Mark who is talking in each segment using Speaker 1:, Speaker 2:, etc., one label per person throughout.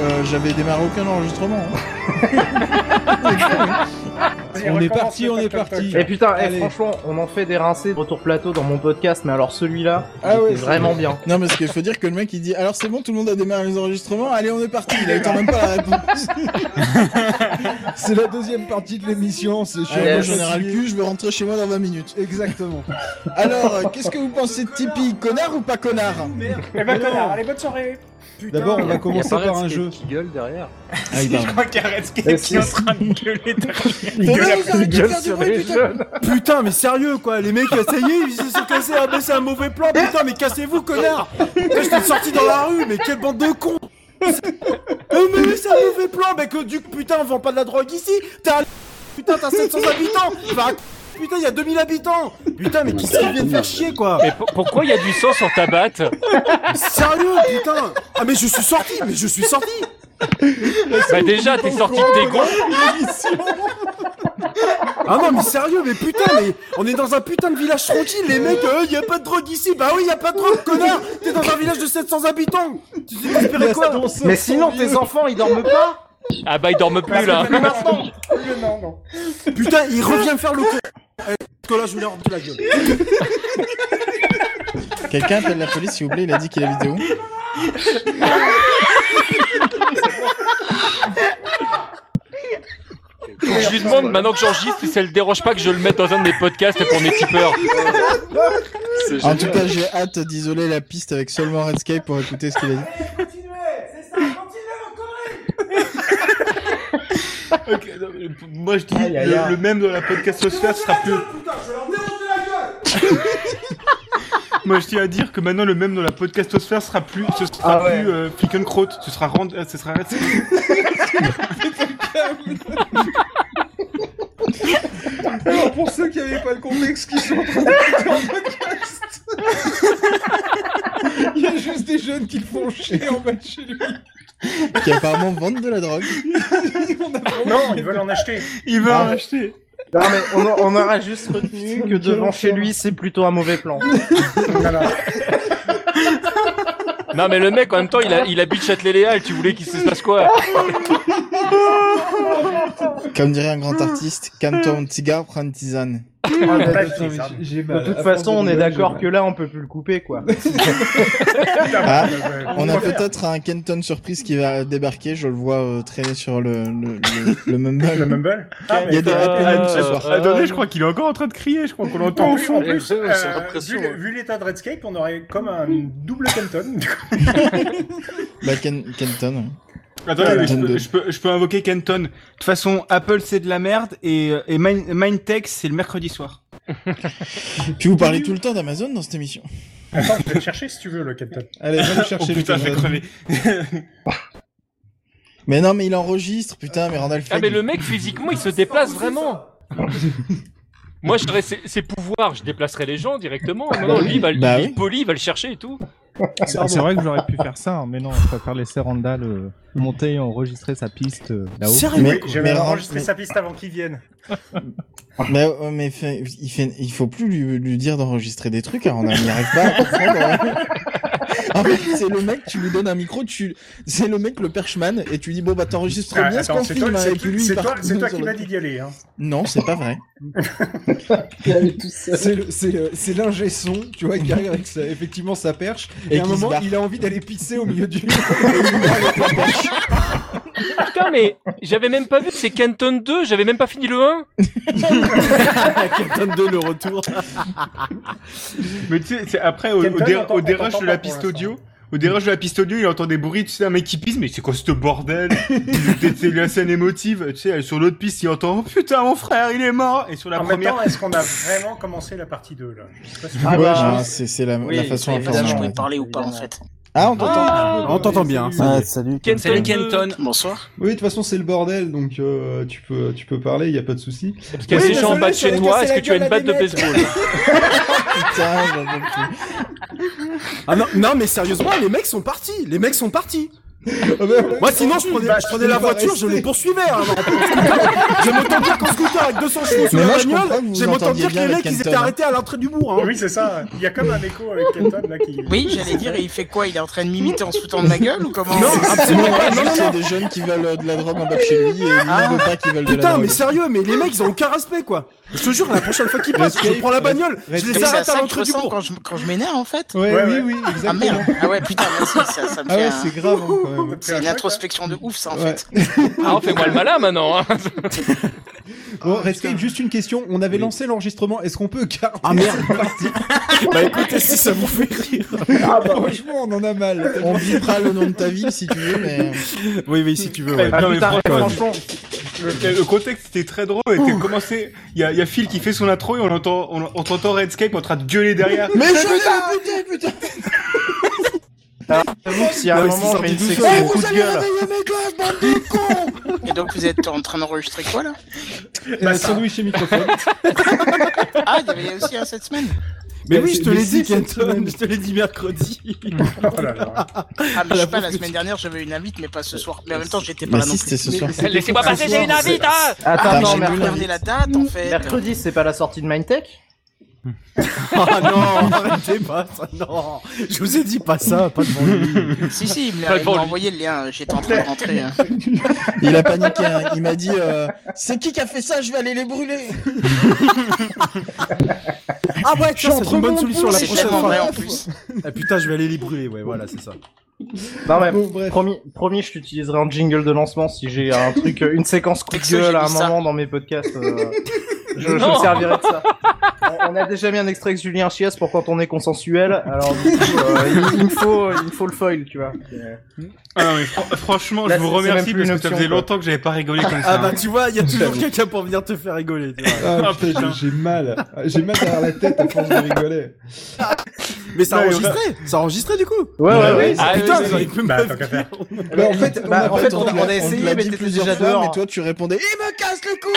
Speaker 1: euh, j'avais démarré aucun enregistrement. on est parti, on est parti.
Speaker 2: Et putain, eh,
Speaker 1: Allez.
Speaker 2: franchement, on en fait des rincés de retour plateau dans mon podcast, mais alors celui-là,
Speaker 1: Ah
Speaker 2: il
Speaker 1: ouais,
Speaker 2: était
Speaker 1: c'est
Speaker 2: vraiment bien.
Speaker 1: Non, parce qu'il faut dire que le mec il dit alors c'est bon, tout le monde a démarré les enregistrements, allez, on est parti. Il a eu quand même pas la réponse.
Speaker 3: C'est la deuxième partie de l'émission, c'est
Speaker 1: Je
Speaker 3: chez
Speaker 1: suis
Speaker 2: Allez,
Speaker 1: en
Speaker 2: à
Speaker 1: général cul, je vais rentrer chez moi dans 20 minutes.
Speaker 3: Exactement.
Speaker 1: Alors, euh, qu'est-ce que vous pensez de Tipeee Connard ou pas connard
Speaker 4: Eh ben, connard, allez, bonne soirée. Putain.
Speaker 3: D'abord, on va
Speaker 2: Il y a
Speaker 3: commencer
Speaker 2: pas
Speaker 3: par
Speaker 2: Redscape
Speaker 3: un jeu. Ah,
Speaker 2: qui gueule derrière.
Speaker 4: Je crois qu'il y a Redscape
Speaker 3: Eh,
Speaker 2: Et
Speaker 4: qui est en
Speaker 2: si-
Speaker 4: train de gueuler.
Speaker 1: Tonnerre,
Speaker 4: gueule
Speaker 1: vous arrêtez de
Speaker 2: gueule
Speaker 1: faire du
Speaker 2: sur
Speaker 1: bruit,
Speaker 2: les
Speaker 1: putain.
Speaker 2: jeunes.
Speaker 5: Putain, mais sérieux quoi, les mecs, ça y est, ils se sont cassés, ah bah c'est un mauvais plan, putain, mais cassez-vous, connard Putain, je t'ai sorti dans la rue, mais quelle bande de cons Oh, mais oui, c'est un mauvais plan, mais que du putain, on vend pas de la drogue ici T'as un- Putain, t'as 700 habitants Enfin, Putain, il y a 2000 habitants Putain, mais qui vient de faire chier quoi
Speaker 6: Mais pour- pourquoi il y a du sang sur ta batte
Speaker 5: Sérieux, putain Ah, mais je suis sorti, mais je suis sorti
Speaker 6: Bah déjà, t'es sorti de tes gonds
Speaker 5: Ah non, mais sérieux, mais putain, mais on est dans un putain de village tranquille, les mecs, euh, y a pas de drogue ici, bah oui, y a pas de drogue, connard T'es dans un village de 700 habitants Tu t'es espéré quoi
Speaker 2: Mais sinon, tes enfants, ils dorment pas
Speaker 6: Ah bah, ils dorment plus, là
Speaker 4: Mais maintenant, le non, non.
Speaker 5: Putain, il revient me faire le con Eh, Parce que là, je voulais leur de la gueule.
Speaker 1: Quelqu'un appelle la police, s'il vous plaît, il a dit qu'il a vidéo.
Speaker 6: Je lui demande, maintenant que j'enregistre, si ça le dérange pas que je le mette dans un de mes podcasts pour mes tipeurs.
Speaker 1: En tout cas, j'ai hâte d'isoler la piste avec seulement Redscape pour écouter ce qu'il a dit.
Speaker 7: Ok, non, euh, p- moi je dis,
Speaker 2: Aïe, aïe,
Speaker 7: le,
Speaker 2: aïe.
Speaker 7: le même de la podcastosphère sera plus. moi je tiens à dire que maintenant le même de la podcastosphère sera plus. Ce sera
Speaker 2: Ah ouais.
Speaker 7: plus euh, Flickenkraut, ce sera Rand. euh, ce sera Redscape.
Speaker 3: Alors, pour ceux qui n'avaient pas le contexte, qui sont en train d'écouter en podcast, il y a juste des jeunes qui le font chier en bas de chez lui.
Speaker 1: Qui apparemment vendent de la drogue.
Speaker 3: On a vraiment-
Speaker 4: Non, ils veulent en acheter.
Speaker 7: Il va en acheter.
Speaker 2: Non, mais on, a- on aura juste retenu que devant chez lui, c'est plutôt un mauvais plan.
Speaker 4: Voilà.
Speaker 6: Non, mais le mec, en même temps, il, a, il habite Châtelet-Léal, tu voulais qu'il se passe quoi
Speaker 1: Comme dirait un grand artiste, calme-toi un cigare, prends une tisane.
Speaker 2: Ah, mais de-
Speaker 3: Putain, mais j'ai- j'ai mal.
Speaker 2: de toute
Speaker 7: Ah,
Speaker 3: À
Speaker 2: façon,
Speaker 3: force
Speaker 2: on
Speaker 3: de
Speaker 2: est
Speaker 3: nouvelles,
Speaker 2: d'accord
Speaker 3: j'ai
Speaker 2: que là, on peut plus le couper, quoi.
Speaker 1: Ah, on a
Speaker 4: va faire.
Speaker 1: peut-être un Kenton surprise qui va débarquer, je le vois euh, traîner sur le, le, le, le
Speaker 4: Le
Speaker 1: mumble.
Speaker 4: Mumble Ah,
Speaker 1: Il y a des happenings ce
Speaker 6: Euh,
Speaker 1: soir.
Speaker 7: Attendez, je crois qu'il est encore en train de crier, je crois qu'on l'entend au fond.
Speaker 4: En plus,
Speaker 6: Ouais, ouais, c'est
Speaker 4: euh,
Speaker 6: l'impression,
Speaker 4: vu le-
Speaker 6: ouais.
Speaker 4: vu l'état de Redscape, on aurait comme un double Kenton.
Speaker 1: Bah, Ken- Kenton. ouais.
Speaker 7: Attendez,
Speaker 4: Ouais,
Speaker 7: mais je,
Speaker 1: Ken deux.
Speaker 7: peux, je, peux, je peux invoquer Kenton. De toute façon, Apple c'est de la merde et, euh, et Mind- Mindtech c'est le mercredi soir.
Speaker 1: Puis vous parlez tout le temps d'Amazon dans cette émission.
Speaker 4: Attends, je vais le chercher si tu veux, le Kenton.
Speaker 1: Allez, va me
Speaker 7: Oh
Speaker 1: chercher le
Speaker 7: putain, je vais
Speaker 1: Kenton.
Speaker 7: crever.
Speaker 1: Mais non, mais il enregistre, putain, mais Randall
Speaker 6: Ah,
Speaker 1: Flagg,
Speaker 6: mais le mec, physiquement, il se déplace vraiment Moi, j'aurais ses, ses pouvoirs, je déplacerais les gens directement. Non, lui, il va, le-
Speaker 1: Bah
Speaker 6: il
Speaker 1: oui.
Speaker 6: est poli, il va le chercher et tout.
Speaker 8: C'est c'est vrai que j'aurais pu faire ça, hein, mais non, je préfère laisser Randall euh, monter et enregistrer sa piste euh, là-haut.
Speaker 5: Sérieux
Speaker 1: Mais-
Speaker 4: J'avais
Speaker 1: mais-
Speaker 4: enregistré
Speaker 1: mais-
Speaker 4: sa piste avant qu'il vienne.
Speaker 1: Mais, euh, mais fait- il, fait, il faut plus lui, lui dire d'enregistrer des trucs, alors on n'y arrive pas. à comprendre. hein. en fait, c'est le mec, tu lui donnes un micro, tu... c'est le mec, le perchman, et tu dis Bon, bah t'enregistres
Speaker 4: Ah,
Speaker 1: bien
Speaker 4: attends,
Speaker 1: ce
Speaker 4: c'est
Speaker 1: qu'on filme,
Speaker 4: toi,
Speaker 1: hein,
Speaker 4: c'est-
Speaker 1: et puis lui, il
Speaker 4: c'est
Speaker 1: part
Speaker 4: toi, c'est toi
Speaker 1: sur
Speaker 4: qui
Speaker 1: le-
Speaker 4: m'as dit d'y aller. Hein.
Speaker 1: Non, c'est pas vrai.
Speaker 3: C'est le- c'est le- c'est l'ingé son, tu vois, qui arrive avec sa- effectivement sa perche, et,
Speaker 1: Et
Speaker 3: à un
Speaker 1: qui se
Speaker 3: moment,
Speaker 1: barre.
Speaker 3: il a envie d'aller pisser au milieu du.
Speaker 6: Putain, mais j'avais même pas vu, c'est Canton 2, j'avais même pas fini le 1.
Speaker 5: Kenton 2, le retour
Speaker 7: Mais tu sais, c'est après, au, au
Speaker 4: Kenton,
Speaker 7: dé-
Speaker 4: on t'entend-
Speaker 7: au
Speaker 4: on
Speaker 7: dérush
Speaker 4: t'entend
Speaker 7: de la
Speaker 4: pas pour
Speaker 7: piste
Speaker 4: l'instant.
Speaker 7: audio, au dérush de la piste audio, il entend des bruits, tu sais, un mec qui pisse, mais c'est quoi ce bordel Peut-être c'est la scène émotive, tu sais, sur l'autre piste, il entend, oh, putain, mon frère, il est mort Et sur la
Speaker 4: en
Speaker 7: première,
Speaker 4: même temps, est-ce qu'on a vraiment commencé la partie 2 là Je sais pas si-
Speaker 2: Ah
Speaker 1: Ouais,
Speaker 2: bah,
Speaker 1: non, c'est c'est la,
Speaker 2: oui,
Speaker 1: la façon
Speaker 2: c'est
Speaker 1: à faire
Speaker 2: évidemment,
Speaker 1: ça,
Speaker 2: je
Speaker 1: ouais.
Speaker 2: peux parler ou pas, en fait.
Speaker 1: Ah, on t'entend
Speaker 5: On t'entend bien.
Speaker 3: Salut.
Speaker 8: salut.
Speaker 6: Kenton 2.
Speaker 9: Bonsoir.
Speaker 3: Oui, de toute façon, c'est le bordel, donc euh, tu peux, tu peux parler, il y a pas de souci.
Speaker 6: Parce qu'il y a
Speaker 3: Oui,
Speaker 6: ces gens en
Speaker 3: désolé,
Speaker 6: bas de
Speaker 3: ça
Speaker 6: chez
Speaker 3: va
Speaker 6: toi,
Speaker 3: casser
Speaker 6: est-ce
Speaker 3: la
Speaker 6: que tu as
Speaker 3: gueule
Speaker 6: une
Speaker 3: à
Speaker 6: batte de
Speaker 3: des mecs.
Speaker 6: baseball
Speaker 1: Putain, bah, j'en peux plus.
Speaker 5: Ah non, non, mais sérieusement, les mecs sont partis Les mecs sont partis
Speaker 3: Ah bah ouais.
Speaker 5: Moi, sinon, je prenais, je prenais la
Speaker 3: il va
Speaker 5: voiture, je
Speaker 3: rester.
Speaker 5: les poursuivais hein, en scooter. Je montais bien qu'en scooter
Speaker 10: avec 200 chevaux sur
Speaker 1: Mais
Speaker 10: la
Speaker 1: moi, je
Speaker 10: bagnole,
Speaker 1: comprends que vous
Speaker 10: j'ai autant
Speaker 1: entendiez
Speaker 10: dire que
Speaker 1: bien
Speaker 10: les
Speaker 1: avec
Speaker 10: mecs, ils étaient
Speaker 1: Kenton. hein.
Speaker 10: arrêtés à l'entrée du bourg. Hein.
Speaker 4: Oui, c'est ça. Il y a comme un écho avec Kenton là qui.
Speaker 9: Oui, j'allais dire, et il fait quoi Il est en train de m'imiter en se foutant de ma gueule ou comment
Speaker 10: Non, absolument pas. Non,
Speaker 1: Juste,
Speaker 10: non,
Speaker 1: il y
Speaker 10: non.
Speaker 1: a des jeunes qui veulent euh, de la drogue en bas de chez lui et
Speaker 10: Ah.
Speaker 1: il veut pas qu'ils veulent de la
Speaker 10: Putain,
Speaker 1: drogue.
Speaker 10: mais sérieux, mais les mecs, ils ont aucun respect, quoi. Je te jure, la prochaine fois qu'ils passent, je
Speaker 3: Rescape,
Speaker 10: prends la bagnole, je
Speaker 3: rescape.
Speaker 9: Mais
Speaker 10: les
Speaker 9: c'est à
Speaker 10: arrête à
Speaker 9: ça que je
Speaker 10: l'entrée du
Speaker 9: ressens
Speaker 10: bourg.
Speaker 9: quand je, quand je m'énerve en fait
Speaker 3: Ouais,
Speaker 4: Ouais,
Speaker 3: oui,
Speaker 4: ouais.
Speaker 3: oui,
Speaker 9: Ah
Speaker 3: exactement.
Speaker 9: merde Ah ouais, putain, merci, ça, ça me
Speaker 3: Ah
Speaker 9: fait
Speaker 3: ouais,
Speaker 9: un-
Speaker 3: c'est grave hein, quand même.
Speaker 9: C'est une introspection de ouf, ça, en
Speaker 3: Ouais.
Speaker 9: fait.
Speaker 6: Ah, fais-moi le malin maintenant. hein.
Speaker 3: Bon, Redscape, juste une question. On avait lancé l'enregistrement. Est-ce qu'on peut garder
Speaker 10: Ah merde.
Speaker 3: cette partie
Speaker 10: Bah écoutez, si ça vous fait rire.
Speaker 3: Ah, bah,
Speaker 6: Ah, bah,
Speaker 3: Franchement, on en a mal.
Speaker 1: On vivra le nom de ta ville si tu veux, mais.
Speaker 10: Oui, oui, si tu veux,
Speaker 11: Eh,
Speaker 10: ouais.
Speaker 11: non, mais
Speaker 2: putain,
Speaker 11: franchement,
Speaker 2: franchement.
Speaker 11: le, le contexte était très drôle. et t'es commencé. Il y a, il y a Phil qui fait son intro et on entend, on, on t'entend Redscape en train de gueuler derrière.
Speaker 1: Mais je putain, putain,
Speaker 2: Ah, J'avoue que si à
Speaker 10: Non,
Speaker 2: un
Speaker 10: mais
Speaker 2: moment
Speaker 10: c'est
Speaker 2: on fait
Speaker 10: sorti
Speaker 2: une
Speaker 10: tout
Speaker 2: section
Speaker 10: seul.
Speaker 2: coup de gueule.
Speaker 9: Et donc, vous êtes en train d'enregistrer quoi, là
Speaker 3: Un Bah, sandwich et microphone.
Speaker 9: Ah, il y avait aussi un cette semaine
Speaker 10: Mais oui, je te
Speaker 3: Mais
Speaker 10: l'ai
Speaker 3: si,
Speaker 10: dit,
Speaker 3: cette
Speaker 10: Kenton,
Speaker 3: semaine.
Speaker 10: je te l'ai dit mercredi.
Speaker 4: Oh là là.
Speaker 9: Ah, mais je sais
Speaker 10: la
Speaker 9: pas, la
Speaker 10: pauvre
Speaker 9: semaine dernière, j'avais une invite, mais pas ce soir. Mais en même temps, j'étais pas
Speaker 1: Bah
Speaker 9: là non
Speaker 1: si,
Speaker 9: plus. Ah,
Speaker 1: c'était ce soir.
Speaker 6: Laissez-moi passer, j'ai une invite. hein.
Speaker 1: Attends,
Speaker 2: Attends, non,
Speaker 9: j'ai pas regardé
Speaker 2: mercredi.
Speaker 9: la date, en fait.
Speaker 2: Mercredi, c'est pas la sortie de Mindtech Oh,
Speaker 10: Ah non, arrêtez pas ça, non. Je vous ai dit pas ça, pas devant lui.
Speaker 9: Si, si, il me
Speaker 6: Pas
Speaker 9: l'a il
Speaker 6: devant
Speaker 9: m'a
Speaker 6: lui.
Speaker 9: envoyé le lien, j'étais en train de rentrer. hein.
Speaker 1: Il a paniqué, hein. il m'a dit euh, C'est qui qui a fait ça Je vais aller les brûler
Speaker 10: Ah ouais, tiens, c'est une bonne solution la
Speaker 9: C'est
Speaker 10: prochaine
Speaker 9: tellement vrai,
Speaker 10: fois.
Speaker 9: en plus.
Speaker 10: Ah putain, je vais aller les brûler, ouais, voilà, c'est ça.
Speaker 2: Non, mais
Speaker 3: Bon, bref.
Speaker 2: promis, promis, je t'utiliserai en jingle de lancement si j'ai un truc, euh, une séquence coup de
Speaker 9: Texto, j'ai
Speaker 2: gueule à un
Speaker 9: mis ça.
Speaker 2: moment dans mes podcasts. euh, je, je
Speaker 6: Non.
Speaker 2: me servirai de ça. On- On a déjà mis un extrait avec Julien Chies pour quand on est consensuel. Alors, du coup, euh, il, il me faut, il me faut le foil, tu vois.
Speaker 11: Ah non, mais fran- franchement,
Speaker 2: Là,
Speaker 11: je vous
Speaker 2: c'est- c'est même
Speaker 11: remercie
Speaker 2: plus
Speaker 11: parce
Speaker 2: une
Speaker 11: que ça
Speaker 2: option,
Speaker 11: faisait
Speaker 2: quoi.
Speaker 11: longtemps que j'avais pas rigolé comme ça.
Speaker 10: Ah bah
Speaker 11: hein.
Speaker 10: tu vois, il y a toujours quelqu'un pour venir te faire rigoler. tu vois.
Speaker 3: Ah,
Speaker 11: Ah,
Speaker 3: putain,
Speaker 11: putain.
Speaker 3: j'ai j'ai mal. J'ai mal derrière la tête à force de rigoler.
Speaker 10: Mais ça a
Speaker 11: Ouais,
Speaker 10: enregistré, ça a enregistré du coup.
Speaker 2: Ouais, ouais, ouais.
Speaker 6: Ah,
Speaker 10: Putain,
Speaker 6: oui,
Speaker 10: j'aurais
Speaker 6: oui.
Speaker 10: pu
Speaker 4: Bah,
Speaker 10: me
Speaker 4: tant qu'à faire.
Speaker 3: Bah, en fait, on
Speaker 2: bah,
Speaker 3: a
Speaker 2: en
Speaker 3: pas
Speaker 2: fait,
Speaker 3: le
Speaker 2: on
Speaker 3: temps
Speaker 2: a-
Speaker 3: de
Speaker 2: on
Speaker 3: la-
Speaker 2: a essayé,
Speaker 3: l'a
Speaker 2: mais
Speaker 3: dit
Speaker 2: t'étais
Speaker 3: plusieurs
Speaker 2: déjà
Speaker 3: fois,
Speaker 2: dehors.
Speaker 1: Et toi, tu
Speaker 3: eh,
Speaker 1: répondais Il me casse le cou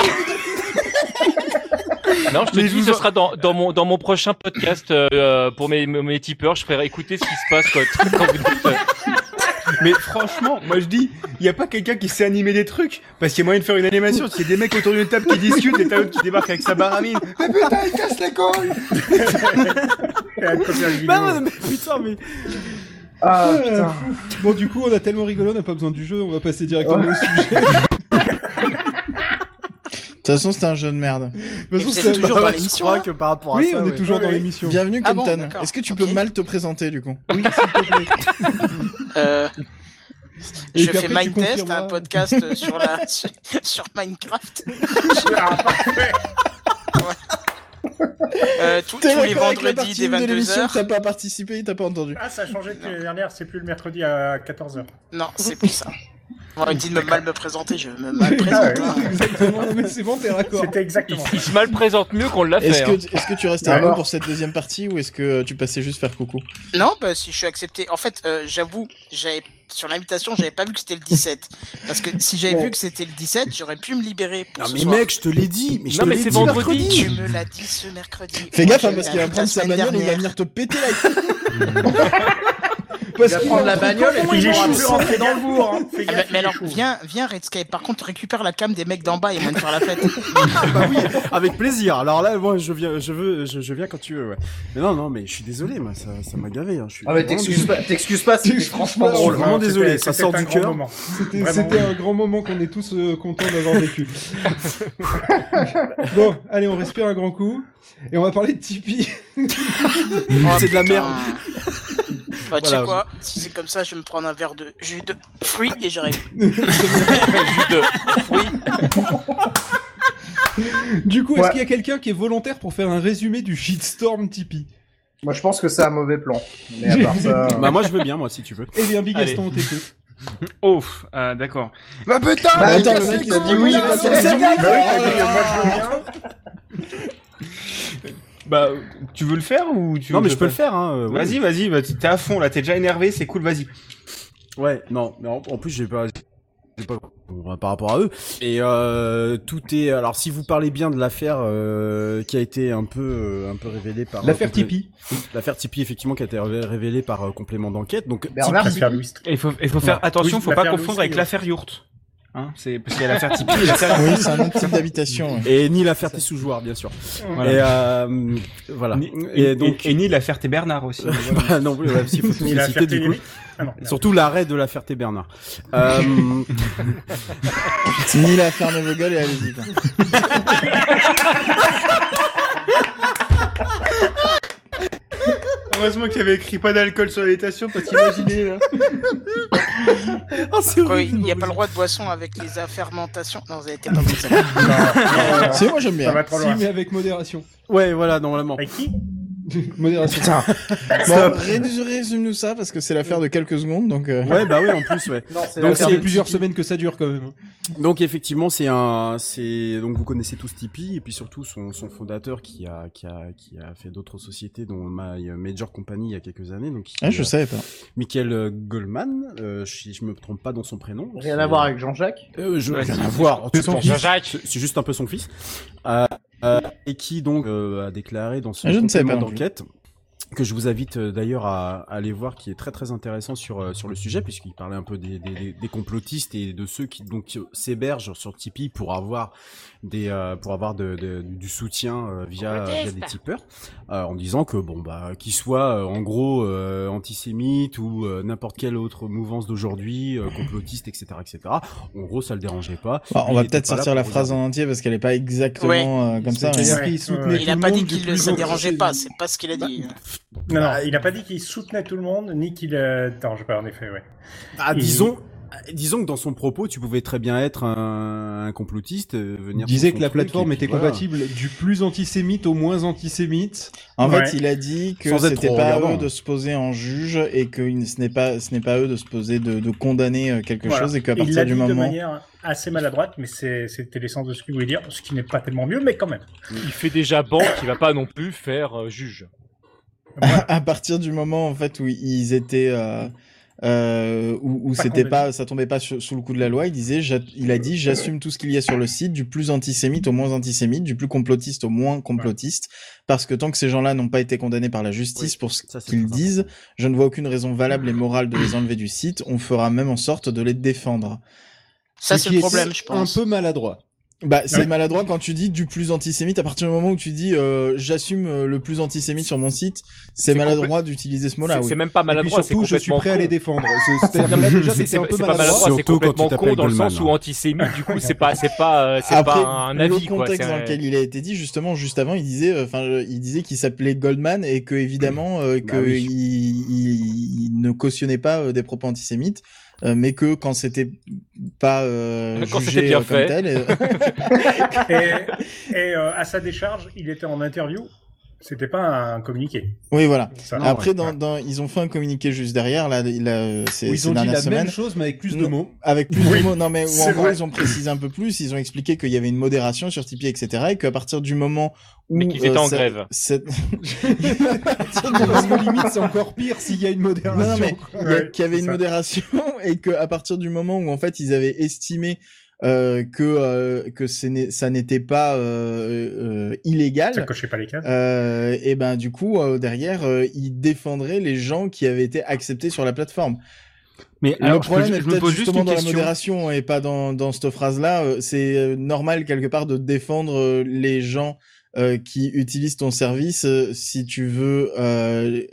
Speaker 6: Non, je te
Speaker 11: Mais je
Speaker 6: dis,
Speaker 11: vous
Speaker 6: ce
Speaker 11: en-
Speaker 6: sera dans, dans, mon, dans mon prochain podcast euh, pour mes, mes tipeurs. Je ferai écouter ce qui se passe quand, quand vous dites, euh,
Speaker 11: Mais franchement, moi je dis, il y a pas quelqu'un qui sait animer des trucs parce qu'il y a moyen de faire une animation. S'il y a des mecs autour d'une table qui discutent et t'as l'autre qui débarque avec sa baramine.
Speaker 7: Mais putain, il casse les couilles
Speaker 4: Et à copier la vidéo.
Speaker 10: Bah ouais, mais putain, mais.
Speaker 2: Ah,
Speaker 3: Euh,
Speaker 2: putain.
Speaker 3: Bon, du coup, on a tellement rigolé, on n'a pas besoin du jeu, on va passer directement au sujet.
Speaker 1: De toute façon, c'était un jeu de merde.
Speaker 3: De
Speaker 2: Bah,
Speaker 3: toute
Speaker 9: Mais
Speaker 3: façon,
Speaker 9: vous
Speaker 3: c'est-
Speaker 9: êtes toujours dans
Speaker 10: Je
Speaker 9: l'émission
Speaker 10: crois
Speaker 9: là
Speaker 10: que par rapport à
Speaker 3: Oui,
Speaker 10: ça,
Speaker 3: on est
Speaker 10: ouais.
Speaker 3: toujours dans l'émission.
Speaker 1: Bienvenue,
Speaker 9: Ah bon,
Speaker 1: Kenton.
Speaker 9: d'accord.
Speaker 1: Est-ce que tu
Speaker 9: Ok.
Speaker 1: peux mal te présenter du coup
Speaker 9: Euh,
Speaker 3: Et
Speaker 9: je
Speaker 3: puis
Speaker 9: fais
Speaker 3: après, tu
Speaker 9: Mindtest,
Speaker 1: hein.
Speaker 3: confirmeras.
Speaker 9: un podcast euh, sur, la, sur, sur Minecraft.
Speaker 4: Ah, parfait.
Speaker 9: Euh, tous-
Speaker 1: T'es
Speaker 9: tous les
Speaker 1: d'accord avec la
Speaker 9: vendredis
Speaker 1: partie
Speaker 9: dès
Speaker 1: de l'émission
Speaker 9: 22h.
Speaker 1: T'as pas participé, t'as pas entendu.
Speaker 4: Ah, ça a changé depuis l'année dernière. C'est plus le mercredi à 14h.
Speaker 9: Non, c'est plus ça. On m'a dit de me mal me présenter, je me mal
Speaker 1: Ah
Speaker 9: présente. hein.
Speaker 3: Exactement, non, mais c'est bon, t'es raccord.
Speaker 4: C'était
Speaker 6: il,
Speaker 4: exactement ça.
Speaker 6: il se mal présente mieux qu'on l'a fait.
Speaker 1: Est-ce que,
Speaker 6: hein.
Speaker 1: est-ce que tu restes
Speaker 10: Ah
Speaker 9: Ah
Speaker 1: à nous
Speaker 2: Alors.
Speaker 1: pour cette deuxième partie ou est-ce que euh, tu passais juste faire coucou
Speaker 9: Non, bah si je suis accepté. En fait, euh, j'avoue, j'avais sur l'invitation, j'avais pas vu que c'était le 17. Parce que si j'avais vu que c'était le 17, j'aurais pu me libérer pour
Speaker 10: Non,
Speaker 9: ce
Speaker 10: mais
Speaker 9: soir.
Speaker 10: mec, je te l'ai dit, mais je
Speaker 6: Non,
Speaker 10: te
Speaker 6: mais
Speaker 10: l'ai
Speaker 6: c'est
Speaker 10: dit
Speaker 6: vendredi.
Speaker 10: mercredi.
Speaker 9: tu me l'as dit ce mercredi.
Speaker 1: Fais
Speaker 9: Moi,
Speaker 1: gaffe,
Speaker 9: j'ai
Speaker 1: hein,
Speaker 9: eu
Speaker 1: parce
Speaker 9: la
Speaker 1: qu'il va
Speaker 9: toute
Speaker 1: prendre
Speaker 9: la
Speaker 1: sa
Speaker 9: semaine
Speaker 1: bagnole et il va
Speaker 9: dernière.
Speaker 1: venir te péter la
Speaker 2: Il va prendre la bagnole et puis
Speaker 4: Il
Speaker 2: il
Speaker 4: est
Speaker 2: aura
Speaker 4: chaud,
Speaker 2: plus rentrer dans le bourg. hein.
Speaker 4: Fais
Speaker 9: Ah bah,
Speaker 4: gaffe, il
Speaker 9: mais
Speaker 4: est
Speaker 9: alors,
Speaker 4: chaud.
Speaker 9: viens, viens Redscape. Par contre, récupère la cam des mecs d'en bas et viens de faire la fête.
Speaker 10: Ah bah oui, avec plaisir. Alors là, moi, je viens, je veux, je, je viens quand tu veux. Ouais. Mais non, non, mais je suis désolé, moi, ça, ça m'a gavé. Hein. Je suis
Speaker 2: Ah, mais
Speaker 10: vraiment
Speaker 2: t'excuses pas, t'excuses pas, c'était
Speaker 3: T'excuses
Speaker 2: franchement
Speaker 3: pas,
Speaker 2: drôle.
Speaker 10: vraiment
Speaker 4: C'était-
Speaker 10: désolé, ça
Speaker 4: c'était
Speaker 10: sort
Speaker 4: un
Speaker 10: du
Speaker 4: grand
Speaker 10: cœur.
Speaker 4: moment.
Speaker 3: C'était
Speaker 4: Vraiment.
Speaker 3: c'était un grand moment qu'on est tous euh, contents d'avoir vécu. bon, allez, on respire un grand coup. Et on va parler de Tipeee.
Speaker 2: Oh,
Speaker 10: désolé. C'est de
Speaker 9: Putain.
Speaker 10: la merde.
Speaker 9: Bah, tu sais
Speaker 10: Voilà.
Speaker 9: quoi Si c'est comme ça, je vais me prendre un verre de jus de fruits et j'arrive.
Speaker 6: Juste, euh,
Speaker 3: Du coup, est-ce
Speaker 2: Ouais.
Speaker 3: qu'il y a quelqu'un qui est volontaire pour faire un résumé du shitstorm Tipeee
Speaker 2: Moi, je pense que c'est un mauvais plan. Mais à part ça. euh,
Speaker 10: Bah moi, je veux bien, moi, si tu veux.
Speaker 3: Eh bien, Big
Speaker 6: Allez.
Speaker 3: Gaston, on t'écoute.
Speaker 11: Oh, ah, d'accord.
Speaker 7: Bah putain
Speaker 1: Bah,
Speaker 7: il
Speaker 1: attends, le
Speaker 7: casse
Speaker 1: mec,
Speaker 7: les
Speaker 1: il a dit
Speaker 7: couilles,
Speaker 1: oui,
Speaker 7: là,
Speaker 1: c'est
Speaker 7: ça-
Speaker 1: gagné.
Speaker 7: Bah oui,
Speaker 4: Moi,
Speaker 7: bah,
Speaker 4: je veux bien.
Speaker 11: Bah, tu veux le faire ou tu
Speaker 10: Non,
Speaker 11: veux
Speaker 10: mais
Speaker 11: que
Speaker 10: je peux le faire. Hein, euh,
Speaker 11: Vas-y, vas-y, bah, t'es à fond là, t'es déjà énervé, c'est cool, vas-y.
Speaker 10: Ouais, non, mais en, en plus j'ai pas, j'ai pas euh, par rapport à eux. Et euh, tout est. Alors si vous parlez bien de l'affaire euh, qui a été un peu, euh, un peu révélée par
Speaker 3: L'affaire
Speaker 10: euh, complé-
Speaker 3: Tipeee.
Speaker 10: l'affaire Tipeee effectivement qui a été révé- révélée par euh, complément d'enquête. Donc
Speaker 2: Bernard,
Speaker 4: Faire Louis.
Speaker 11: Il faut, il faut faire attention,
Speaker 4: Oui,
Speaker 11: faut pas
Speaker 4: l'affaire
Speaker 11: confondre
Speaker 4: Louis,
Speaker 11: avec
Speaker 4: ouais.
Speaker 11: l'affaire Yourt. Hein, c'est parce qu'il y a l'affaire Tipeee et l'affaire-
Speaker 1: Oui, c'est un autre type d'habitation. ouais.
Speaker 10: Et ni l'affaire des sous-joueurs, bien sûr.
Speaker 11: Voilà.
Speaker 10: Et euh, voilà.
Speaker 11: Ni-
Speaker 10: Et
Speaker 11: et,
Speaker 10: donc-
Speaker 11: donc, et, ni l'affaire T. Bernard aussi.
Speaker 10: Bah, non, ouais, parce qu'il faut tous
Speaker 4: Il
Speaker 10: les
Speaker 4: a
Speaker 10: citer, du coup.
Speaker 4: Ferté-Lévy. Ah non, merde.
Speaker 10: Surtout l'arrêt de la Ferté Bernard. Euh,
Speaker 1: C'est Ni l'affaire Nevogel et allez-y. quoi.
Speaker 11: Heureusement qu'il avait écrit pas d'alcool sur l'étation parce qu'imaginez hein. là.
Speaker 9: Ah,
Speaker 10: oh, c'est
Speaker 9: Quoi,
Speaker 10: horrible.
Speaker 9: il n'y a pas le droit de boisson avec les affermentations. Non, vous avez été dans une salle.
Speaker 1: Si, moi j'aime
Speaker 4: Ça
Speaker 1: bien.
Speaker 4: va trop loin.
Speaker 7: Si, mais avec modération.
Speaker 10: Ouais, voilà, normalement.
Speaker 4: Avec qui
Speaker 7: Modération.
Speaker 1: Bon, rés- résume-nous ça parce que c'est l'affaire de quelques secondes donc. euh,
Speaker 10: Ouais, bah oui, en plus, ouais.
Speaker 2: Non, c'est
Speaker 10: Donc,
Speaker 7: Donc,
Speaker 10: c'est-
Speaker 7: ça fait plusieurs semaines que ça dure quand
Speaker 10: hein.
Speaker 7: même.
Speaker 10: Mmh. Donc effectivement, c'est un, c'est donc vous connaissez tous Tipeee et puis surtout son, son fondateur qui a qui a qui a fait d'autres sociétés dont My Major Company il y a quelques années donc. qui-
Speaker 1: Ah, je
Speaker 10: euh,
Speaker 1: savais pas.
Speaker 10: Michael euh, Goldman, euh, si je me trompe pas dans son prénom.
Speaker 2: Rien
Speaker 10: C'est-
Speaker 2: à voir avec Jean-Jacques.
Speaker 10: Euh, je,
Speaker 6: Ouais,
Speaker 10: rien
Speaker 6: c'est-
Speaker 10: à voir.
Speaker 6: c'est
Speaker 10: C'est son
Speaker 6: son
Speaker 10: fils.
Speaker 6: Jean-Jacques.
Speaker 10: C'est c'est juste un peu son fils. Euh, euh, et qui donc euh, a déclaré dans son
Speaker 1: Ah, je ne savais
Speaker 10: complément
Speaker 1: pas non plus.
Speaker 10: d'enquête que je vous invite euh, d'ailleurs à, à aller voir, qui est très très intéressant sur euh, sur le sujet, puisqu'il parlait un peu des, des- des- des complotistes et de ceux qui donc euh, s'hébergent sur Tipeee pour avoir des euh, pour avoir de, de- du soutien euh, via, via des tipeurs, euh, en disant que bon bah qu'ils soient euh, en gros euh, antisémites ou euh, n'importe quelle autre mouvance d'aujourd'hui, euh, complotiste, etc., etc. En gros, ça le dérangeait pas.
Speaker 1: Bon, Ah, on
Speaker 10: Il
Speaker 1: va
Speaker 10: était
Speaker 1: peut-être
Speaker 10: pas là
Speaker 1: sortir la
Speaker 10: pour
Speaker 1: phrase en entier parce qu'elle est pas exactement euh, comme ça. mais-
Speaker 7: C'est-à-dire
Speaker 4: ouais.
Speaker 7: qu'il soutenait
Speaker 4: Ouais.
Speaker 7: tout
Speaker 9: Il n'a
Speaker 7: le
Speaker 9: pas dit
Speaker 7: monde du
Speaker 9: qu'il
Speaker 7: plus
Speaker 9: se
Speaker 7: en-
Speaker 9: dérangeait pas, c'est pas ce qu'il a dit.
Speaker 4: Bah, Non, non, il a pas dit qu'il soutenait tout le monde, ni qu'il. euh, Non, je sais pas, en effet, ouais.
Speaker 10: Ah,
Speaker 4: Et-
Speaker 10: disons, disons que dans son propos, tu pouvais très bien être un, un complotiste, euh, venir.
Speaker 7: Il disait
Speaker 10: sur
Speaker 7: que
Speaker 10: son
Speaker 7: la
Speaker 10: truc,
Speaker 7: plateforme
Speaker 10: et puis
Speaker 7: était
Speaker 10: voilà.
Speaker 7: compatible du plus antisémite au moins antisémite.
Speaker 1: En
Speaker 4: Ouais.
Speaker 1: fait, il a dit que
Speaker 10: Sans être
Speaker 1: c'était
Speaker 10: trop
Speaker 1: pas à
Speaker 10: regardant.
Speaker 1: eux de se poser en juge et que il- ce n'est pas ce n'est pas à eux de se poser de, de condamner euh, quelque
Speaker 4: Voilà.
Speaker 1: chose et qu'à
Speaker 4: Il l'a
Speaker 1: partir
Speaker 4: dit
Speaker 1: du
Speaker 4: de
Speaker 1: moment
Speaker 4: manière assez maladroite, mais c'est- c'était l'essence de ce qu'il voulait dire, ce qui n'est pas tellement mieux, mais quand même.
Speaker 6: Il fait déjà banque, il va pas non plus faire euh, juge.
Speaker 1: à partir du moment en fait où ils étaient euh, euh, où, où
Speaker 4: Pas
Speaker 1: c'était
Speaker 4: condamné.
Speaker 1: pas ça tombait pas sur- sous le coup de la loi, il disait j'a- il a
Speaker 10: Euh,
Speaker 1: dit j'assume tout ce qu'il y a sur le site du plus antisémite au moins antisémite, du plus complotiste au moins complotiste parce que tant que ces gens-là n'ont pas été condamnés par la justice
Speaker 10: Oui,
Speaker 1: pour ce
Speaker 10: ça, c'est
Speaker 1: qu'ils
Speaker 10: très
Speaker 1: disent, je ne vois aucune raison valable et morale de les enlever du site, on fera même en sorte de les défendre.
Speaker 9: Ça,
Speaker 7: Ce
Speaker 9: c'est
Speaker 7: qui
Speaker 9: le
Speaker 7: est
Speaker 9: problème, je pense.
Speaker 7: Un peu maladroit.
Speaker 1: Bah, c'est
Speaker 4: Ouais.
Speaker 1: maladroit quand tu dis du plus antisémite. À partir du moment où tu dis euh, j'assume euh, le plus antisémite sur mon site, c'est
Speaker 6: C'est
Speaker 1: maladroit d'utiliser ce mot-là.
Speaker 6: c'est
Speaker 1: Oui.
Speaker 6: c'est même pas
Speaker 7: Et puis
Speaker 6: maladroit, c'est
Speaker 7: surtout, je suis
Speaker 6: complètement
Speaker 7: prêt à les
Speaker 6: con.
Speaker 7: défendre. C'est- C'est-à-dire que
Speaker 6: Non,
Speaker 7: là,
Speaker 6: mais
Speaker 7: déjà,
Speaker 6: c'est
Speaker 7: c'est un peu
Speaker 6: c'est pas maladroit,
Speaker 10: Surtout
Speaker 6: c'est
Speaker 10: quand tu
Speaker 6: complètement con
Speaker 10: t'appelles
Speaker 6: dans le
Speaker 10: Goldman,
Speaker 6: sens
Speaker 10: hein.
Speaker 6: où antisémite, du coup, c'est pas, c'est pas, euh, c'est
Speaker 1: Après,
Speaker 6: pas un avis,
Speaker 1: le
Speaker 6: quoi.
Speaker 1: contexte
Speaker 6: c'est
Speaker 1: dans
Speaker 6: un-
Speaker 1: lequel il a été dit, justement, juste avant, il disait, euh, enfin, euh, il disait qu'il s'appelait Goldman et que évidemment, euh, que
Speaker 10: Bah oui.
Speaker 1: il, il ne cautionnait pas euh, des propos antisémites, euh, mais que quand c'était pas euh,
Speaker 6: Quand
Speaker 1: jugé
Speaker 6: c'était bien
Speaker 1: euh, comme
Speaker 6: fait.
Speaker 1: tel, euh,
Speaker 4: Et, et, euh, à sa décharge, il était en interview, c'était pas un communiqué.
Speaker 1: oui, voilà.
Speaker 4: Ça-
Speaker 10: Non,
Speaker 1: Après,
Speaker 10: ouais.
Speaker 1: dans, dans- ils ont fait un communiqué juste derrière, là, là, euh, ces,
Speaker 7: où
Speaker 1: ces
Speaker 7: ils ont dit
Speaker 1: dernières
Speaker 7: la
Speaker 1: semaines.
Speaker 7: même chose mais avec plus de
Speaker 1: Non.
Speaker 7: mots.
Speaker 1: Avec plus
Speaker 4: Oui,
Speaker 1: de mots, non mais où, en
Speaker 4: c'est
Speaker 1: gros
Speaker 4: vrai.
Speaker 1: ils ont précisé un peu plus, ils ont expliqué qu'il y avait une modération sur Tipeee, etc. et qu'à partir du moment où... euh,
Speaker 6: Mais qu'ils étaient en
Speaker 1: ça-
Speaker 6: grève.
Speaker 1: cette-
Speaker 7: Parce que limite, c'est encore pire s'il y a une modération.
Speaker 1: Non, non, mais-
Speaker 7: quoi.
Speaker 1: Il y a-
Speaker 4: Ouais,
Speaker 1: qu'il y avait
Speaker 4: c'est
Speaker 1: une
Speaker 4: ça.
Speaker 1: modération et que à partir du moment où en fait ils avaient estimé euh, que euh, que c'est n'est- ça n'était pas euh, euh,
Speaker 4: Ça
Speaker 1: illégal,
Speaker 4: cochait pas les cases.
Speaker 1: euh, et ben du coup euh, derrière euh, ils défendraient les gens qui avaient été acceptés sur la plateforme.
Speaker 11: Mais
Speaker 1: le problème est peut-être justement dans la modération et pas dans, dans cette phrase-là. Euh, C'est euh, normal quelque part de défendre euh, les gens euh, qui utilisent ton service euh, si tu veux euh,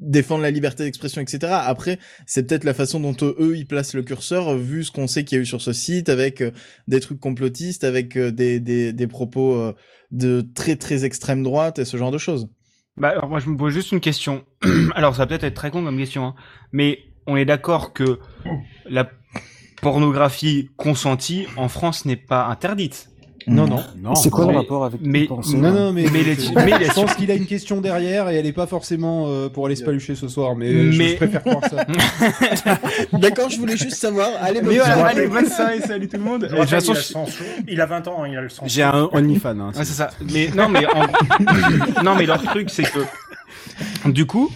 Speaker 1: défendre la liberté d'expression, etc. Après, c'est peut-être la façon dont euh, eux ils placent le curseur euh, vu ce qu'on sait qu'il y a eu sur ce site avec euh, des trucs complotistes, avec euh, des, des, des propos euh, de très très extrême droite et ce genre de choses.
Speaker 11: Bah, alors, moi, je me pose juste une question. alors, ça va peut-être être très con comme question, hein, mais on est d'accord que la pornographie consentie en France n'est pas interdite.
Speaker 3: Hmm.
Speaker 7: Non, non.
Speaker 10: Non.
Speaker 5: C'est quoi
Speaker 11: mais-
Speaker 5: le rapport avec
Speaker 11: mais-
Speaker 5: les pensées
Speaker 7: Non,
Speaker 5: là
Speaker 7: non, mais,
Speaker 11: Mais les- mais les-
Speaker 7: je pense qu'il a une question derrière et elle est pas forcément euh, pour aller se palucher ce soir, mais,
Speaker 3: euh,
Speaker 7: Je,
Speaker 11: Mais-
Speaker 7: je préfère croire ça.
Speaker 1: D'accord, je voulais juste savoir. Allez,
Speaker 11: Mais
Speaker 1: bonne
Speaker 11: voilà,
Speaker 1: soirée.
Speaker 11: allez, bonne soirée, salut tout le monde.
Speaker 4: Je
Speaker 11: Et de toute
Speaker 4: rappelle,
Speaker 11: façon, je-
Speaker 4: il, a le sens chaud. il a 20 ans, hein, il a le sang
Speaker 10: J'ai un OnlyFans. Hein,
Speaker 11: Ouais, c'est ça. Mais non, mais en- non, mais leur truc, c'est que du coup,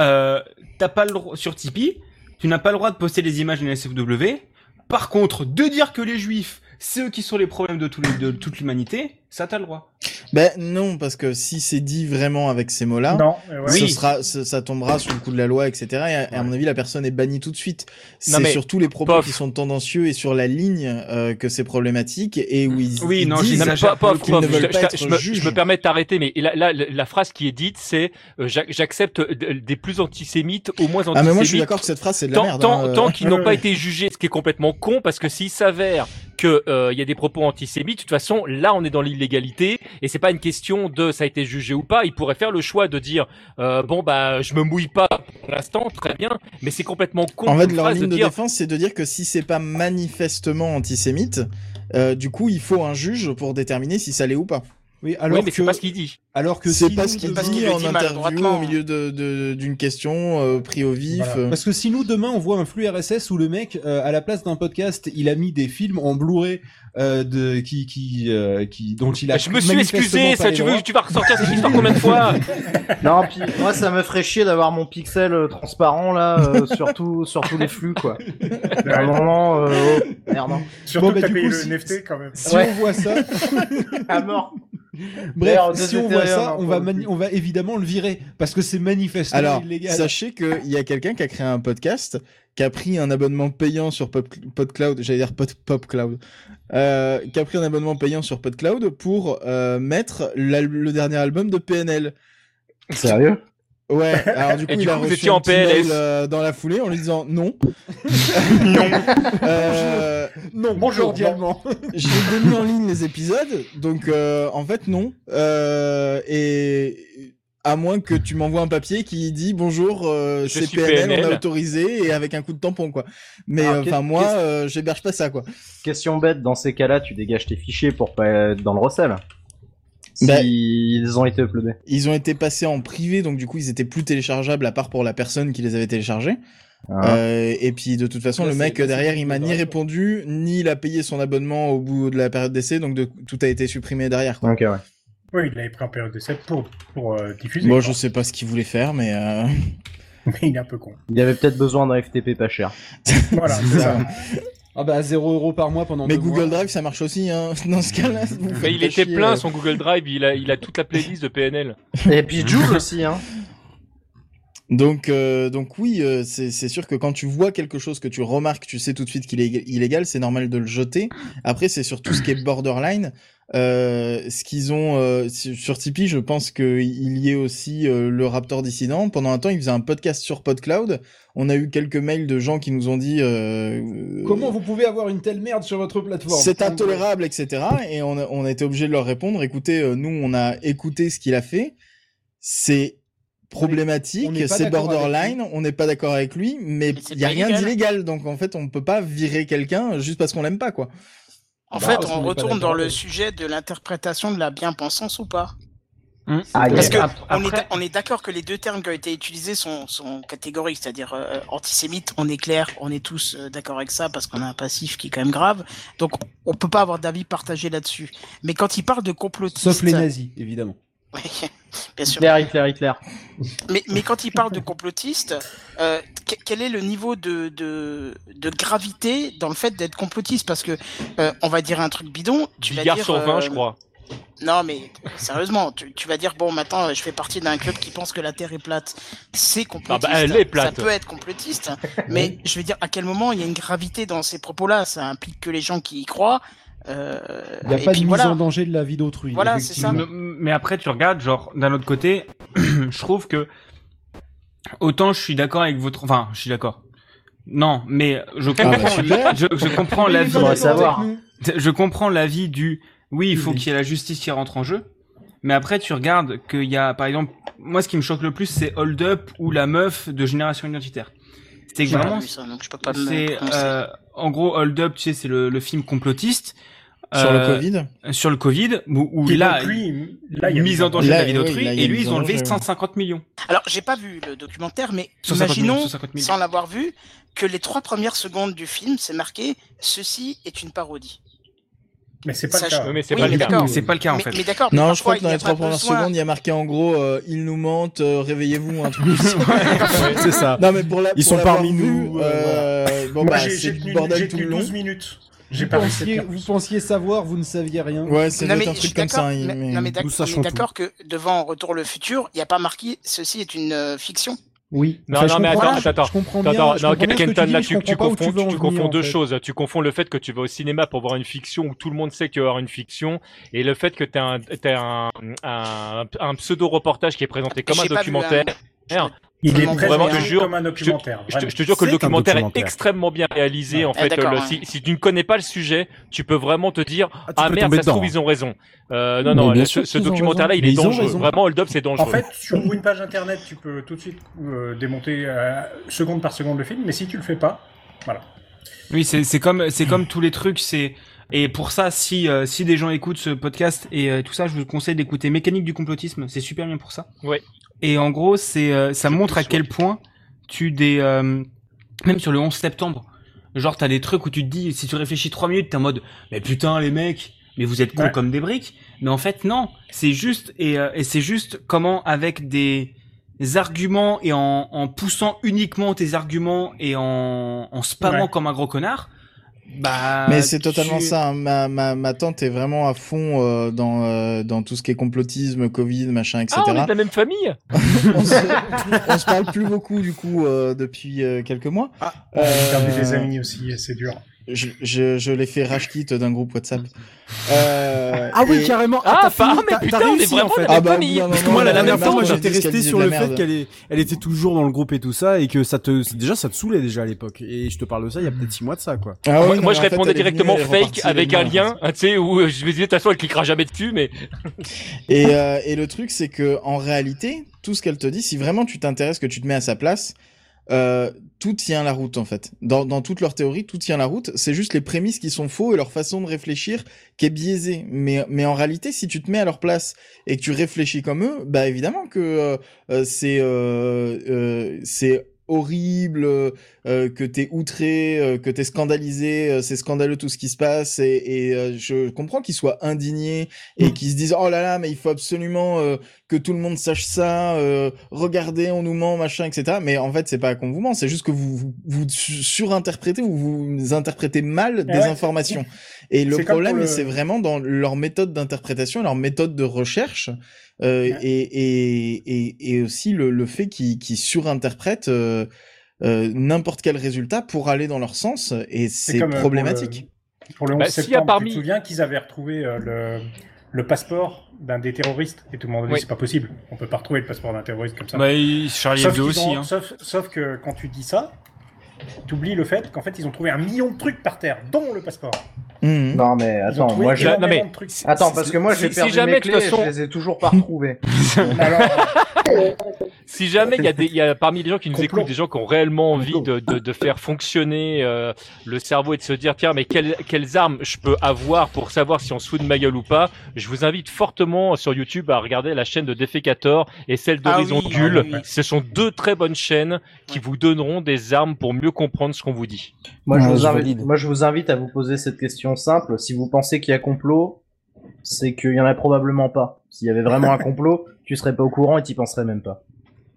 Speaker 11: euh, t'as pas le droit sur Tipeee, tu n'as pas le droit de poster les images de la SFW. Par contre, de dire que les Juifs, c'est eux qui sont les problèmes de, tous les- de toute l'humanité, ça t'as le droit.
Speaker 1: Ben non, parce que si c'est dit vraiment avec ces mots-là,
Speaker 4: Non, mais ouais.
Speaker 1: ce
Speaker 11: Oui.
Speaker 1: sera, ce- ça tombera sous le coup de la loi, etc. Et à, et à mon avis, la personne est bannie tout de suite.
Speaker 11: Non,
Speaker 1: C'est
Speaker 11: mais-
Speaker 1: surtout les propos
Speaker 6: Pof.
Speaker 1: qui sont tendancieux et sur la ligne euh, que c'est problématique et où ils,
Speaker 11: Oui,
Speaker 1: ils
Speaker 11: non,
Speaker 1: disent
Speaker 6: Non, mais
Speaker 11: j'exagère
Speaker 6: pas- pas-
Speaker 1: pour le coup, ils
Speaker 6: pas-
Speaker 1: ne
Speaker 6: je-
Speaker 1: veulent pas
Speaker 6: je-
Speaker 1: être
Speaker 6: je me-
Speaker 1: juges.
Speaker 6: Je me permets de t'arrêter, mais là, là, la- la phrase qui est dite, c'est euh, j'ac- j'accepte d- des plus antisémites, au moins
Speaker 1: Ah mais moi je suis
Speaker 6: antisémites,
Speaker 1: d'accord que cette phrase c'est de la
Speaker 6: tant,
Speaker 1: merde.
Speaker 6: tant-
Speaker 1: hein,
Speaker 6: tant
Speaker 1: euh.
Speaker 6: qu'ils n'ont
Speaker 4: Ouais,
Speaker 6: pas
Speaker 4: ouais.
Speaker 6: été jugés, ce qui est complètement con, parce que s'il s'avère que euh, il y a des propos antisémites, de toute façon, là, on est dans l'illégalité, et c'est pas une question de ça a été jugé ou pas. Ils pourraient faire le choix de dire euh, bon bah je me mouille pas pour l'instant, très bien, mais c'est complètement con.
Speaker 1: En fait
Speaker 6: comme
Speaker 1: leur
Speaker 6: phrase
Speaker 1: ligne de,
Speaker 6: dire,
Speaker 1: défense c'est de dire que si c'est pas manifestement antisémite, euh, du coup il faut un juge pour déterminer si ça l'est ou pas.
Speaker 3: Oui,
Speaker 6: oui,
Speaker 3: alors
Speaker 6: mais
Speaker 3: que
Speaker 6: c'est pas ce qu'il dit.
Speaker 3: alors que
Speaker 1: C'est
Speaker 3: si
Speaker 1: pas
Speaker 3: nous,
Speaker 1: ce qu'il
Speaker 3: demain-
Speaker 9: parce qu'il
Speaker 1: dit
Speaker 9: le
Speaker 1: en
Speaker 9: dit
Speaker 1: interview
Speaker 9: maladroitement.
Speaker 1: au milieu de- de- d'une question euh, pris au vif.
Speaker 4: Voilà.
Speaker 1: euh.
Speaker 3: Parce que si nous demain on voit un flux RSS où le mec euh, à la place d'un podcast il a mis des films en Blu-ray euh, de qui qui euh, qui dont il a
Speaker 6: Je me suis
Speaker 3: manifestement
Speaker 6: excusé,
Speaker 3: pas
Speaker 6: ça
Speaker 3: les
Speaker 6: tu
Speaker 3: droits.
Speaker 6: veux, tu vas ressortir cette histoire combien de fois
Speaker 2: Non, puis moi ça me ferait chier d'avoir mon pixel euh, transparent là, euh, sur, tout- sur tous les flux quoi. À un moment, euh, oh, merde. hein.
Speaker 4: Surtout
Speaker 3: Bon, bah,
Speaker 4: que t'as
Speaker 3: du
Speaker 4: payé
Speaker 3: coup,
Speaker 4: le
Speaker 3: si-
Speaker 4: NFT quand même.
Speaker 3: Si
Speaker 2: Ouais.
Speaker 3: on voit ça,
Speaker 2: À mort.
Speaker 3: bref,
Speaker 2: D'ailleurs, deux
Speaker 3: si on voit
Speaker 2: Ethereum,
Speaker 3: ça,
Speaker 2: hein,
Speaker 3: on
Speaker 2: pour
Speaker 3: va
Speaker 2: le
Speaker 3: mani-
Speaker 2: coup.
Speaker 3: on va évidemment le virer parce que c'est manifestement
Speaker 1: Alors,
Speaker 3: illégal.
Speaker 1: sachez qu'il y a quelqu'un qui a créé un podcast, qui a pris un abonnement payant sur Pop- PodCloud, j'allais dire Pod- PopCloud, euh, qui a pris un abonnement payant sur PodCloud pour euh, mettre l'al- le dernier album de PNL.
Speaker 2: Sérieux
Speaker 1: Ouais, alors du coup,
Speaker 6: Et du
Speaker 1: il a
Speaker 6: coup, vous
Speaker 1: reçu
Speaker 6: étiez
Speaker 1: un
Speaker 6: en
Speaker 1: petit mail,
Speaker 6: PLS.
Speaker 1: euh, dans la foulée en lui disant non. non.
Speaker 3: non,
Speaker 4: Bonjour,
Speaker 3: cordialement.
Speaker 1: J'ai donné en ligne les épisodes, donc euh, en fait non. Euh, et à moins que tu m'envoies un papier qui dit bonjour, euh,
Speaker 6: Je
Speaker 1: c'est
Speaker 6: suis
Speaker 1: PNL, on
Speaker 6: PNL.
Speaker 1: a autorisé et avec un coup de tampon quoi. Mais
Speaker 2: Alors,
Speaker 1: euh,
Speaker 2: qu'est-
Speaker 1: enfin moi,
Speaker 2: qu'est-ce-
Speaker 1: euh, j'héberge pas ça quoi.
Speaker 2: Question bête, dans ces cas-là, tu dégages tes fichiers pour pas être dans le recel. Si
Speaker 1: Bah-
Speaker 2: ils ont été uploadés.
Speaker 1: Ils ont été passés en privé, donc du coup ils étaient plus téléchargeables à part pour la personne qui les avait téléchargés.
Speaker 2: Ah.
Speaker 1: Euh, et puis de toute façon,
Speaker 3: Là,
Speaker 1: le
Speaker 3: c'est-
Speaker 1: mec euh,
Speaker 3: là, c'est
Speaker 1: derrière,
Speaker 3: plus
Speaker 1: il m'a ni
Speaker 3: correct.
Speaker 1: répondu ni il a payé son abonnement au bout de la période d'essai, donc de- tout a été supprimé derrière. Quoi.
Speaker 2: Ok, ouais.
Speaker 4: Oui, il l'avait pris en période d'essai pour, pour euh, diffuser.
Speaker 1: Bon,
Speaker 4: quoi.
Speaker 1: je sais pas ce qu'il voulait faire, mais euh,
Speaker 4: Mais il est un peu con.
Speaker 2: Il avait peut-être besoin d'un FTP pas cher.
Speaker 4: Voilà, c'est ça.
Speaker 3: Ah bah 0 euros par mois pendant
Speaker 1: Mais
Speaker 3: deux mois.
Speaker 1: Google Drive, ça marche aussi, hein. Dans ce cas-là, vous faites
Speaker 6: Mais il
Speaker 1: pas
Speaker 6: était
Speaker 1: chier,
Speaker 6: plein
Speaker 1: euh.
Speaker 6: son Google Drive, il a, il a toute la playlist de PNL.
Speaker 2: Et puis Joule aussi, hein.
Speaker 1: Donc, euh, donc oui, euh, c'est c'est sûr que quand tu vois quelque chose que tu remarques, tu sais tout de suite qu'il est illégal, c'est normal de le jeter. Après, c'est surtout ce qui est borderline. Euh, ce qu'ils ont euh, sur sur Tipeee, je pense qu'il y ait aussi euh, le Raptor dissident. Pendant un temps, ils faisaient un podcast sur PodCloud. On a eu quelques mails de gens qui nous ont dit euh,
Speaker 3: Comment vous pouvez avoir une telle merde sur votre plateforme
Speaker 1: C'est intolérable, etc. Et on a, on a été obligé de leur répondre, écoutez, euh, nous, on a écouté ce qu'il a fait. C'est
Speaker 3: On
Speaker 1: problématique,
Speaker 3: n'est pas
Speaker 1: c'est
Speaker 3: d'accord avec
Speaker 1: borderline, on n'est pas d'accord avec lui, mais
Speaker 9: Mais c'est
Speaker 1: il n'y a
Speaker 9: pas
Speaker 1: rien
Speaker 9: illégal.
Speaker 1: d'illégal. Donc, en fait, on ne peut pas virer quelqu'un juste parce qu'on l'aime pas, quoi.
Speaker 9: En
Speaker 3: Bah,
Speaker 9: fait,
Speaker 3: parce qu'on
Speaker 9: on
Speaker 3: est pas
Speaker 9: retourne
Speaker 3: d'accord,
Speaker 9: dans
Speaker 3: ouais.
Speaker 9: le sujet de l'interprétation de la bien-pensance ou pas.
Speaker 11: Hum.
Speaker 2: Ah,
Speaker 9: Parce que
Speaker 2: yeah.
Speaker 9: on est, d'a- on est d'accord que les deux termes qui ont été utilisés sont, sont catégoriques, c'est-à-dire euh, antisémite, on est clair, on est tous euh, d'accord avec ça parce qu'on a un passif qui est quand même grave. Donc on peut pas avoir d'avis partagé là-dessus. Mais quand il parle de complotiste,
Speaker 3: Sauf les nazis, évidemment.
Speaker 9: Oui, bien sûr.
Speaker 2: Hitler, Hitler, Hitler.
Speaker 9: Mais, mais quand il parle de complotiste, euh, que- quel est le niveau de, de, de gravité dans le fait d'être complotiste Parce que euh, on va dire un truc bidon, tu vas
Speaker 6: Billard
Speaker 9: dire
Speaker 6: sur 20,
Speaker 9: euh,
Speaker 6: je crois.
Speaker 9: Non, mais sérieusement, tu, tu vas dire bon, maintenant, je fais partie d'un club qui pense que la Terre est plate. C'est complotiste.
Speaker 6: Ah bah, elle est plate.
Speaker 9: Ça peut être complotiste, mais je veux dire, à quel moment il y a une gravité dans ces propos-là Ça implique que les gens qui y croient. euh,
Speaker 3: Il n'y a
Speaker 9: et
Speaker 3: pas de
Speaker 9: puis
Speaker 3: mise
Speaker 9: voilà.
Speaker 3: en danger de la vie d'autrui.
Speaker 9: Voilà, c'est ça. Non.
Speaker 3: effectivement.
Speaker 11: Mais, mais après, tu regardes, genre, d'un autre côté, je trouve que autant je suis d'accord avec votre, enfin, je suis d'accord. Non, mais je comprends,
Speaker 1: bah, super.
Speaker 11: je, je comprends
Speaker 3: Mais il
Speaker 11: l'avis,
Speaker 3: est
Speaker 2: Faudrait
Speaker 3: d'accord
Speaker 2: savoir.
Speaker 3: avec nous.
Speaker 11: je comprends l'avis du, oui, il faut
Speaker 3: Oui.
Speaker 11: qu'il y ait la justice qui rentre en jeu. Mais après, tu regardes qu'il y a, par exemple, moi, ce qui me choque le plus, c'est Hold Up ou la meuf de Génération Identitaire. C'est que
Speaker 9: J'ai pas
Speaker 11: vraiment,
Speaker 9: vu ça, donc je peux pas me
Speaker 11: c'est,
Speaker 9: prononcer.
Speaker 11: euh, en gros, Hold Up, tu sais, c'est le, le film complotiste.
Speaker 1: Sur
Speaker 11: euh,
Speaker 1: le Covid.
Speaker 11: Sur le Covid, où, où
Speaker 4: Qui,
Speaker 11: là,
Speaker 4: donc, lui, là, il y a
Speaker 11: mise en danger
Speaker 1: Là,
Speaker 11: de la
Speaker 1: oui,
Speaker 11: vie d'autrui,
Speaker 1: là, il y a
Speaker 11: et
Speaker 1: une
Speaker 11: lui,
Speaker 1: mise
Speaker 11: ils
Speaker 1: en
Speaker 11: ont levé
Speaker 1: danger, hein.
Speaker 11: 150 millions.
Speaker 9: Alors, j'ai pas vu le documentaire, mais
Speaker 11: 150 millions,
Speaker 9: imaginons,
Speaker 11: 150 millions.
Speaker 9: sans l'avoir vu, que les trois premières secondes du film, c'est marqué ceci est une parodie.
Speaker 4: Mais c'est pas
Speaker 9: Ça,
Speaker 4: le cas.
Speaker 6: Oui, mais c'est
Speaker 9: oui,
Speaker 6: pas
Speaker 9: mais
Speaker 6: le cas.
Speaker 9: d'accord.
Speaker 11: C'est pas le cas, en
Speaker 9: mais
Speaker 11: fait.
Speaker 9: mais d'accord, mais
Speaker 1: Non, je
Speaker 9: parfois,
Speaker 1: crois que dans
Speaker 9: il n'y a
Speaker 1: les trois
Speaker 9: pas
Speaker 1: premières
Speaker 9: besoin-
Speaker 1: secondes, il y a marqué en gros, euh, ils nous mentent, euh, réveillez-vous, un truc.
Speaker 11: c'est ça.
Speaker 1: non, mais pour la,
Speaker 3: Ils
Speaker 1: pour
Speaker 3: sont
Speaker 1: l'avoir
Speaker 3: parmi
Speaker 1: vu,
Speaker 3: nous, euh,
Speaker 1: euh, bon,
Speaker 4: Moi,
Speaker 1: bah,
Speaker 4: j'ai-
Speaker 1: c'est
Speaker 4: j'ai
Speaker 1: du
Speaker 4: tenu,
Speaker 1: bordel
Speaker 4: j'ai
Speaker 1: tout
Speaker 4: tenu
Speaker 1: le long.
Speaker 4: 12 minutes. J'ai
Speaker 3: Vous
Speaker 4: pas réussi
Speaker 3: pensiez,
Speaker 4: à faire
Speaker 3: vous pensiez savoir, vous ne saviez rien.
Speaker 1: Ouais, c'est
Speaker 9: Non, mais
Speaker 1: un
Speaker 9: je
Speaker 1: truc
Speaker 9: suis
Speaker 1: comme
Speaker 9: d'accord,
Speaker 1: ça.
Speaker 9: mais-
Speaker 1: mais-
Speaker 9: non, mais
Speaker 10: Nous
Speaker 9: d'ac- on est
Speaker 10: sachons
Speaker 9: d'accord que devant Retour le futur, il n'y a pas marqué ceci est une euh, fiction.
Speaker 3: Oui.
Speaker 6: Non, non,
Speaker 3: je
Speaker 6: mais
Speaker 3: comprends-
Speaker 6: attends,
Speaker 3: je-
Speaker 6: attends,
Speaker 3: Je comprends bien.
Speaker 6: Attends,
Speaker 3: je
Speaker 6: non,
Speaker 3: comprends bien ce que
Speaker 6: Kenton,
Speaker 3: dis,
Speaker 6: là,
Speaker 3: mais je
Speaker 6: tu, tu
Speaker 3: comprends pas où
Speaker 6: confonds,
Speaker 3: veux en
Speaker 6: tu confonds
Speaker 3: venir, en
Speaker 6: deux
Speaker 3: fait.
Speaker 6: choses. Tu confonds le fait que tu vas au cinéma pour voir une fiction où tout le monde sait qu'il va y avoir une fiction et le fait que tu as un, t'as un, un, un pseudo-reportage qui est présenté comme un
Speaker 9: J'ai pas vu, hein.
Speaker 6: documentaire.
Speaker 4: Il est
Speaker 9: Vraiment, hein.
Speaker 4: présenté
Speaker 6: je jure,
Speaker 4: comme un documentaire.
Speaker 6: Je te,
Speaker 4: vraiment.
Speaker 6: je te jure que le
Speaker 10: C'est un
Speaker 6: documentaire, est
Speaker 10: documentaire.
Speaker 6: extrêmement bien réalisé. En
Speaker 9: Ah,
Speaker 6: fait,
Speaker 9: d'accord,
Speaker 6: le-
Speaker 9: ouais.
Speaker 6: si, si tu ne connais pas le sujet, tu peux vraiment te dire
Speaker 10: Ah, tu
Speaker 6: ah
Speaker 10: peux
Speaker 6: merde,
Speaker 10: tomber
Speaker 6: ça se trouve
Speaker 10: dedans.
Speaker 6: ils ont raison. Euh, non
Speaker 5: Mais
Speaker 6: non,
Speaker 5: bien
Speaker 6: le-
Speaker 5: sûr
Speaker 6: ce, ce
Speaker 5: qu'ils ont
Speaker 6: documentaire-là
Speaker 5: raison.
Speaker 6: il est
Speaker 5: Mais ils ont
Speaker 6: dangereux.
Speaker 5: raison.
Speaker 6: Vraiment, hold up, c'est dangereux.
Speaker 4: En fait, sur une page internet, tu peux tout de suite euh, démonter euh, seconde par seconde le film, mais si tu le fais pas,
Speaker 11: Oui, c'est c'est comme c'est comme tous les trucs, c'est et pour ça si euh, si des gens écoutent ce podcast et euh, tout ça, je vous conseille d'écouter Mécanique du complotisme, c'est super bien pour ça.
Speaker 6: Ouais.
Speaker 11: Et en gros, c'est euh, ça montre à
Speaker 6: plus,
Speaker 11: quel point tu des euh, même sur le 11 septembre, genre t'as des trucs où tu te dis si tu réfléchis trois minutes, t'es en mode mais putain les mecs, mais vous êtes cons
Speaker 4: Ouais.
Speaker 11: comme des briques. Mais en fait non, c'est juste et, euh, et c'est juste comment avec des des arguments et en, en poussant uniquement tes arguments et en, en spammant
Speaker 4: Ouais.
Speaker 11: comme un gros connard, bah.
Speaker 6: Euh,
Speaker 1: Mais c'est
Speaker 11: tu-
Speaker 1: totalement ça. hein. Ma, ma, ma tante est vraiment à fond euh, dans, euh, dans tout ce qui est complotisme, Covid, machin, etc.
Speaker 6: ah, on est de la même famille.
Speaker 1: on, se, on se parle plus beaucoup du coup euh, depuis euh, quelques mois.
Speaker 4: j'ai
Speaker 1: Euh,
Speaker 4: Ah, perdu des amis aussi, et c'est dur.
Speaker 1: Je, je, je l'ai fait rage quit d'un groupe WhatsApp. Euh,
Speaker 10: Ah oui,
Speaker 1: et-
Speaker 10: carrément.
Speaker 6: Ah,
Speaker 10: t'as
Speaker 6: bah,
Speaker 10: fini,
Speaker 6: mais
Speaker 10: t'as-
Speaker 6: putain,
Speaker 10: t'as
Speaker 6: on est
Speaker 10: réussi,
Speaker 6: vraiment
Speaker 10: en fait.
Speaker 6: la
Speaker 1: Ah bah,
Speaker 6: même famille.
Speaker 1: oui, non, non,
Speaker 10: Parce que moi,
Speaker 1: non,
Speaker 10: la
Speaker 1: non,
Speaker 10: dernière
Speaker 1: mais
Speaker 10: fois, moi,
Speaker 1: maintenant,
Speaker 10: j'étais
Speaker 1: on dit qu'elle
Speaker 10: resté
Speaker 1: dit
Speaker 10: sur
Speaker 1: de
Speaker 10: le
Speaker 1: la
Speaker 10: fait
Speaker 1: merde.
Speaker 10: qu'elle est- elle était toujours dans le groupe et tout ça, et que ça te, déjà, ça te saoulait déjà à l'époque. Et je te parle de ça il y a peut-être six mois de ça, quoi.
Speaker 1: Ah oui,
Speaker 6: moi,
Speaker 1: non,
Speaker 6: moi,
Speaker 1: mais
Speaker 6: je
Speaker 1: en fait,
Speaker 6: répondais
Speaker 1: elle est venue,
Speaker 6: directement
Speaker 1: elle est
Speaker 6: fake
Speaker 1: repartie,
Speaker 6: avec
Speaker 1: elle est
Speaker 6: un
Speaker 1: venue, en
Speaker 6: lien, hein, tu sais, où euh, je me disais de toute façon elle cliquera jamais dessus, mais
Speaker 1: Et, euh, et le truc, c'est que en réalité, tout ce qu'elle te dit, si vraiment tu t'intéresses, que tu te mets à sa place, euh, tout tient la route en fait. Dans, dans toute leur théorie, tout tient la route. C'est juste les prémices qui sont faux et leur façon de réfléchir qui est biaisée. Mais, mais en réalité, si tu te mets à leur place et que tu réfléchis comme eux, bah évidemment que euh, euh, c'est euh, euh, c'est horrible, euh, euh, que t'es outré, euh, que t'es scandalisé, euh, c'est scandaleux tout ce qui se passe et, et, euh, je comprends qu'ils soient indignés et qu'ils se disent oh là là mais il faut absolument euh, que tout le monde sache ça, euh, regardez on nous ment machin etc. Mais en fait c'est pas qu'on vous ment, c'est juste que vous vous, vous su- surinterprétez ou vous interprétez mal des
Speaker 4: ouais.
Speaker 1: informations. Et le
Speaker 4: C'est comme
Speaker 1: problème
Speaker 4: pour le-
Speaker 1: c'est vraiment dans leur méthode d'interprétation, leur méthode de recherche. Euh,
Speaker 4: Ouais.
Speaker 1: et, et, et, et aussi le, le fait qu'ils qu'ils surinterprètent euh, euh, n'importe quel résultat pour aller dans leur sens, et c'est
Speaker 4: comme, euh, pour
Speaker 1: problématique.
Speaker 4: le- Pour le 11
Speaker 6: Bah, s'il y a
Speaker 4: septembre,
Speaker 6: parmi-
Speaker 4: tu te souviens qu'ils avaient retrouvé euh, le, le passeport d'un des terroristes et tout le monde a dit
Speaker 6: Oui.
Speaker 4: c'est pas possible, on peut pas retrouver le passeport d'un terroriste comme ça.
Speaker 11: Bah, il- Charlie
Speaker 4: sauf,
Speaker 11: Hebdo
Speaker 4: qu'ils
Speaker 11: aussi.
Speaker 4: ont-
Speaker 11: hein.
Speaker 4: sauf, sauf que quand tu dis ça, t'oublies le fait qu'en fait ils ont trouvé un million de trucs par terre, dont le passeport.
Speaker 1: Mhm.
Speaker 2: Non, mais
Speaker 4: Ils ont
Speaker 2: attends,
Speaker 4: trouvé
Speaker 2: moi j'ai.
Speaker 6: Non, mais-
Speaker 4: énormément de trucs.
Speaker 2: Attends, parce que moi
Speaker 6: si-
Speaker 2: j'ai
Speaker 6: si
Speaker 2: perdu
Speaker 6: jamais,
Speaker 2: mes
Speaker 6: de toute
Speaker 2: clés, et
Speaker 6: façon-
Speaker 2: je les ai toujours pas retrouvées.
Speaker 4: Alors,
Speaker 6: Si jamais il y, a des- il y a parmi les gens qui nous
Speaker 4: Complot.
Speaker 6: écoutent des gens qui ont réellement envie de, de, de faire fonctionner euh, le cerveau et de se dire tiens mais quelles, quelles armes je peux avoir pour savoir si on se fout de ma gueule ou pas, je vous invite fortement sur YouTube à regarder la chaîne de Defecator et celle
Speaker 9: Ah
Speaker 6: d'Horizon
Speaker 9: oui,
Speaker 6: Gull.
Speaker 9: ah oui, oui.
Speaker 6: Ce sont deux très bonnes chaînes qui vous donneront des armes pour mieux comprendre ce qu'on vous dit.
Speaker 2: Moi, je
Speaker 5: Ouais,
Speaker 2: vous
Speaker 5: je
Speaker 2: invite,
Speaker 5: valide.
Speaker 2: moi, je vous invite à vous poser cette question simple. Si vous pensez qu'il y a complot, c'est qu'il y en a probablement pas. S'il y avait vraiment un complot, tu serais pas au courant et t'y penserais même pas.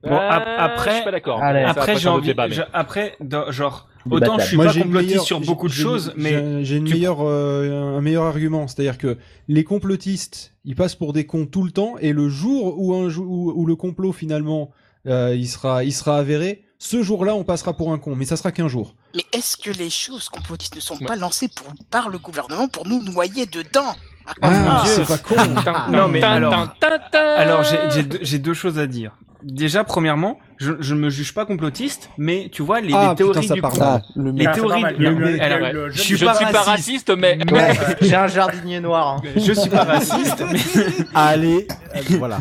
Speaker 11: Bon, ap-
Speaker 6: Bah,
Speaker 11: après-
Speaker 6: je suis pas d'accord.
Speaker 2: Allez.
Speaker 6: Ça,
Speaker 11: Après, j'ai
Speaker 6: c'est un autre
Speaker 11: envie.
Speaker 6: débat, mais-
Speaker 11: je- Après, dans- genre,
Speaker 2: Des
Speaker 11: autant je suis
Speaker 2: batailles.
Speaker 11: pas
Speaker 3: j'ai une
Speaker 11: complotiste
Speaker 3: meilleure-
Speaker 11: sur
Speaker 3: j'ai-
Speaker 11: beaucoup de
Speaker 3: j'ai-
Speaker 11: choses,
Speaker 3: j'ai-
Speaker 11: mais
Speaker 3: j'ai une
Speaker 11: tu-
Speaker 3: meilleure, euh, un meilleur argument, c'est-à-dire que les complotistes, ils passent pour des cons tout le temps, et le jour où un jou- où, où le complot finalement, euh, il sera, il sera avéré, ce jour-là, on passera pour un con, mais ça sera qu'un jour.
Speaker 9: Mais est-ce que les choses complotistes ne sont pas lancées pour- par le gouvernement pour nous noyer dedans
Speaker 3: Ah, c'est pas con.
Speaker 11: non mais alors. Alors,
Speaker 6: alors
Speaker 11: j'ai- j'ai deux- j'ai deux choses à dire. Déjà, premièrement, je, je ne me juge pas complotiste, mais tu vois, les,
Speaker 3: Ah,
Speaker 11: les
Speaker 3: putain,
Speaker 11: théories
Speaker 3: ça
Speaker 11: du
Speaker 3: part.
Speaker 11: complot-
Speaker 5: Ah, le
Speaker 11: Les
Speaker 4: Ah, c'est
Speaker 11: théories
Speaker 4: pas mal,
Speaker 11: de-
Speaker 4: il y a eu
Speaker 3: mais-
Speaker 4: le- il y a eu
Speaker 6: alors,
Speaker 4: le-
Speaker 11: je
Speaker 6: je
Speaker 11: suis
Speaker 6: suis
Speaker 11: pas
Speaker 6: pas
Speaker 11: raciste.
Speaker 6: raciste mais
Speaker 2: Ouais, j'ai un jardinier noir. hein.
Speaker 11: Je suis pas raciste, mais
Speaker 3: Allez, euh, voilà.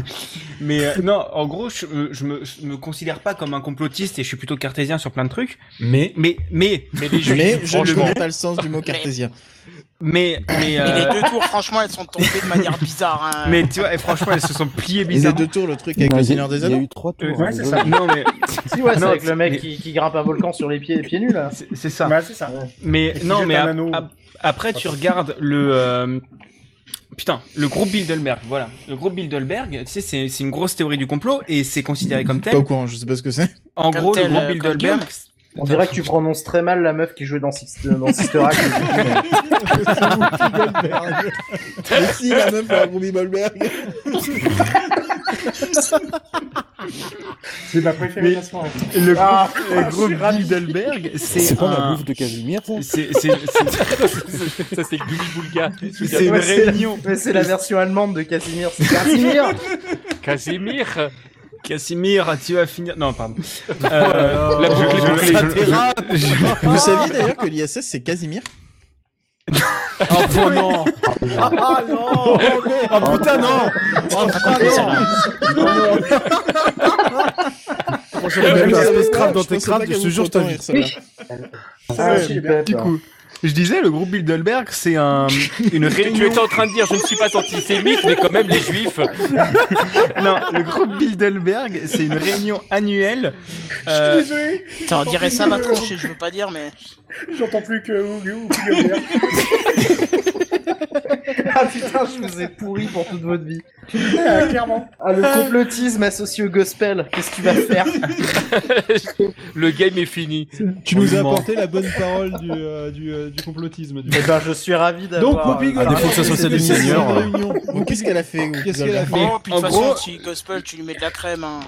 Speaker 11: Mais euh, non, en gros, je, euh, je, me, je me considère pas comme un complotiste et je suis plutôt cartésien sur plein de trucs.
Speaker 3: Mais
Speaker 11: Mais, mais,
Speaker 6: mais les juifs,
Speaker 1: Mais je ne
Speaker 6: franchement.
Speaker 1: connais pas le sens du mot cartésien.
Speaker 11: mais, mais,
Speaker 9: Et les
Speaker 11: euh,
Speaker 9: deux tours, franchement, elles sont tombées de manière bizarre. hein.
Speaker 11: mais tu vois, et franchement, elles se sont pliées
Speaker 1: Et les
Speaker 11: bizarrement.
Speaker 1: deux tours, le truc avec
Speaker 5: Non,
Speaker 1: le
Speaker 5: il y a-
Speaker 1: Seigneur des
Speaker 5: Il y a
Speaker 1: Anneaux.
Speaker 5: eu trois tours.
Speaker 4: Ouais,
Speaker 5: hein,
Speaker 4: c'est
Speaker 5: désolé.
Speaker 4: ça.
Speaker 11: Non, mais
Speaker 2: Si, ouais, c'est
Speaker 11: Ah Non,
Speaker 2: avec le mec
Speaker 11: mais-
Speaker 2: qui, qui grimpe un volcan sur les pieds, pieds nus, là.
Speaker 11: c'est- c'est ça.
Speaker 4: bah, c'est ça.
Speaker 11: Mais
Speaker 4: Et qui
Speaker 11: non,
Speaker 4: jette
Speaker 11: mais
Speaker 4: un
Speaker 11: ap-
Speaker 4: anneau.
Speaker 11: ap- après, tu regardes le. euh, Putain, le groupe Bilderberg, voilà. Le groupe Bilderberg, tu sais, c'est c'est une grosse théorie du complot et c'est considéré comme
Speaker 1: Pas
Speaker 11: tel.
Speaker 1: au courant, je sais pas ce que c'est.
Speaker 11: En
Speaker 9: Comme
Speaker 11: gros, le
Speaker 9: tel,
Speaker 11: groupe
Speaker 9: euh, comme
Speaker 11: Bilderberg,
Speaker 2: On dirait que tu prononces très mal la meuf qui jouait dans, Six- euh, dans Sister Act.
Speaker 1: Mais si, la meuf à Ruby Goldberg.
Speaker 4: C'est ma préférée
Speaker 11: Mais-
Speaker 4: à ce moment.
Speaker 11: Le
Speaker 2: Ah,
Speaker 11: groupe Ramidelberg,
Speaker 5: C'est pas la bouffe de Casimir, ça
Speaker 11: C'est c'est- c'est-
Speaker 6: Ça, c'est Gulli Boulga.
Speaker 11: c'est une
Speaker 2: Ouais, c'est-
Speaker 11: réunion.
Speaker 2: Mais c'est la version allemande de Casimir. C'est Casimir
Speaker 6: Casimir.
Speaker 11: Casimir, tu vas finir. Non, pardon.
Speaker 4: Oh Euh,
Speaker 11: Euh,
Speaker 6: La boucle est bouclée.
Speaker 1: Vous saviez d'ailleurs que l'ISS c'est Casimir
Speaker 11: Oh non
Speaker 2: Ah non
Speaker 11: Oh putain, non
Speaker 1: Je
Speaker 10: Même
Speaker 1: pensais
Speaker 10: si
Speaker 1: pas-
Speaker 10: Scrap dans
Speaker 1: je
Speaker 10: tes
Speaker 1: pensais
Speaker 10: crabes,
Speaker 1: pas
Speaker 10: je
Speaker 1: qu'elle
Speaker 10: te
Speaker 1: vous
Speaker 10: jure, je t'invite.
Speaker 1: entendrait, celle-là.
Speaker 4: Ah, si, il est bien.
Speaker 11: Du coup, je disais, le groupe Bilderberg, c'est un, une
Speaker 6: Tu, tu
Speaker 11: réunion.
Speaker 6: étais en train de dire je ne suis pas antisémite, mais quand même les juifs.
Speaker 11: Non, le groupe Bilderberg, c'est une réunion annuelle. euh,
Speaker 4: Désolé,
Speaker 9: Putain, on dirait ça va trancher, je veux pas dire, mais.
Speaker 4: j'entends plus que Ougu ou Ougu.
Speaker 2: Ah putain, je vous ai pourri pour toute votre vie.
Speaker 4: Ah, Clairement.
Speaker 2: Ah, le complotisme associé au gospel, qu'est-ce que tu vas faire
Speaker 6: Le game est fini.
Speaker 3: Tu nous as
Speaker 11: Monument.
Speaker 3: apporté la bonne parole du, euh, du, euh, du complotisme. Du...
Speaker 2: Eh ben, je suis ravi d'avoir...
Speaker 3: Donc, Poppy
Speaker 2: Ah,
Speaker 3: Goldberg,
Speaker 5: défaut que ça soit celle du
Speaker 3: c'était cette
Speaker 5: Seigneur. euh.
Speaker 3: réunion.
Speaker 1: Donc qu'est-ce qu'elle a fait Ruby
Speaker 3: Qu'est-ce qu'elle a
Speaker 1: Goldberg
Speaker 3: fait
Speaker 9: Oh, puis de
Speaker 11: en
Speaker 9: toute façon,
Speaker 11: gros-
Speaker 9: si gospel, tu lui mets de la crème, hein.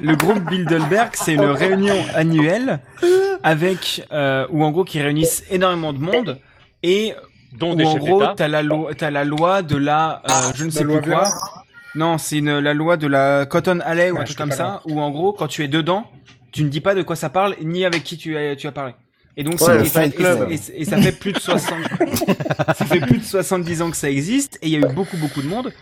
Speaker 11: le groupe Bilderberg, c'est une réunion annuelle avec, euh, où en gros, qui réunissent énormément de monde et
Speaker 6: Dont
Speaker 11: où
Speaker 6: des
Speaker 11: en
Speaker 6: chefs
Speaker 11: gros,
Speaker 6: d'État.
Speaker 11: t'as la, lo- t'as la loi de la, euh, je ne sais
Speaker 4: Ah, loi
Speaker 11: plus quoi. Non, c'est une- la loi de la Cotton Alley ou
Speaker 4: Ah,
Speaker 11: un truc
Speaker 4: j'étais
Speaker 11: comme
Speaker 4: pas
Speaker 11: ça, où en gros, quand tu es dedans, tu ne dis pas de quoi ça parle, ni avec qui tu as, tu as parlé. Et donc,
Speaker 2: Ouais,
Speaker 11: ça-
Speaker 2: le
Speaker 11: et ça,
Speaker 2: Fight
Speaker 11: et
Speaker 2: Club.
Speaker 11: ça- et ça- et ça fait plus de 60, ça fait plus de 70 ans que ça existe, et il y a eu beaucoup, beaucoup de monde.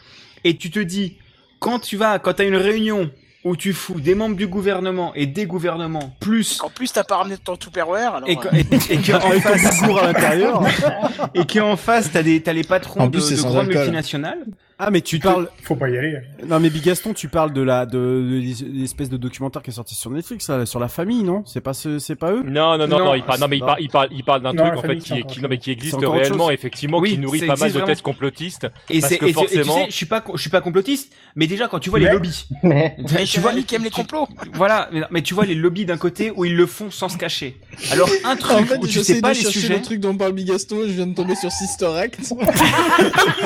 Speaker 11: Et tu te dis, quand tu vas, quand t'as une réunion où tu fous des membres du gouvernement et des gouvernements, plus
Speaker 9: En plus, t'as pas ramené ton Tupperware, alors.
Speaker 11: et,
Speaker 9: euh,
Speaker 11: que- et- et que en face, à l'intérieur, et qu'en face, t'as des, t'as les patrons
Speaker 1: En plus,
Speaker 11: de,
Speaker 1: c'est
Speaker 11: de
Speaker 1: sans
Speaker 11: grandes
Speaker 1: alcool.
Speaker 11: multinationales.
Speaker 10: Ah, mais tu parles.
Speaker 4: Faut pas y aller.
Speaker 10: Non, mais Bigaston, tu parles de la de, de l'espèce de documentaire qui est sorti sur Netflix, là, sur la famille, non C'est pas ce- c'est pas eux
Speaker 6: Non, non, non,
Speaker 11: Non,
Speaker 6: non, il parle, non, mais il parle, il parle, il parle d'un
Speaker 4: Non,
Speaker 6: truc,
Speaker 4: la
Speaker 6: en fait,
Speaker 4: famille,
Speaker 6: qui,
Speaker 4: c'est
Speaker 6: est-
Speaker 4: encore
Speaker 6: qui,
Speaker 4: autre
Speaker 6: non, mais qui existe
Speaker 10: C'est encore autre
Speaker 6: réellement,
Speaker 10: chose.
Speaker 6: effectivement,
Speaker 11: Oui,
Speaker 6: qui nourrit
Speaker 11: ça
Speaker 6: pas mal
Speaker 11: existe
Speaker 6: de
Speaker 11: vraiment.
Speaker 6: thèses complotistes.
Speaker 11: Et
Speaker 6: Parce
Speaker 11: c'est
Speaker 6: que
Speaker 11: et tu- et
Speaker 6: forcément-
Speaker 11: tu sais, je suis pas co- je suis pas complotiste, mais déjà quand tu vois les
Speaker 4: Mais-
Speaker 11: lobbies,
Speaker 2: Mais...
Speaker 9: Mais tu vois, qui aime les
Speaker 11: tu-
Speaker 9: complots.
Speaker 11: voilà, mais, non, mais tu vois les lobbies d'un côté où ils le font sans se cacher. Alors un truc
Speaker 1: En fait,
Speaker 11: où tu
Speaker 1: j'essaie
Speaker 11: sais pas
Speaker 1: de
Speaker 11: les
Speaker 1: chercher
Speaker 11: sujets,
Speaker 1: le truc dont parle Bigaston et je viens de tomber sur Sister Act. je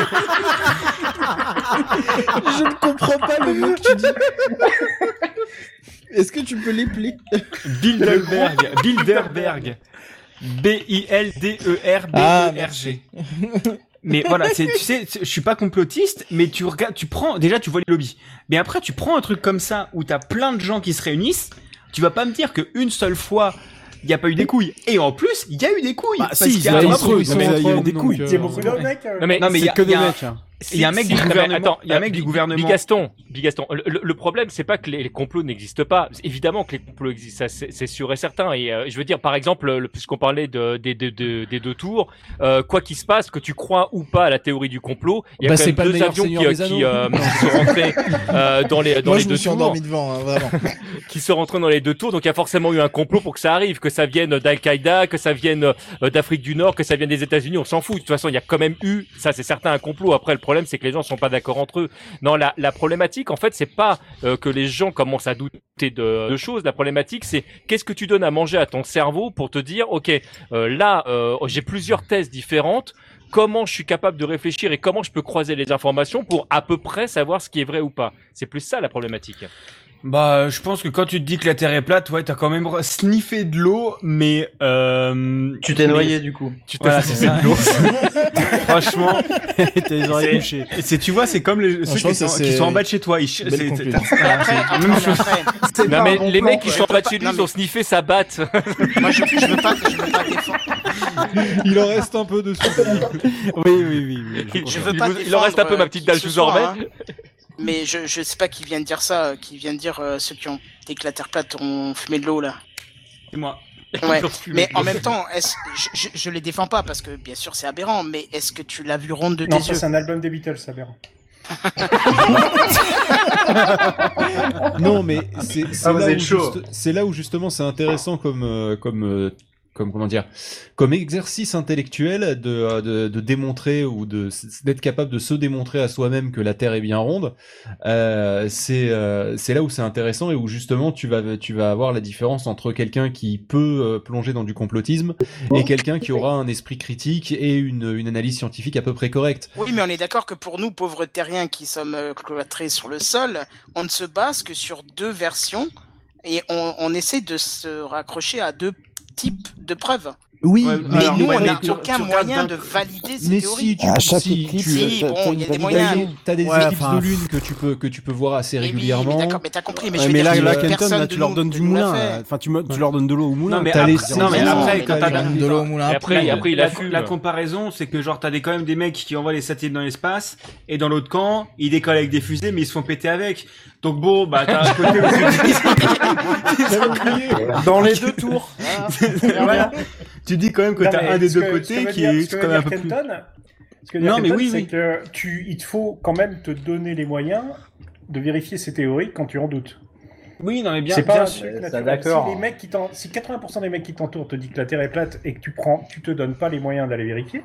Speaker 1: ne comprends pas le mot que Ah, tu dis. Est-ce que tu peux l'épeler
Speaker 11: Bilderberg, Bilderberg, B I L D E R B
Speaker 1: Ah,
Speaker 11: E R G. Mais voilà, c'est tu sais, c'est- je suis pas complotiste, mais tu regardes, tu prends déjà tu vois les lobbies. Mais après tu prends un truc comme ça où t'as plein de gens qui se réunissent, tu vas pas me dire que une seule fois il n'y a pas eu des couilles. Et en plus, il y a eu des couilles. parce qu'il y a-
Speaker 10: ils
Speaker 11: Non,
Speaker 10: sont-
Speaker 11: mais-
Speaker 10: ils sont- Bah, il y a des couilles.
Speaker 4: Il y a beaucoup d'hommes, mec. euh.
Speaker 6: Non, mais,
Speaker 11: Non mais il y a-
Speaker 10: que
Speaker 11: il y
Speaker 10: des
Speaker 11: a un-
Speaker 10: mecs. hein.
Speaker 6: Il y a un mec du
Speaker 11: Non, mais
Speaker 6: gouvernement.
Speaker 11: attends, il y a un
Speaker 6: euh,
Speaker 11: mec du
Speaker 6: Bi-
Speaker 11: gouvernement.
Speaker 6: Bigaston, Bigaston. Le, le- le problème, c'est pas que les, les complots n'existent pas. Évidemment que les complots existent, ça, c'est c'est sûr et certain. Et euh, je veux dire, par exemple, le- puisqu'on parlait de, des, des- des- des deux tours, euh, quoi qu'il se passe, que tu crois ou pas à la théorie du complot, il y a
Speaker 5: Bah,
Speaker 6: quand
Speaker 5: c'est
Speaker 6: même
Speaker 5: pas le
Speaker 6: deux
Speaker 5: meilleur
Speaker 6: avions qui,
Speaker 5: Seigneur
Speaker 6: euh,
Speaker 5: des
Speaker 6: qui, euh,
Speaker 5: Anneaux.
Speaker 6: qui sont rentrés euh, dans les, dans
Speaker 1: Moi,
Speaker 6: les
Speaker 1: je me
Speaker 6: deux
Speaker 1: suis
Speaker 6: tours.
Speaker 1: endormi devant, hein, vraiment.
Speaker 6: Qui sont rentrés dans les deux tours. Donc, il y a forcément eu un complot pour que ça arrive, que ça vienne d'Al-Qaïda, que ça vienne euh, d'Afrique du Nord, que ça vienne des États-Unis. On s'en fout. De toute façon, il y a quand même eu, ça, c'est certain, un complot. Après, le problème, c'est que les gens sont pas d'accord entre eux. Non, la, la problématique, en fait, c'est pas euh, que les gens commencent à douter de, de choses. La problématique, c'est qu'est-ce que tu donnes à manger à ton cerveau pour te dire, ok, euh, là, euh, j'ai plusieurs thèses différentes. Comment je suis capable de réfléchir et comment je peux croiser les informations pour à peu près savoir ce qui est vrai ou pas. C'est plus ça la problématique.
Speaker 11: Bah, je pense que quand tu te dis que la Terre est plate, ouais, t'as quand même re- sniffé de l'eau, mais euh...
Speaker 2: Tu t'es
Speaker 11: mais-
Speaker 2: noyé, du coup.
Speaker 6: Tu te
Speaker 11: Voilà, c'est ça. Franchement,
Speaker 10: T'as les oreilles couchées.
Speaker 11: et c'est tu vois, c'est comme les, ceux
Speaker 1: je pense
Speaker 11: qui
Speaker 1: que
Speaker 11: sont,
Speaker 1: c'est-
Speaker 11: qui sont en bas de chez toi. Ils, ch-
Speaker 1: Belle
Speaker 11: c'est-
Speaker 1: conclusion.
Speaker 11: c'est-
Speaker 9: Mais après, attends, mais après,
Speaker 6: Non mais les mecs ils sont pas de chez lui,
Speaker 9: non,
Speaker 6: ils ont sniffé sa batte.
Speaker 9: moi, je, je veux pas, je veux pas défendre.
Speaker 3: Il en reste un peu dessus.
Speaker 10: Oui, oui, oui. oui, je comprends.
Speaker 9: Je veux
Speaker 6: Il
Speaker 9: pas
Speaker 6: vous- il en reste un peu,
Speaker 9: défendre,
Speaker 6: ma
Speaker 9: euh,
Speaker 6: petite
Speaker 9: qui
Speaker 6: dalle,
Speaker 9: que
Speaker 6: je vous
Speaker 9: ce soit,
Speaker 6: en remets.
Speaker 9: hein. Mais je, je sais pas qui vient de dire ça, euh, qui vient de dire euh, ceux qui ont dès que la terre plate ont fumé de l'eau là.
Speaker 11: c'est moi.
Speaker 9: Ouais.
Speaker 6: Ils ont fumé.
Speaker 9: Mais en même temps, est-ce, je, je, je les défends pas parce que bien sûr c'est aberrant, mais est-ce que tu l'as vu ronde de tes
Speaker 4: Non, ça,
Speaker 9: yeux
Speaker 4: c'est un album des Beatles, ça, Béron.
Speaker 3: Non, mais c'est c'est
Speaker 2: Ah, vous
Speaker 3: là,
Speaker 2: êtes
Speaker 3: où
Speaker 2: chaud.
Speaker 3: juste- c'est là où justement c'est intéressant comme, euh, comme, euh, comme comment dire, comme exercice intellectuel de, euh, de, de démontrer ou de d'être capable de se démontrer à soi-même que la Terre est bien ronde. euh, c'est euh, c'est là où c'est intéressant et où justement tu vas tu vas avoir la différence entre quelqu'un qui peut euh, plonger dans du complotisme et quelqu'un qui aura un esprit critique et une une analyse scientifique à peu près correcte.
Speaker 9: Oui, mais on est d'accord que pour nous, pauvres terriens qui sommes euh, cloîtrés sur le sol, on ne se base que sur deux versions et on, on essaie de se raccrocher à deux types de preuves.
Speaker 1: Oui,
Speaker 9: Mais
Speaker 1: alors,
Speaker 9: nous, on
Speaker 1: ouais,
Speaker 9: n'a
Speaker 1: mais-
Speaker 9: aucun
Speaker 1: tu regardes
Speaker 9: moyen
Speaker 1: d'un-
Speaker 9: de valider ces
Speaker 3: Mais
Speaker 9: théories.
Speaker 3: si, tu, si, tu
Speaker 9: Si, bon, il y a des moyens.
Speaker 3: T'as des
Speaker 9: Ouais,
Speaker 3: éclipses
Speaker 9: enfin,
Speaker 3: de lune que tu peux que tu peux voir assez régulièrement.
Speaker 9: d'accord, mais t'as compris, mais je
Speaker 3: Ouais,
Speaker 9: veux
Speaker 3: mais
Speaker 9: dire
Speaker 3: là-
Speaker 9: que
Speaker 3: là,
Speaker 9: personne
Speaker 3: Kenton, là,
Speaker 9: de
Speaker 3: tu
Speaker 9: nous-
Speaker 3: leur donnes
Speaker 9: de
Speaker 3: du
Speaker 9: nous l'a
Speaker 3: moulin,
Speaker 9: fait.
Speaker 10: hein.
Speaker 3: là. Enfin, tu, me- tu leur donnes de l'eau au moulin.
Speaker 11: Non, mais
Speaker 3: T'as les-
Speaker 11: après, non, mais
Speaker 3: les-
Speaker 11: après, quand t'as-
Speaker 1: de l'eau au moulin.
Speaker 6: Et après,
Speaker 11: la-
Speaker 6: après, il
Speaker 11: la, euh.
Speaker 6: assume.
Speaker 11: la comparaison, c'est que genre t'as des quand même des mecs qui envoient les satellites dans l'espace et dans l'autre camp, ils décollent avec des fusées mais ils se font péter avec. Donc bon, bah t'as un côté où
Speaker 7: Dans les deux tours.
Speaker 11: tu dis, voilà. Tu dis quand même que
Speaker 4: Non,
Speaker 11: t'as
Speaker 4: mais
Speaker 11: un des
Speaker 4: ce
Speaker 11: deux
Speaker 4: que- ce
Speaker 11: côtés
Speaker 4: que veut
Speaker 11: qui
Speaker 4: dire- ce
Speaker 11: est
Speaker 4: que
Speaker 11: quand
Speaker 4: veut
Speaker 11: même un
Speaker 4: dire
Speaker 11: peu plus.
Speaker 4: Kenton, ce que veut dire
Speaker 11: Non, mais
Speaker 4: Kenton,
Speaker 11: oui,
Speaker 4: c'est
Speaker 11: oui.
Speaker 4: que tu, il te faut quand même te donner les moyens de vérifier ces théories quand tu en doutes.
Speaker 11: Oui, non mais bien,
Speaker 4: C'est pas
Speaker 11: bien
Speaker 4: un
Speaker 11: sûr.
Speaker 4: truc
Speaker 2: ça,
Speaker 4: naturel.
Speaker 2: d'accord.
Speaker 4: Si les mecs qui t'en- si 80% des mecs qui t'entourent te disent que la Terre est plate et que tu prends, tu te donnes pas les moyens d'aller vérifier,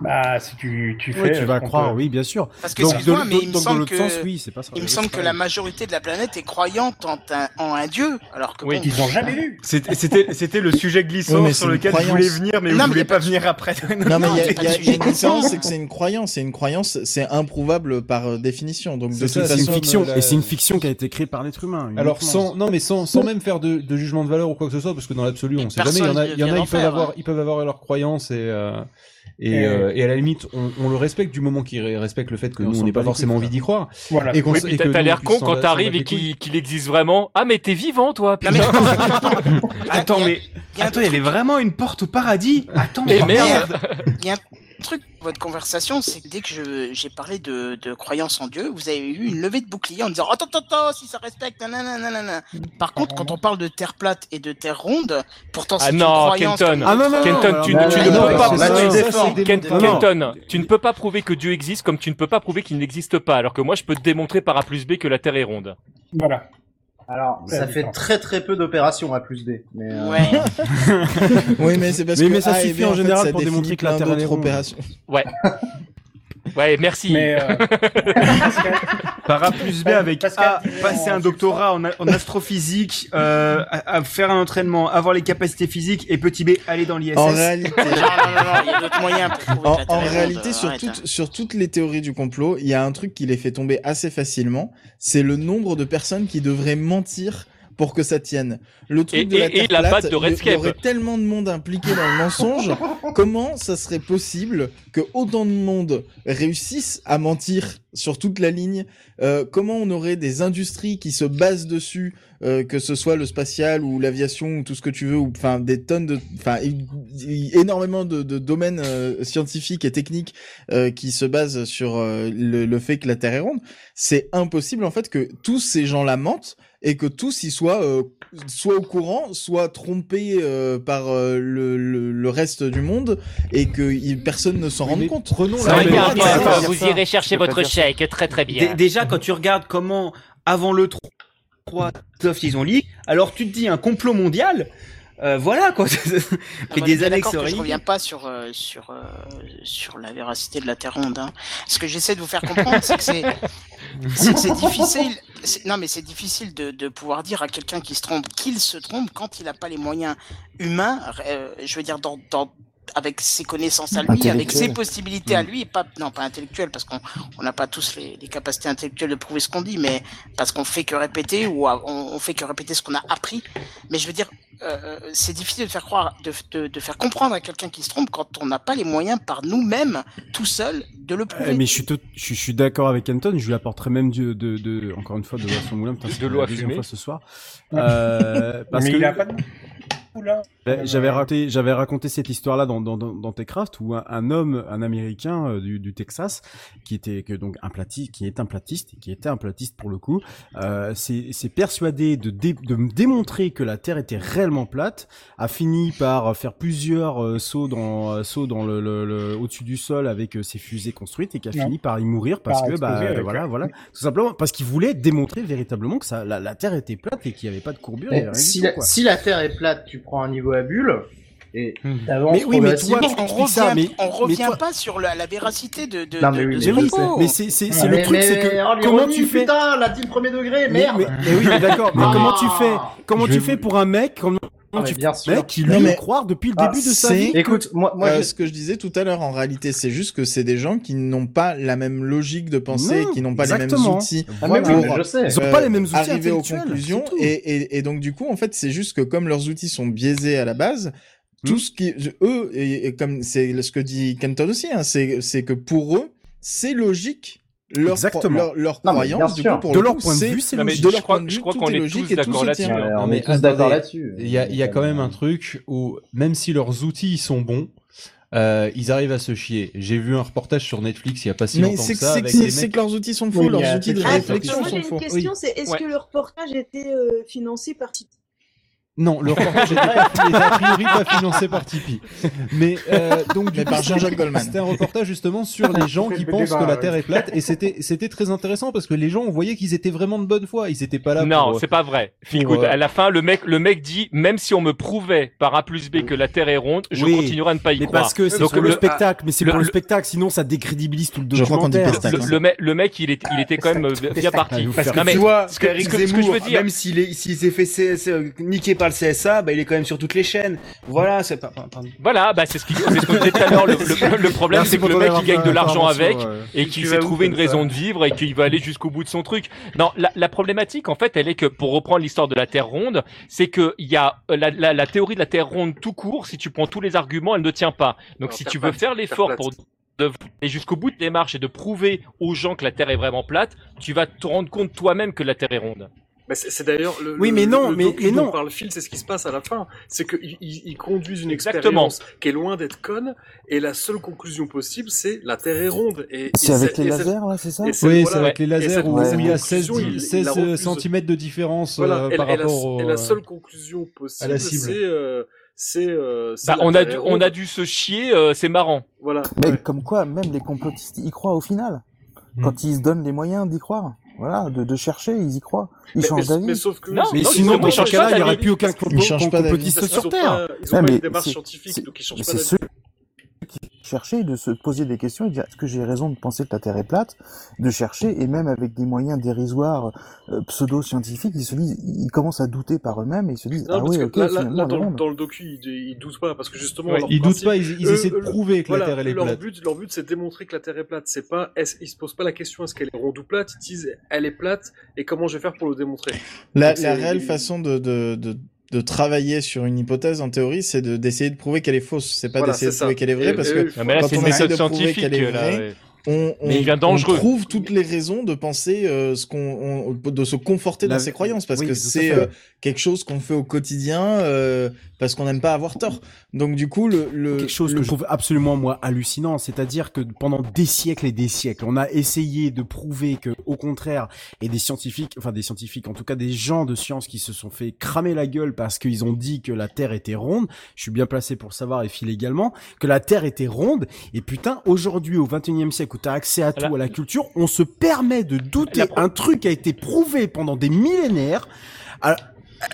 Speaker 4: bah si tu, tu fais,
Speaker 10: Ouais, tu
Speaker 4: euh,
Speaker 10: vas
Speaker 4: ce qu'on
Speaker 10: croire,
Speaker 4: peut-
Speaker 10: oui, bien sûr.
Speaker 9: Parce que
Speaker 10: Donc, de,
Speaker 9: excuse-moi, mais il
Speaker 10: donc,
Speaker 9: me
Speaker 10: dans
Speaker 9: semble
Speaker 10: l'autre
Speaker 9: que,
Speaker 10: sens, oui, c'est pas ça.
Speaker 9: il me semble que la majorité de la planète est croyante en un, en un dieu, alors que
Speaker 11: Oui,
Speaker 9: bon,
Speaker 4: Qu'ils ont jamais vu.
Speaker 11: C'était- C'était c'était le sujet glissant
Speaker 1: Ouais, mais c'est
Speaker 11: sur
Speaker 1: une
Speaker 11: lequel je
Speaker 1: croyance.
Speaker 11: voulais venir,
Speaker 9: Non,
Speaker 11: mais je
Speaker 9: mais y
Speaker 11: voulais
Speaker 9: a
Speaker 11: pas venir après.
Speaker 1: Non, mais il y
Speaker 9: Non,
Speaker 1: a-
Speaker 9: c'est pas
Speaker 1: il y a,
Speaker 9: le sujet
Speaker 1: une
Speaker 9: qui
Speaker 1: différence,
Speaker 9: compte.
Speaker 1: c'est que c'est une croyance, et une croyance, c'est improuvable par euh, définition. Donc de
Speaker 3: C'est
Speaker 1: toute
Speaker 3: ça,
Speaker 10: c'est une
Speaker 1: façon,
Speaker 10: fiction,
Speaker 3: la-
Speaker 10: et c'est une fiction qui a été créée par l'être humain.
Speaker 3: Alors
Speaker 10: uniquement.
Speaker 3: sans non mais sans, sans même faire de, de jugement de valeur ou quoi que ce soit parce que dans l'absolu on sait jamais
Speaker 9: Personne
Speaker 3: il y en a
Speaker 9: vient
Speaker 3: il y en a
Speaker 9: d'en
Speaker 3: ils peuvent
Speaker 9: faire,
Speaker 3: avoir
Speaker 9: hein.
Speaker 3: ils peuvent avoir leurs croyances et euh, et,
Speaker 4: Et-
Speaker 3: euh, et à la limite on, on le respecte du moment qu'ils ré- respectent le fait que
Speaker 10: Et on
Speaker 3: nous on
Speaker 10: s'en
Speaker 3: n'est
Speaker 10: bat
Speaker 3: pas
Speaker 10: les
Speaker 3: forcément
Speaker 10: couilles,
Speaker 3: envie d'y croire
Speaker 4: Voilà.
Speaker 3: et qu'on
Speaker 6: Oui,
Speaker 3: s-
Speaker 6: puis
Speaker 3: et que
Speaker 6: t'as t'as
Speaker 3: nous,
Speaker 6: l'air
Speaker 3: on
Speaker 6: con
Speaker 3: puisse s'en
Speaker 6: quand
Speaker 3: bat-
Speaker 6: t'arrives
Speaker 3: s'en
Speaker 6: et
Speaker 3: battre les
Speaker 6: qu'il qu'il existe vraiment. Ah, mais t'es vivant, toi.
Speaker 9: Non,
Speaker 6: putain.
Speaker 11: Attends, mais
Speaker 9: il y a un
Speaker 11: attends, il y avait vraiment une porte au paradis. Attends,
Speaker 6: Et
Speaker 11: mais
Speaker 6: merde.
Speaker 9: Il y a un truc dans votre conversation, c'est que dès que je- j'ai parlé de, de croyance en Dieu, vous avez eu une levée de bouclier en disant Attends, attends, attends, si ça respecte, nanana, nanana. Par contre, quand on parle de terre plate et de terre ronde, pourtant c'est
Speaker 6: Ah
Speaker 9: une
Speaker 6: non,
Speaker 9: croyance.
Speaker 6: Kenton.
Speaker 10: Ah non, non, non,
Speaker 6: Kenton,
Speaker 10: alors,
Speaker 6: tu,
Speaker 10: bah,
Speaker 6: tu
Speaker 10: bah,
Speaker 6: ne
Speaker 10: non,
Speaker 6: peux
Speaker 10: bah,
Speaker 6: pas.
Speaker 10: c'est
Speaker 2: là,
Speaker 10: ça.
Speaker 2: tu
Speaker 10: Ça,
Speaker 2: défends.
Speaker 10: c'est des-
Speaker 6: Ken-
Speaker 10: Non, non.
Speaker 6: Kenton, tu ne peux pas prouver que Dieu existe comme tu ne peux pas prouver qu'il n'existe pas, alors que moi je peux te démontrer par A plus B que la Terre est ronde.
Speaker 4: Voilà.
Speaker 2: Alors,
Speaker 4: Ouais,
Speaker 2: ça fait
Speaker 4: putain.
Speaker 2: très très peu d'opérations à plus D. Mais, euh,
Speaker 9: Ouais.
Speaker 1: Oui, mais c'est parce
Speaker 10: Mais-
Speaker 1: que
Speaker 10: mais ça
Speaker 1: A et
Speaker 10: suffit
Speaker 1: B,
Speaker 10: en
Speaker 1: fait,
Speaker 10: général
Speaker 1: ça
Speaker 10: pour
Speaker 1: définit
Speaker 10: démontrer que la
Speaker 1: plein
Speaker 10: Terre, elle est
Speaker 1: d'autres
Speaker 10: ronde.
Speaker 1: opérations.
Speaker 6: Ouais, merci.
Speaker 4: Mais euh, Pascal,
Speaker 11: Par A plus B avec
Speaker 4: Pascal
Speaker 11: A,
Speaker 4: disait
Speaker 11: passer
Speaker 4: en
Speaker 11: un doctorat en, a- en astrophysique, euh, à, à faire un entraînement, avoir les capacités physiques et petit B, aller dans l'ISS.
Speaker 1: En réalité,
Speaker 9: non, non, non, non, il y a d'autres moyens pour trouver
Speaker 1: En,
Speaker 9: que la Terre
Speaker 1: en
Speaker 9: est ronde,
Speaker 1: réalité,
Speaker 9: euh,
Speaker 1: sur,
Speaker 9: arrête, hein.
Speaker 1: toutes, sur toutes les théories du complot, il y a un truc qui les fait tomber assez facilement, c'est le nombre de personnes qui devraient mentir pour que ça tienne. Le truc
Speaker 6: Et-
Speaker 1: de la
Speaker 6: et-
Speaker 1: Terre
Speaker 6: et la
Speaker 1: plate,
Speaker 6: patte de
Speaker 1: il y- il y
Speaker 6: Redscape.
Speaker 1: aurait tellement de monde impliqué dans le mensonge, comment ça serait possible que autant de monde réussisse à mentir sur toute la ligne Euh, Comment on aurait des industries qui se basent dessus, euh, que ce soit le spatial ou l'aviation ou tout ce que tu veux, ou enfin des tonnes de, enfin il- il- énormément de, de domaines euh, scientifiques et techniques euh, qui se basent sur euh, le, le fait que la Terre est ronde. C'est impossible en fait que tous ces gens-là mentent et que tous y soient euh, soit au courant, soit trompés euh, par euh, le, le, le reste du monde et que y- personne ne s'en
Speaker 3: Oui,
Speaker 1: rende
Speaker 3: mais
Speaker 1: compte.
Speaker 3: prenons
Speaker 1: Ça
Speaker 3: la-
Speaker 1: aurait été un
Speaker 3: mais-
Speaker 1: peu avant.
Speaker 3: mais-
Speaker 5: vous irez
Speaker 6: chercher
Speaker 5: votre
Speaker 6: chèque, très très
Speaker 11: Dé- déjà, quand tu regardes comment, avant le 3, sauf ils ont lié, alors tu te dis un complot mondial, euh, voilà quoi.
Speaker 9: Ah,
Speaker 11: Et
Speaker 9: bah,
Speaker 11: des
Speaker 9: on est
Speaker 11: années
Speaker 9: d'accord
Speaker 11: que ça
Speaker 9: que
Speaker 11: aurait
Speaker 9: Je
Speaker 11: eu.
Speaker 9: reviens pas sur euh, sur euh, sur la véracité de la Terre ronde. hein. Ce que j'essaie de vous faire comprendre, c'est que c'est c'est que c'est difficile. c'est- Non, mais c'est difficile de, de pouvoir dire à quelqu'un qui se trompe qu'il se trompe quand il n'a pas les moyens humains. euh, je veux dire dans dans avec ses connaissances à lui, avec ses
Speaker 5: Intellectuel.
Speaker 9: possibilités à lui, et pas non pas intellectuel parce qu'on on n'a pas tous les, les capacités intellectuelles de prouver ce qu'on dit, mais parce qu'on fait que répéter ou à- on, on fait que répéter ce qu'on a appris. Mais je veux dire, euh, c'est difficile de faire croire, de, de, de faire comprendre à quelqu'un qui se trompe quand on n'a pas les moyens par nous-mêmes, tout seul, de le prouver.
Speaker 10: Euh, mais je suis, tout- je, suis- je suis d'accord avec Anton, je lui apporterai même du- de, de, encore une fois, de l'eau à son moulin, putain, c'est
Speaker 6: De l'eau
Speaker 10: la
Speaker 6: à
Speaker 10: deuxième
Speaker 6: fumer.
Speaker 10: fois ce soir. Euh, parce
Speaker 4: mais
Speaker 10: que
Speaker 4: il a pas de Oula.
Speaker 10: Ben, j'avais raconté, j'avais raconté cette histoire-là dans, dans, dans, dans Techcraft où un, un homme, un américain euh, du, du Texas, qui était que donc un platiste, qui est un platiste, qui était un platiste pour le coup, euh, s'est s'est persuadé de, dé- de me démontrer que la Terre était réellement plate, a fini par faire plusieurs euh, sauts dans euh, sauts dans le, le, le- au-dessus du sol avec euh, ses fusées construites et qui a
Speaker 4: Ouais.
Speaker 10: fini par y mourir parce
Speaker 4: Par
Speaker 10: que bah
Speaker 4: exploser avec-
Speaker 10: voilà voilà tout simplement parce qu'il voulait démontrer véritablement que ça la, la Terre était plate et qu'il n'y avait pas de courbure. il y avait rien du
Speaker 2: si,
Speaker 10: tout,
Speaker 2: la,
Speaker 10: quoi.
Speaker 2: si la Terre est plate, tu prends un niveau à bulle et t'avances
Speaker 10: Hmm. Mais oui, mais toi,
Speaker 2: progressivement.
Speaker 10: tu
Speaker 9: On
Speaker 10: expliques ça,
Speaker 9: revient,
Speaker 10: mais.
Speaker 9: on revient
Speaker 10: mais toi-
Speaker 9: pas sur la, la véracité de, de,
Speaker 2: Non,
Speaker 9: de-
Speaker 2: mais oui,
Speaker 9: de
Speaker 10: Mais
Speaker 9: ce
Speaker 10: oui,
Speaker 9: propos.
Speaker 10: mais c'est c'est- c'est
Speaker 2: Mais-
Speaker 10: le truc,
Speaker 2: mais-
Speaker 10: c'est
Speaker 2: mais, oh,
Speaker 10: que.
Speaker 2: les
Speaker 10: Comment
Speaker 2: revenus,
Speaker 10: tu fais
Speaker 2: Putain, la team premier degré,
Speaker 10: Mais,
Speaker 2: merde.
Speaker 10: mais- mais oui, mais d'accord, mais
Speaker 2: Ah.
Speaker 10: comment tu fais Comment
Speaker 3: Je
Speaker 10: tu
Speaker 3: vais
Speaker 10: fais pour un mec Comment
Speaker 2: Ah, mais
Speaker 10: tu
Speaker 2: bien
Speaker 10: fais un mec qui lui
Speaker 1: Non, mais-
Speaker 10: fait croire depuis le
Speaker 2: Ah,
Speaker 10: début de sa
Speaker 1: c'est-
Speaker 10: vie
Speaker 2: Écoute, moi, moi,
Speaker 1: Euh,
Speaker 2: j'ai-
Speaker 1: ce que je disais tout à l'heure, en réalité, c'est juste que c'est des gens qui n'ont pas la même logique de pensée,
Speaker 10: Non,
Speaker 1: qui n'ont pas les
Speaker 10: exactement.
Speaker 1: mêmes outils
Speaker 2: Ah, mais oui,
Speaker 1: pour,
Speaker 2: mais je sais.
Speaker 10: Ils ont pas les mêmes outils
Speaker 1: arriver aux
Speaker 10: intellectuels,
Speaker 1: conclusions.
Speaker 10: c'est tout.
Speaker 1: Et, et, et donc, du coup, en fait, c'est juste que comme leurs outils sont biaisés à la base, tout ce qui, eux, et, et comme c'est ce que dit Kenton aussi, hein, c'est, c'est que pour eux, c'est logique leur, cro-
Speaker 10: Exactement.
Speaker 1: leur, leur
Speaker 2: Non, mais bien
Speaker 1: croyance. Du
Speaker 2: sûr.
Speaker 1: coup, pour
Speaker 10: De
Speaker 1: le
Speaker 10: leur
Speaker 1: coup,
Speaker 10: point de
Speaker 1: c'est-
Speaker 10: vue, c'est
Speaker 6: Non, mais
Speaker 10: logique.
Speaker 1: de
Speaker 6: je
Speaker 1: leur
Speaker 6: crois,
Speaker 1: point de
Speaker 6: je
Speaker 1: vue,
Speaker 6: crois
Speaker 1: tout
Speaker 6: qu'on
Speaker 1: est
Speaker 6: est
Speaker 1: logique
Speaker 6: tous
Speaker 1: et tout
Speaker 6: d'accord
Speaker 1: se
Speaker 6: là-dessus.
Speaker 1: tient.
Speaker 2: Ouais, on
Speaker 3: mais
Speaker 2: est tous d'accord
Speaker 3: attendez,
Speaker 2: là-dessus. euh,
Speaker 3: Il y a, il y a quand même un truc où, même si leurs outils sont bons, euh, ils arrivent à se chier. J'ai vu un reportage sur Netflix il y a pas si
Speaker 1: Mais
Speaker 3: longtemps
Speaker 1: c'est
Speaker 3: que ça.
Speaker 1: c'est-
Speaker 3: avec
Speaker 1: c'est-
Speaker 3: des
Speaker 1: c'est
Speaker 3: mecs-
Speaker 1: que leurs outils sont
Speaker 4: Oui,
Speaker 1: faux,
Speaker 4: il y a
Speaker 1: leurs
Speaker 4: un
Speaker 1: outils de
Speaker 4: truc- Ah,
Speaker 1: réflexion
Speaker 12: Moi, j'ai
Speaker 1: sont
Speaker 12: une
Speaker 1: faux.
Speaker 12: question, c'est est-ce
Speaker 6: Ouais.
Speaker 12: que le reportage était euh, financé par Tipeee
Speaker 3: Non, le reportage était pas- était a priori pas financé par Tipeee. Mais euh, donc du
Speaker 1: Mais
Speaker 3: coup,
Speaker 1: par
Speaker 3: c'était-
Speaker 1: Jean-Jacques Goldman.
Speaker 3: C'était un reportage justement sur les gens qui
Speaker 4: Le
Speaker 3: pensent
Speaker 4: débat,
Speaker 3: que la
Speaker 4: ouais.
Speaker 3: Terre est plate et c'était c'était très intéressant parce que les gens on voyait qu'ils étaient vraiment de bonne foi. Ils étaient pas là
Speaker 6: Non,
Speaker 3: pour.
Speaker 6: c'est pas vrai.
Speaker 3: pour,
Speaker 6: Écoute,
Speaker 3: euh,
Speaker 6: à la fin, le mec, le mec dit, même si on me prouvait par A plus B que la Terre est ronde, je
Speaker 10: Oui.
Speaker 6: continuerai à ne pas y
Speaker 10: Mais
Speaker 6: croire.
Speaker 10: parce que c'est
Speaker 6: Donc,
Speaker 10: pour le,
Speaker 6: le-
Speaker 10: spectacle, mais c'est
Speaker 6: le-
Speaker 10: pour le,
Speaker 6: le-
Speaker 10: spectacle, sinon ça décrédibilise tout le
Speaker 1: Je crois qu'on dit
Speaker 10: documentaire.
Speaker 1: pas ça.
Speaker 6: Le, le mec, le mec, il était, il était quand même euh, bien parti.
Speaker 10: Parce
Speaker 6: Non, mais
Speaker 11: tu vois,
Speaker 6: ce que-
Speaker 11: Eric
Speaker 6: ce que- ce que je veux
Speaker 11: Zemmour,
Speaker 6: dire-
Speaker 11: même s'il est, s'il s'est fait CS, euh, niquer par le CSA, bah, il est quand même sur toutes les chaînes. Voilà, c'est pas, pas- pardon.
Speaker 6: Voilà, bah, c'est ce qu'il- c'est ce qu'on disait tout à l'heure. Le, le- le problème,
Speaker 10: Merci
Speaker 6: c'est que
Speaker 10: pour
Speaker 6: le
Speaker 10: ton euh,
Speaker 6: mec, il
Speaker 10: intervention,
Speaker 6: gagne de l'argent avec.
Speaker 10: ouais.
Speaker 6: et
Speaker 2: Tu
Speaker 6: qu'il
Speaker 2: vas
Speaker 6: s'est
Speaker 2: où
Speaker 6: trouvé une
Speaker 2: comme ça
Speaker 6: raison de vivre et qu'il va aller jusqu'au bout de son truc. Non, la, la problématique en fait, elle est que pour reprendre l'histoire de la Terre ronde, c'est que il y a euh, la, la- la théorie de la Terre ronde tout court. Si tu prends tous les arguments, elle ne tient pas. Donc
Speaker 13: Non,
Speaker 6: si
Speaker 13: Terre
Speaker 6: tu veux
Speaker 13: plate,
Speaker 6: faire l'effort
Speaker 13: plate.
Speaker 6: pour de- aller jusqu'au bout de tes démarche et de prouver aux gens que la Terre est vraiment plate, tu vas te rendre compte toi-même que la Terre est ronde.
Speaker 13: Bah, c'est c'est d'ailleurs le,
Speaker 10: Oui,
Speaker 13: le-
Speaker 10: mais non,
Speaker 13: le
Speaker 10: mais-
Speaker 13: docu
Speaker 10: mais
Speaker 13: dont
Speaker 10: non.
Speaker 13: parle Phil, c'est ce qui se passe à la fin. C'est qu'ils ils conduisent une
Speaker 6: Exactement.
Speaker 13: expérience qui est loin d'être conne, et la seule conclusion possible, c'est la Terre est ronde. Et, et
Speaker 5: C'est avec les
Speaker 13: et
Speaker 5: lasers, là, c'est ça
Speaker 13: et c'est-
Speaker 3: Oui, c'est
Speaker 13: voilà,
Speaker 3: avec
Speaker 13: et
Speaker 3: les lasers
Speaker 13: cette-
Speaker 3: où,
Speaker 5: ouais.
Speaker 3: où il y
Speaker 13: conclusion,
Speaker 3: a 16,
Speaker 13: il- il la
Speaker 3: 16
Speaker 13: refuse.
Speaker 3: cm de différence
Speaker 13: Voilà,
Speaker 3: euh,
Speaker 13: et,
Speaker 3: par
Speaker 13: et la,
Speaker 3: rapport au.
Speaker 13: et la seule conclusion possible,
Speaker 3: la cible.
Speaker 13: c'est euh, c'est euh, c'est
Speaker 6: Bah,
Speaker 13: la
Speaker 6: on a
Speaker 13: Terre
Speaker 6: dû,
Speaker 13: est
Speaker 6: on a
Speaker 13: ronde.
Speaker 6: dû se chier, euh, c'est marrant.
Speaker 13: voilà.
Speaker 5: Mais
Speaker 13: ouais.
Speaker 5: comme quoi, même les complotistes y croient au final.
Speaker 3: Hmm.
Speaker 5: Quand ils se donnent les moyens d'y croire, voilà, de, de chercher, ils y croient. Ils
Speaker 13: Mais-
Speaker 5: changent
Speaker 13: mais-
Speaker 5: d'avis.
Speaker 13: mais sauf que
Speaker 6: Non,
Speaker 10: Mais
Speaker 6: non,
Speaker 10: sinon,
Speaker 6: justement,
Speaker 10: dans
Speaker 6: ils
Speaker 10: ce
Speaker 6: changent
Speaker 10: cas-là,
Speaker 6: pas
Speaker 10: il n'y aurait
Speaker 6: d'avis.
Speaker 10: plus aucun
Speaker 1: Ils changent pas d'avis.
Speaker 10: complotiste
Speaker 13: Parce qu'ils
Speaker 10: sur
Speaker 13: ont
Speaker 10: Terre.
Speaker 13: pas- Ils ont
Speaker 5: Ouais,
Speaker 13: pas
Speaker 5: Ah, mais
Speaker 13: une démarche
Speaker 5: c'est-
Speaker 13: scientifique,
Speaker 5: c'est-
Speaker 13: donc ils
Speaker 5: Mais
Speaker 13: changent pas
Speaker 5: c'est
Speaker 13: d'avis.
Speaker 5: ceux qui cherchaient de se poser des questions et de dire est-ce que j'ai raison de penser que la Terre est plate, de chercher et même avec des moyens dérisoires euh, pseudo-scientifiques, ils se disent, ils commencent à douter par eux-mêmes et ils se disent
Speaker 13: Non,
Speaker 5: ah
Speaker 13: parce
Speaker 5: oui,
Speaker 13: que
Speaker 5: ok,
Speaker 13: là, là-
Speaker 5: finalement
Speaker 13: là,
Speaker 5: elle est
Speaker 13: dans,
Speaker 5: ronde.
Speaker 13: dans le docu, ils, ils doutent pas, parce que justement,
Speaker 6: Ouais,
Speaker 13: leur
Speaker 3: Ils doutent
Speaker 13: principe-
Speaker 3: pas, ils, ils
Speaker 13: eux,
Speaker 3: essaient de
Speaker 13: eux,
Speaker 3: prouver que
Speaker 13: Voilà,
Speaker 3: la Terre elle est
Speaker 13: leur
Speaker 3: plate.
Speaker 13: but, leur but, c'est de démontrer que la Terre est plate. C'est pas, est-ce- ils se posent pas la question est-ce qu'elle est ronde ou plate. Ils disent elle est plate et comment je vais faire pour le démontrer.
Speaker 1: La,
Speaker 13: Donc,
Speaker 1: la
Speaker 13: c'est-
Speaker 1: réelle façon de, de, de, de travailler sur une hypothèse, en théorie, c'est de- d'essayer de, prouver qu'elle est fausse. C'est pas
Speaker 13: Voilà,
Speaker 1: d'essayer de
Speaker 13: c'est ça.
Speaker 1: prouver qu'elle est vraie,
Speaker 13: Et-
Speaker 1: parce
Speaker 13: et
Speaker 1: que
Speaker 13: eux,
Speaker 6: Non, Ah, mais là,
Speaker 1: Quand
Speaker 6: c'est
Speaker 1: on
Speaker 6: une
Speaker 1: essaie
Speaker 6: méthode
Speaker 1: de prouver
Speaker 6: scientifique.
Speaker 1: qu'elle est
Speaker 6: là,
Speaker 1: vraie,
Speaker 6: ouais.
Speaker 1: on, on,
Speaker 6: Mais il devient dangereux.
Speaker 1: on trouve toutes les raisons de penser euh, ce qu'on, on- de se conforter
Speaker 10: La-
Speaker 1: dans ses croyances parce
Speaker 10: oui,
Speaker 1: que
Speaker 10: tout à
Speaker 1: c'est
Speaker 10: fait.
Speaker 1: euh, quelque chose qu'on fait au quotidien euh, parce qu'on n'aime pas avoir tort. Donc du coup le, le
Speaker 10: quelque chose
Speaker 1: le-
Speaker 10: que je trouve absolument moi hallucinant, c'est-à-dire que pendant des siècles et des siècles, on a essayé de prouver que au contraire, et des scientifiques, enfin des scientifiques, en tout cas des gens de science qui se sont fait cramer la gueule parce qu'ils ont dit que la Terre était ronde. Je suis bien placé pour le savoir et Phil également que la Terre était ronde. Et putain, aujourd'hui au 21e siècle où t'as accès à tout,
Speaker 6: La-
Speaker 10: à la culture, on se permet de douter.
Speaker 6: La pro-
Speaker 10: Un truc a été prouvé pendant des millénaires. à-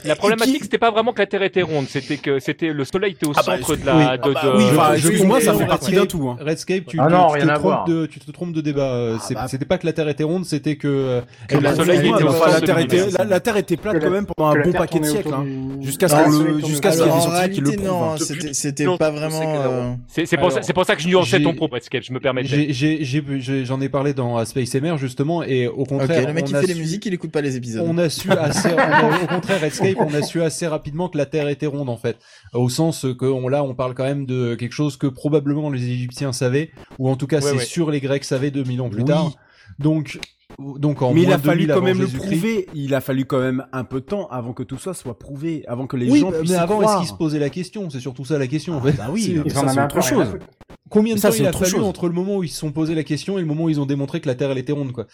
Speaker 10: et
Speaker 6: La
Speaker 10: qui-
Speaker 6: problématique, c'était pas vraiment que la Terre était ronde, c'était que c'était le Soleil était au
Speaker 10: Ah bah,
Speaker 6: centre de la. de- de-
Speaker 10: oui,
Speaker 3: Je-
Speaker 10: enfin,
Speaker 3: Ah bah, je-
Speaker 10: excuse-moi,
Speaker 3: je-
Speaker 10: ça
Speaker 3: je-
Speaker 10: fait partie d'un tout. Hein.
Speaker 3: Redscape, tu,
Speaker 2: Ah
Speaker 3: tu-
Speaker 2: non,
Speaker 3: tu
Speaker 2: rien
Speaker 3: te
Speaker 2: à
Speaker 3: trompes
Speaker 2: voir.
Speaker 3: de, tu te trompes de débat. euh, c'est-
Speaker 10: bah.
Speaker 3: C'était pas que la Terre était ronde, c'était que euh,
Speaker 1: Que
Speaker 3: elle
Speaker 1: le
Speaker 3: a-
Speaker 1: soleil
Speaker 3: elle-
Speaker 1: était
Speaker 10: Excuse-moi,
Speaker 1: au
Speaker 10: mais
Speaker 1: centre
Speaker 10: enfin, la
Speaker 1: de
Speaker 10: Terre était,
Speaker 1: l'univers.
Speaker 10: la, la Terre était plate
Speaker 4: Que la-
Speaker 10: quand même pendant
Speaker 4: que
Speaker 10: un
Speaker 4: la
Speaker 10: bon
Speaker 4: Terre
Speaker 10: paquet de
Speaker 4: tournait
Speaker 10: siècles.
Speaker 4: autour
Speaker 10: hein.
Speaker 4: du-
Speaker 10: Jusqu'à ce
Speaker 1: Ah,
Speaker 10: qu'on
Speaker 1: le
Speaker 10: le,
Speaker 1: soleil
Speaker 10: jusqu'à ce qu'il y ait
Speaker 1: Alors, en
Speaker 10: des scientifiques qui le
Speaker 1: réalité
Speaker 10: prouvent.
Speaker 1: non,
Speaker 10: hein.
Speaker 13: Depuis
Speaker 1: c'était
Speaker 13: le
Speaker 1: c'était
Speaker 13: temps
Speaker 1: pas
Speaker 13: qu'on sait
Speaker 1: vraiment
Speaker 13: qu'elle est
Speaker 1: euh,
Speaker 6: C'est c'est pour,
Speaker 3: Alors,
Speaker 6: ça- c'est pour ça que je nuançais
Speaker 3: j'ai-
Speaker 6: ton propos, Escape, je me permets.
Speaker 3: J'ai- j'ai- j'ai- j'ai- J'en ai, parlé dans euh, Space MR justement, et au
Speaker 1: Ok,
Speaker 3: contraire,
Speaker 1: le mec qui
Speaker 3: on a
Speaker 1: fait les
Speaker 3: su-
Speaker 1: musiques, il écoute pas les épisodes.
Speaker 3: On a su assez, on a- au contraire, Redscape, on a su assez rapidement que la Terre était ronde en fait, au sens que on, là, on parle quand même de quelque chose que probablement les Égyptiens savaient, ou en tout cas, c'est
Speaker 6: ouais.
Speaker 3: sûr les Grecs savaient 2000 ans plus
Speaker 10: Oui.
Speaker 3: tard. Donc, donc en
Speaker 10: Mais il
Speaker 3: moins
Speaker 10: a
Speaker 3: de
Speaker 10: fallu
Speaker 3: 2000
Speaker 10: quand
Speaker 3: avant
Speaker 10: même le
Speaker 3: Jésus-Christ.
Speaker 10: prouver. Il a fallu quand même un peu de temps avant que tout ça soit prouvé, avant que les
Speaker 3: Oui,
Speaker 10: gens puissent
Speaker 3: mais
Speaker 10: y
Speaker 3: avant, est-ce
Speaker 10: croire.
Speaker 3: qu'ils se posaient la question C'est surtout ça la question. en fait.
Speaker 10: Bah oui,
Speaker 3: C'est-
Speaker 10: mais ça,
Speaker 4: en
Speaker 10: c'est
Speaker 4: avaient
Speaker 10: autre
Speaker 4: encore rien à
Speaker 10: chose.
Speaker 4: foutre.
Speaker 3: Combien de
Speaker 10: Ça,
Speaker 3: temps
Speaker 10: c'est
Speaker 3: il a
Speaker 10: autre
Speaker 3: fallu
Speaker 10: chose.
Speaker 3: entre le moment où ils se sont posés la question et le moment où ils ont démontré que la Terre elle était ronde quoi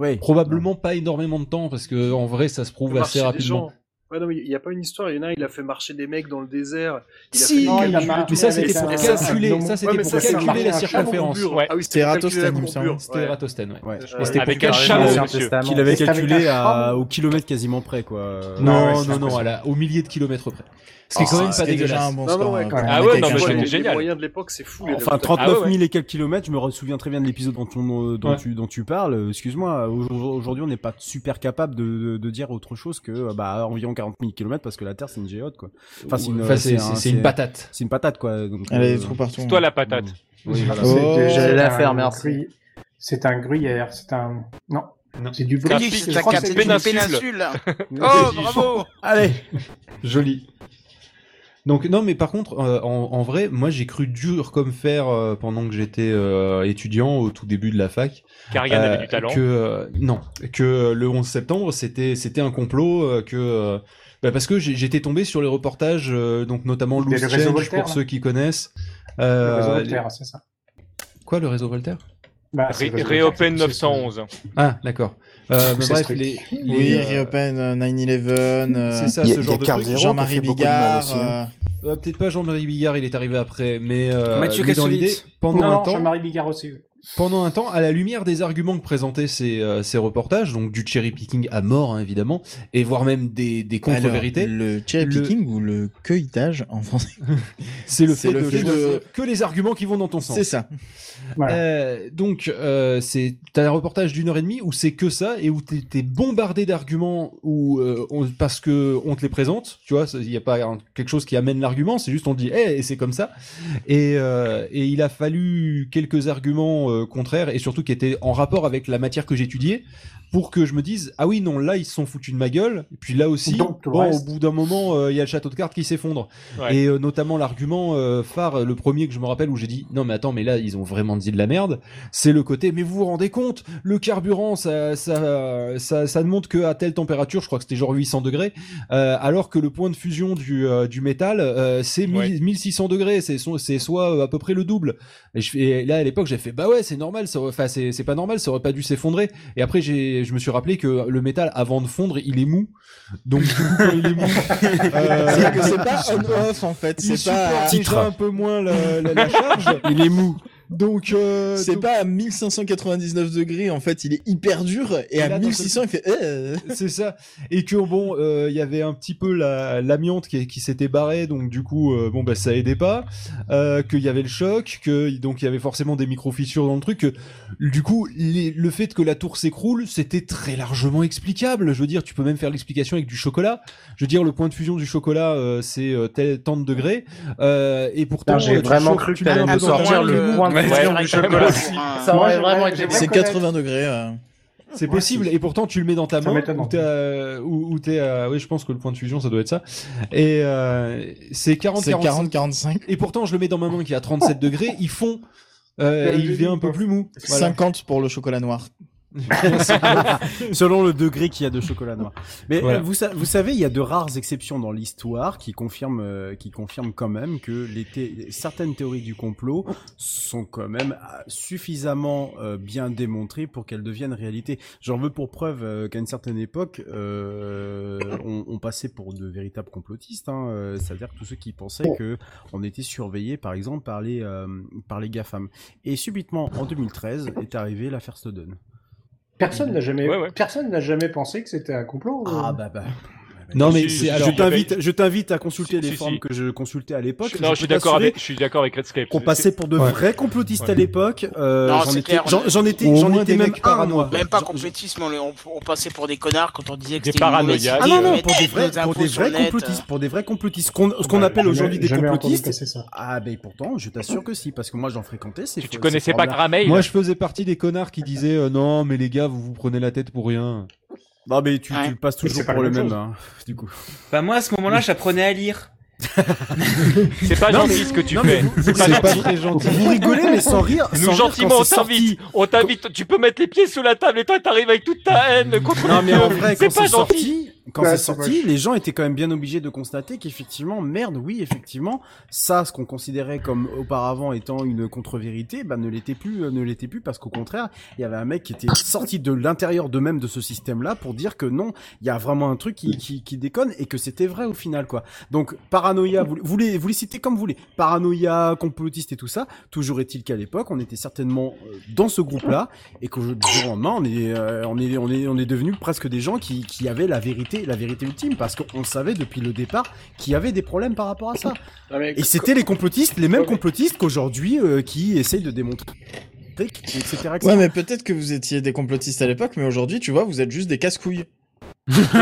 Speaker 10: Ouais.
Speaker 3: Probablement pas énormément de temps parce que en vrai ça se prouve
Speaker 13: Le marché
Speaker 3: assez
Speaker 13: des
Speaker 3: rapidement.
Speaker 13: gens. Ouais, non, mais il n'y a pas une histoire. Il y en a un, il a fait marcher des mecs dans le désert. Il a
Speaker 3: Si,
Speaker 13: fait
Speaker 3: non,
Speaker 13: des
Speaker 3: il a
Speaker 13: calculs
Speaker 3: marché
Speaker 13: et tout.
Speaker 3: Mais ça, c'était pour
Speaker 13: Et
Speaker 3: calculer-
Speaker 13: non,
Speaker 3: ça,
Speaker 13: ouais,
Speaker 3: c'était
Speaker 13: mais
Speaker 3: pour
Speaker 13: ça, c'est
Speaker 3: calculer
Speaker 13: marqué
Speaker 3: la
Speaker 13: un
Speaker 3: circonférence.
Speaker 13: champ de courbure.
Speaker 3: Ouais.
Speaker 13: Ah oui,
Speaker 3: C'était
Speaker 13: pour calculer
Speaker 3: Eratosthène,
Speaker 13: la
Speaker 3: il me semble.
Speaker 13: courbure,
Speaker 3: C'était
Speaker 13: ouais.
Speaker 3: Eratosthène, ouais.
Speaker 13: Ouais.
Speaker 3: Et c'était
Speaker 13: Avec
Speaker 3: pour
Speaker 13: un
Speaker 3: calculer-
Speaker 13: chameau,
Speaker 3: Qu'il
Speaker 13: monsieur.
Speaker 3: qu'il avait
Speaker 13: C'était avec
Speaker 3: calculé
Speaker 13: un
Speaker 3: à-
Speaker 13: chameau.
Speaker 3: au kilomètre quasiment près, quoi.
Speaker 13: Ah ouais,
Speaker 3: Non,
Speaker 13: c'est
Speaker 3: non, non,
Speaker 13: impressionnant.
Speaker 3: à la- au millier de kilomètres près. Ah, Ce qui est quand même pas Oh, dégueulasse. Ah
Speaker 13: Non, non, Ah ouais, quand même. Tu vois, les- Les moyens de l'époque, c'est fou. les
Speaker 10: Enfin,
Speaker 13: résultats.
Speaker 10: 39 000 et quelques kilomètres, je me souviens très bien de l'épisode dont, on- euh, dont
Speaker 13: Ouais.
Speaker 10: tu, dont tu parles. Euh, Excuse-moi, au- aujourd'hui, on n'est pas super capable de, de, de dire autre chose que euh, bah, environ 40 000 kilomètres parce que la Terre, c'est une géote, quoi. Enfin, c'est une,
Speaker 3: Enfin, c'est- c'est-
Speaker 10: un-
Speaker 3: c'est une patate.
Speaker 10: C'est une patate, quoi. Donc,
Speaker 3: Elle est
Speaker 10: euh,
Speaker 3: trop partout. Oh.
Speaker 6: C'est toi la patate.
Speaker 10: Oui, voilà.
Speaker 4: C'est
Speaker 10: C'est-
Speaker 4: un gruyère. C'est un gruyère, c'est un. Non. C'est du
Speaker 6: T'as
Speaker 4: british.
Speaker 6: piqué-
Speaker 4: Je
Speaker 6: t'as
Speaker 4: crois que
Speaker 6: capté
Speaker 4: c'est du-
Speaker 6: une
Speaker 9: péninsule. Oh, bravo
Speaker 10: Allez
Speaker 3: Joli. Donc non, mais par contre, euh, en, en vrai, moi j'ai cru dur comme fer euh, pendant que j'étais euh, étudiant au tout début de la fac.
Speaker 6: Car Yann avait du talent.
Speaker 3: Que euh, non, que euh, le 11 septembre c'était c'était un complot euh, que euh, bah, parce que j'ai- j'étais tombé sur les reportages euh, donc notamment
Speaker 4: Il y a
Speaker 3: Loose
Speaker 4: le réseau
Speaker 3: Change
Speaker 4: Voltaire,
Speaker 3: pour
Speaker 4: là.
Speaker 3: ceux qui connaissent.
Speaker 4: Le
Speaker 3: Euh,
Speaker 4: réseau
Speaker 3: les-
Speaker 4: Voltaire, c'est ça.
Speaker 3: Quoi le réseau Voltaire
Speaker 4: Bah, c'est
Speaker 6: Ré-
Speaker 4: le réseau
Speaker 6: Réopen 911.
Speaker 3: Ah d'accord. Euh, mais
Speaker 1: C'est
Speaker 3: bref,
Speaker 1: ce truc.
Speaker 3: les, les,
Speaker 1: oui,
Speaker 3: euh,
Speaker 1: Reopen euh, 9-11. euh,
Speaker 3: C'est ça, ce genre de truc.
Speaker 1: Jean-Marie Bigard. euh,
Speaker 3: Euh, Peut-être pas Jean-Marie Bigard, il est arrivé après, mais, euh,
Speaker 10: Mathieu
Speaker 3: mais dans
Speaker 10: Kassovitz.
Speaker 3: l'idée, pendant
Speaker 4: Non,
Speaker 3: un temps,
Speaker 4: Jean-Marie Bigard aussi. oui.
Speaker 3: pendant un temps, à la lumière des arguments que présentaient ces, euh, ces reportages, donc du cherry picking à mort hein, évidemment, et voire même des, des contre-vérités,
Speaker 1: alors, Le cherry
Speaker 3: le-
Speaker 1: picking ou le cueilletage en français.
Speaker 3: c'est le fait, de,
Speaker 1: de-
Speaker 3: que les arguments qui vont dans ton sens.
Speaker 1: C'est ça.
Speaker 4: Voilà.
Speaker 3: Euh, donc, euh, c'est t'as un reportage d'une heure et demie où c'est que ça et où t'es t'es bombardé d'arguments où euh, on- parce que on te les présente, tu vois, il y a pas un- quelque chose qui amène l'argument, c'est juste on te dit, Eh, et c'est comme ça. Et, euh, et il a fallu quelques arguments euh, contraires et surtout qui étaient en rapport avec la matière que j'étudiais pour que je me dise ah oui non là ils se sont foutus de ma gueule et puis là aussi
Speaker 4: Donc, le
Speaker 3: bon
Speaker 4: reste.
Speaker 3: au bout d'un moment euh, il y a le château de cartes qui s'effondre
Speaker 6: Ouais.
Speaker 3: et euh, notamment l'argument euh, phare le premier que je me rappelle où j'ai dit non mais attends mais là ils ont vraiment dit de la merde c'est le côté mais vous vous rendez compte le carburant ça ça ça, ça ne monte que à telle température je crois que c'était genre 800 degrés euh, alors que le point de fusion du euh, du métal euh, c'est mille-
Speaker 6: Ouais.
Speaker 3: 1600 degrés c'est so- c'est soit euh, à peu près le double et, je, fais- et là à l'époque j'ai fait bah ouais c'est normal ça aurait- enfin c'est c'est pas normal ça aurait pas dû s'effondrer et après j'ai je me suis rappelé que le métal avant de fondre il est mou donc du coup, quand il est mou euh,
Speaker 1: C'est que c'est pas on-off en fait.
Speaker 3: il
Speaker 1: C'est pas.
Speaker 3: supporte déjà un peu moins la, la- la charge
Speaker 10: Il est mou.
Speaker 3: donc euh,
Speaker 1: C'est
Speaker 3: donc,
Speaker 1: pas à 1599 degrés, en fait, il est hyper dur, et
Speaker 3: Et
Speaker 1: à
Speaker 3: là, d'un
Speaker 1: 1600, il fait, euh,
Speaker 3: c'est ça et que bon euh, il y avait un petit peu la l'amiante qui, qui s'était barrée donc du coup euh, bon bah ça aidait pas euh, qu'il y avait le choc que donc il y avait forcément des micro fissures dans le truc que, du coup les- le fait que la tour s'écroule c'était très largement explicable je veux dire tu peux même faire l'explication avec du chocolat je veux dire le point de fusion du chocolat euh, c'est euh, tel tant de degrés euh, et pourtant
Speaker 2: J'ai
Speaker 3: euh, tu
Speaker 2: vraiment
Speaker 3: chauffes-
Speaker 2: cru
Speaker 3: tu
Speaker 2: que t'allais
Speaker 3: mets un
Speaker 2: me
Speaker 3: peu dans le
Speaker 2: sortir
Speaker 3: mou,
Speaker 2: le
Speaker 3: mou,
Speaker 2: point de
Speaker 6: Ouais.
Speaker 2: fusion du chocolat. Ça
Speaker 4: Moi,
Speaker 2: aurait
Speaker 4: j'aimerais-
Speaker 2: vraiment été.
Speaker 4: j'aimerais
Speaker 1: c'est
Speaker 4: connaître-
Speaker 1: 80 degrés. euh.
Speaker 3: C'est
Speaker 4: Ouais,
Speaker 3: possible,
Speaker 4: si.
Speaker 3: et pourtant tu le mets dans ta
Speaker 4: Ça
Speaker 3: main,
Speaker 4: m'étonne.
Speaker 3: ou t'es, euh, ou, ou t'es, euh, oui, je pense que le point de fusion, ça doit être ça. Et euh, c'est 40,
Speaker 1: C'est
Speaker 3: 45.
Speaker 1: 40-45.
Speaker 3: Et pourtant, je le mets dans ma main qui est à 37 degrés, ils font, euh, et il devient un peu plus mou. Voilà.
Speaker 1: 50 pour le chocolat noir.
Speaker 10: Selon le degré qu'il y a de chocolat noir. Mais
Speaker 3: Voilà.
Speaker 10: euh, vous, sa- vous savez, il y a de rares exceptions dans l'histoire qui confirment, euh, qui confirment quand même que les thé- certaines théories du complot sont quand même euh, suffisamment euh, bien démontrées pour qu'elles deviennent réalité. J'en veux pour preuve euh, qu'à une certaine époque, euh, on, on passait pour de véritables complotistes. hein, euh, C'est-à-dire tous ceux qui pensaient que on était surveillé, par exemple, par les, euh, par les GAFAM. Et subitement, en 2013, est arrivée l'affaire Snowden.
Speaker 4: Personne n'a jamais,
Speaker 6: Ouais, ouais.
Speaker 4: personne n'a jamais pensé que c'était un complot. euh.
Speaker 10: Ah bah bah.
Speaker 3: Non, mais
Speaker 6: Si,
Speaker 3: c'est,
Speaker 6: si,
Speaker 3: alors,
Speaker 10: je t'invite, je t'invite à consulter
Speaker 6: Si,
Speaker 10: les
Speaker 6: si,
Speaker 10: forums
Speaker 6: si.
Speaker 10: que je consultais à l'époque.
Speaker 6: Non, je suis d'accord
Speaker 10: t'assurer
Speaker 6: avec, je suis d'accord avec Redscape.
Speaker 10: Qu'on passait pour de
Speaker 3: Ouais.
Speaker 10: vrais complotistes à l'époque. euh,
Speaker 9: Non,
Speaker 10: j'en
Speaker 9: c'est
Speaker 10: étais,
Speaker 9: clair, on
Speaker 10: j'en- j'en étais,
Speaker 3: Au
Speaker 10: j'en
Speaker 3: moins
Speaker 10: étais
Speaker 3: des
Speaker 10: même
Speaker 3: mecs
Speaker 10: un,
Speaker 3: paranoïaques.
Speaker 10: moi.
Speaker 9: Même pas
Speaker 10: J'en-
Speaker 9: complétisme, on, le- on- on passait pour des connards quand on disait que
Speaker 6: Des
Speaker 9: c'était une mauvaise
Speaker 6: paranoïaques.
Speaker 10: Ah non, non,
Speaker 9: idée,
Speaker 10: pour des
Speaker 9: mettre
Speaker 10: vrais,
Speaker 9: nos
Speaker 10: pour des
Speaker 9: infos sur
Speaker 10: vrais
Speaker 9: le net. hein.
Speaker 10: complotistes, pour des vrais complotistes, qu'on- ce qu'on
Speaker 4: Bah,
Speaker 10: appelle
Speaker 4: jamais-
Speaker 10: aujourd'hui des
Speaker 4: jamais entendu
Speaker 10: complotistes.
Speaker 4: passer ça.
Speaker 10: Ah ben pourtant, je t'assure que si, parce que moi j'en fréquentais. ces
Speaker 6: Tu, tu
Speaker 10: ces
Speaker 6: connaissais pas
Speaker 10: forums-là.
Speaker 6: Gramail
Speaker 3: moi, je faisais partie des connards qui disaient, euh, non, mais les gars, vous vous prenez la tête pour rien.
Speaker 10: Bah mais tu,
Speaker 9: Ouais.
Speaker 10: tu passes
Speaker 4: c'est
Speaker 10: toujours
Speaker 4: pas
Speaker 10: pour
Speaker 4: la
Speaker 10: le
Speaker 4: même
Speaker 10: même, hein, du coup.
Speaker 11: Bah moi à ce moment-là j'apprenais à lire.
Speaker 6: C'est pas
Speaker 10: Non,
Speaker 6: gentil
Speaker 10: mais-
Speaker 6: ce que tu
Speaker 10: non,
Speaker 6: fais.
Speaker 10: mais vous-
Speaker 6: C'est pas
Speaker 3: C'est pas
Speaker 6: gentil.
Speaker 3: très gentil.
Speaker 10: Vous rigolez mais sans rire. sans
Speaker 6: Nous
Speaker 10: rire
Speaker 6: gentiment,
Speaker 10: quand
Speaker 6: on
Speaker 10: c'est sorti.
Speaker 6: t'invite, on t'invite, tu peux mettre les pieds sous la table et toi t'arrives avec toute ta haine contre
Speaker 10: Non mais
Speaker 6: les
Speaker 10: en
Speaker 6: vieux.
Speaker 10: vrai, quand
Speaker 6: c'est pas gentil.
Speaker 10: c'est sorti, quand
Speaker 7: Ouais,
Speaker 10: c'est
Speaker 7: c'est
Speaker 10: sorti,
Speaker 7: moche.
Speaker 10: les gens étaient quand même bien obligés de constater qu'effectivement, merde, oui, effectivement, ça, ce qu'on considérait comme auparavant étant une contre-vérité, bah, ne l'était plus, euh, ne l'était plus, parce qu'au contraire, il y avait un mec qui était sorti de l'intérieur de même de ce système-là pour dire que non, il y a vraiment un truc qui, qui, qui déconne et que c'était vrai au final, quoi. Donc, paranoïa, vous, vous, les, vous les citez comme vous voulez, paranoïa, complotiste et tout ça, toujours est-il qu'à l'époque, on était certainement euh, dans ce groupe-là et qu'au du jour au lendemain, on est, euh, on est, on est, on est devenu presque des gens qui, qui avaient la vérité, la vérité ultime, parce qu'on savait depuis le départ qu'il y avait des problèmes par rapport à ça.
Speaker 13: Non, mais
Speaker 10: Et c'était les complotistes, les mêmes complotistes qu'aujourd'hui euh, qui essayent de démontrer, etc. etc.
Speaker 1: Ouais, mais peut-être que vous étiez des complotistes à l'époque, mais aujourd'hui, tu vois, vous êtes juste des casse-couilles.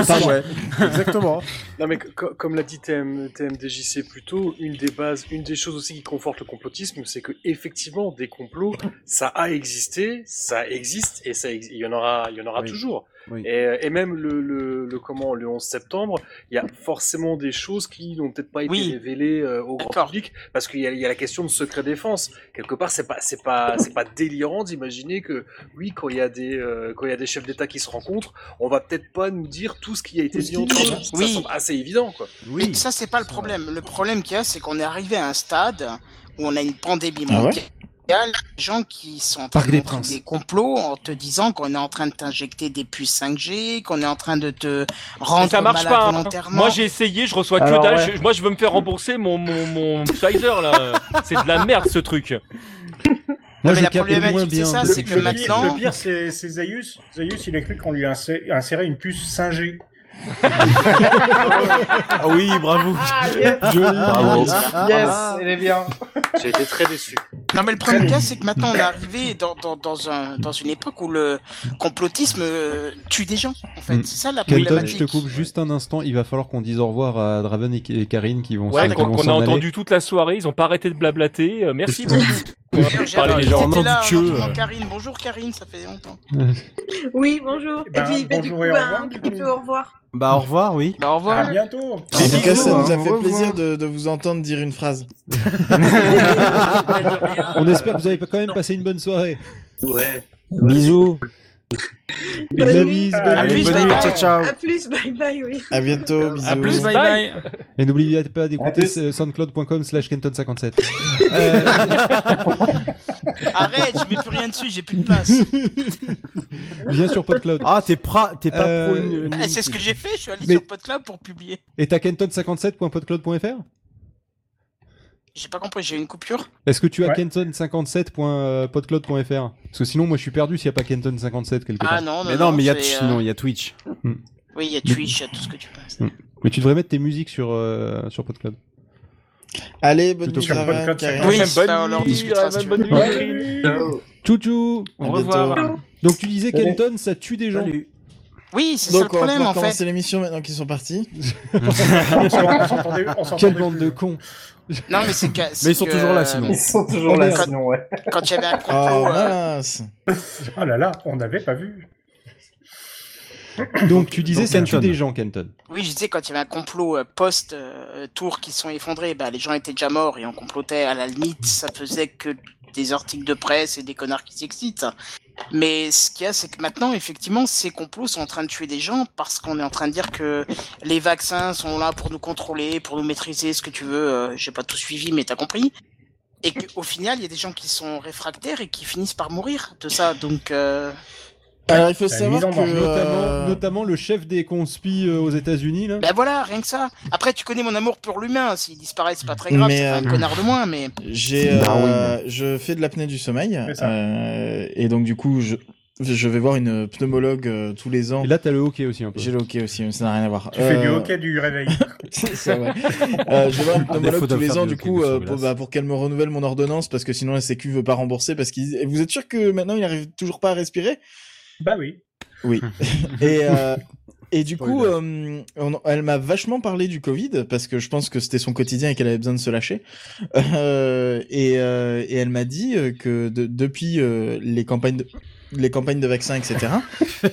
Speaker 1: Pardon.
Speaker 10: exactement.
Speaker 13: Non mais co- co- comme l'a dit TM, TMDJC plus tôt, une des bases, une des choses aussi qui conforte le complotisme, c'est que effectivement des complots, ça a existé, ça existe et ça ex- il y en aura, il y en aura
Speaker 10: Oui.
Speaker 13: toujours.
Speaker 10: Oui.
Speaker 13: Et, euh, et même le, le, le comment le 11 septembre, il y a forcément des choses qui n'ont peut-être pas été
Speaker 9: Oui.
Speaker 13: révélées euh, au grand public parce qu'il y, a- il y a la question de secret défense. Quelque part, c'est pas c'est pas c'est pas délirant d'imaginer que oui, quand il y a des euh, quand il y a des chefs d'État qui se rencontrent, on va peut-être pas nous dire tout ce qui a été dit entre eux. Ça
Speaker 9: Oui.
Speaker 13: semble assez évident quoi.
Speaker 9: Mais ça, c'est pas le problème. Le problème qu'il y a, c'est qu'on est arrivé à un stade où on a une pandémie
Speaker 13: Ah ouais
Speaker 9: mondiale. des gens qui sont en train de monter des complots en te disant qu'on est en train de t'injecter des puces 5G, qu'on est en train de te rendre
Speaker 6: ça marche
Speaker 9: malade
Speaker 6: pas. hein.
Speaker 9: volontairement.
Speaker 6: Moi j'ai essayé, je reçois que
Speaker 9: Alors,
Speaker 6: dalle.
Speaker 9: ouais.
Speaker 6: Je- moi je veux me faire rembourser mon mon mon Pfizer là. C'est de
Speaker 9: Ah,
Speaker 6: la merde ce truc.
Speaker 3: Moi,
Speaker 9: mais
Speaker 3: je
Speaker 9: la
Speaker 3: capte
Speaker 9: problématique,
Speaker 3: moins
Speaker 9: c'est
Speaker 3: bien.
Speaker 9: ça,
Speaker 3: depuis
Speaker 9: c'est que euh,
Speaker 3: le
Speaker 4: Le
Speaker 3: début.
Speaker 4: pire, le pire, c'est c'est Zaius. Zaius, il a cru qu'on lui insé- insérait une puce 5G.
Speaker 10: Ah oui, bravo.
Speaker 13: Bravo.
Speaker 2: Yes, elle est bien.
Speaker 13: J'ai été très déçu.
Speaker 9: Non, mais le problème qu'il y a, c'est que maintenant, on est arrivé dans, dans, dans, un, dans une époque où le complotisme euh, tue des gens, en fait.
Speaker 3: Mm.
Speaker 9: C'est ça la
Speaker 3: Kenton, je
Speaker 9: problématique.
Speaker 3: te coupe juste un instant. Il va falloir qu'on dise au revoir à Draven et- et Karine qui vont
Speaker 6: Ouais,
Speaker 3: se- qui
Speaker 6: qu'on
Speaker 3: vont
Speaker 6: qu'on a
Speaker 3: s'en aller.
Speaker 6: entendu toute la soirée, ils ont pas arrêté de blablater. Euh, merci beaucoup.
Speaker 9: J'ai
Speaker 6: Parler
Speaker 9: adoré
Speaker 6: des
Speaker 9: qu'ils
Speaker 6: gens. Entendu
Speaker 9: étaient là, en
Speaker 6: que,
Speaker 9: entendant
Speaker 6: euh,
Speaker 9: Karine. Bonjour Karine, ça fait longtemps.
Speaker 12: Oui, bonjour. Et,
Speaker 4: Ben,
Speaker 12: puis, ben, du coup,
Speaker 4: bonjour et au revoir,
Speaker 12: ben, un petit peu au revoir.
Speaker 10: Bah, au revoir, oui.
Speaker 9: Bah, au
Speaker 4: À
Speaker 9: revoir.
Speaker 4: bientôt.
Speaker 1: En tout cas, ça nous a
Speaker 3: Au
Speaker 1: fait
Speaker 3: revoir.
Speaker 1: plaisir de, de vous entendre dire une phrase.
Speaker 3: On espère que vous avez quand même passé une bonne soirée.
Speaker 13: Ouais.
Speaker 3: Bisous.
Speaker 12: Bonne
Speaker 3: Bisous,
Speaker 12: nuit.
Speaker 3: bisous.
Speaker 12: À
Speaker 10: Allez,
Speaker 12: plus,
Speaker 10: bonne
Speaker 12: bye
Speaker 10: nuit,
Speaker 12: bye.
Speaker 10: ciao, ciao.
Speaker 12: À plus, bye bye, oui.
Speaker 1: À bientôt, bisous.
Speaker 11: À plus, bye bye.
Speaker 3: Et n'oubliez pas d'écouter
Speaker 7: plus.
Speaker 3: ce- soundcloud.com slash kenton57. Euh,
Speaker 9: Euh, Arrête, je mets plus rien dessus, j'ai plus de place.
Speaker 3: Bien sur PodCloud.
Speaker 10: Ah, t'es pra- t'es pas
Speaker 3: Euh,
Speaker 10: pro une-
Speaker 12: Eh,
Speaker 9: Ah, c'est ce que j'ai fait, je suis allé
Speaker 3: Mais-
Speaker 9: sur PodCloud pour publier.
Speaker 3: Et t'as kenton57.podcloud.fr
Speaker 9: J'ai pas compris, j'ai eu une coupure.
Speaker 3: Est-ce que tu as
Speaker 4: Ouais.
Speaker 3: kenton57.podcloud.fr Parce que sinon, moi, je suis perdu s'il n'y a pas kenton57 quelque part. Hmm.
Speaker 9: Ah non, non.
Speaker 10: Mais non, mais il y a
Speaker 9: c'est, euh,
Speaker 10: sinon, il y a Twitch.
Speaker 9: Oui, il y a Twitch, il y a tout ce que tu veux.
Speaker 3: Mais tu devrais mettre tes musiques sur, euh, sur PodCloud.
Speaker 1: Allez, bonne
Speaker 3: Plutôt
Speaker 1: nuit,
Speaker 3: que-
Speaker 1: Draven, Karine.
Speaker 9: Oui,
Speaker 6: Même
Speaker 9: ça,
Speaker 6: bonne
Speaker 9: on leur
Speaker 6: nuit,
Speaker 9: discutera,
Speaker 6: Raven,
Speaker 9: si tu
Speaker 6: bonne
Speaker 9: veux.
Speaker 6: nuit, Karine.
Speaker 3: Tchou
Speaker 1: À
Speaker 11: Au revoir.
Speaker 1: bientôt.
Speaker 3: Donc tu disais
Speaker 4: Salut.
Speaker 3: Kenton, ça tue des gens.
Speaker 10: Salut.
Speaker 9: Oui, c'est ça le
Speaker 1: Donc, on va
Speaker 9: problème
Speaker 1: pouvoir
Speaker 9: en fait.
Speaker 1: commencer l'émission maintenant qu'ils sont partis.
Speaker 4: On s'en- on s'entendait- on s'entendait
Speaker 3: Quelle bande
Speaker 4: plus.
Speaker 3: de cons.
Speaker 9: Non, mais c'est que- c'est
Speaker 10: Mais ils sont
Speaker 9: que,
Speaker 10: toujours là,
Speaker 9: euh,
Speaker 10: sinon.
Speaker 7: Ils sont toujours là,
Speaker 9: Quand-
Speaker 7: sinon, ouais.
Speaker 9: Quand il y avait
Speaker 12: Ah,
Speaker 9: un
Speaker 1: Oh,
Speaker 9: propos, euh,
Speaker 1: mince.
Speaker 4: Ah là là, on n'avait pas vu.
Speaker 3: Donc tu disais
Speaker 10: donc,
Speaker 3: ça tue
Speaker 10: Kenton.
Speaker 3: des gens, Kenton.
Speaker 9: Oui, je disais, quand il y avait un complot euh, post-tour qui sont effondrés, bah, les gens étaient déjà morts et on complotait. À la limite, ça faisait que des articles de presse et des connards qui s'excitent. Mais ce qu'il y a, c'est que maintenant, effectivement, ces complots sont en train de tuer des gens parce qu'on est en train de dire que les vaccins sont là pour nous contrôler, pour nous maîtriser, ce que tu veux. euh, J'ai pas tout suivi, mais t'as compris. Et qu'au final, il y a des gens qui sont réfractaires et qui finissent par mourir de ça. Donc, euh,
Speaker 1: Alors, il faut
Speaker 4: La
Speaker 1: savoir
Speaker 4: mise en
Speaker 1: que...
Speaker 4: danger.
Speaker 1: euh,
Speaker 3: Notamment, notamment le chef des conspis euh, aux États-Unis là.
Speaker 9: ben voilà, rien que ça. Après, tu connais mon amour pour l'humain. S'il disparaît, c'est pas très grave,
Speaker 1: Mais,
Speaker 9: c'est
Speaker 1: euh,
Speaker 9: un connard de moins, mais.
Speaker 1: J'ai,
Speaker 3: Bah
Speaker 1: euh, je fais de l'apnée du sommeil
Speaker 4: C'est ça.
Speaker 1: euh, et donc du coup je, je vais voir une pneumologue euh, tous les ans.
Speaker 3: Et là t'as le hockey aussi un peu.
Speaker 1: J'ai le hockey aussi, mais ça n'a rien à voir.
Speaker 4: Tu fais du
Speaker 1: Euh,
Speaker 4: hockey du réveil.
Speaker 1: c'est vrai. Euh, je vais voir une pneumologue
Speaker 10: défaut de
Speaker 1: tous les
Speaker 10: faire
Speaker 1: ans
Speaker 10: du
Speaker 1: du
Speaker 10: hockey
Speaker 1: coup
Speaker 10: de
Speaker 1: euh,
Speaker 10: glace.
Speaker 1: pour, bah, pour qu'elle me renouvelle mon ordonnance parce que sinon la Sécu veut pas rembourser parce qu'ils. Et Vous êtes sûr que maintenant il arrive toujours pas à respirer
Speaker 4: bah oui.
Speaker 1: Oui. et, euh, et du coup,
Speaker 10: Spoiler.
Speaker 1: euh, on- elle m'a vachement parlé du Covid parce que je pense que c'était son quotidien et qu'elle avait besoin de se lâcher. Euh, et, euh, et elle m'a dit euh, que de- depuis euh, les campagnes de les campagnes de vaccins, etc.,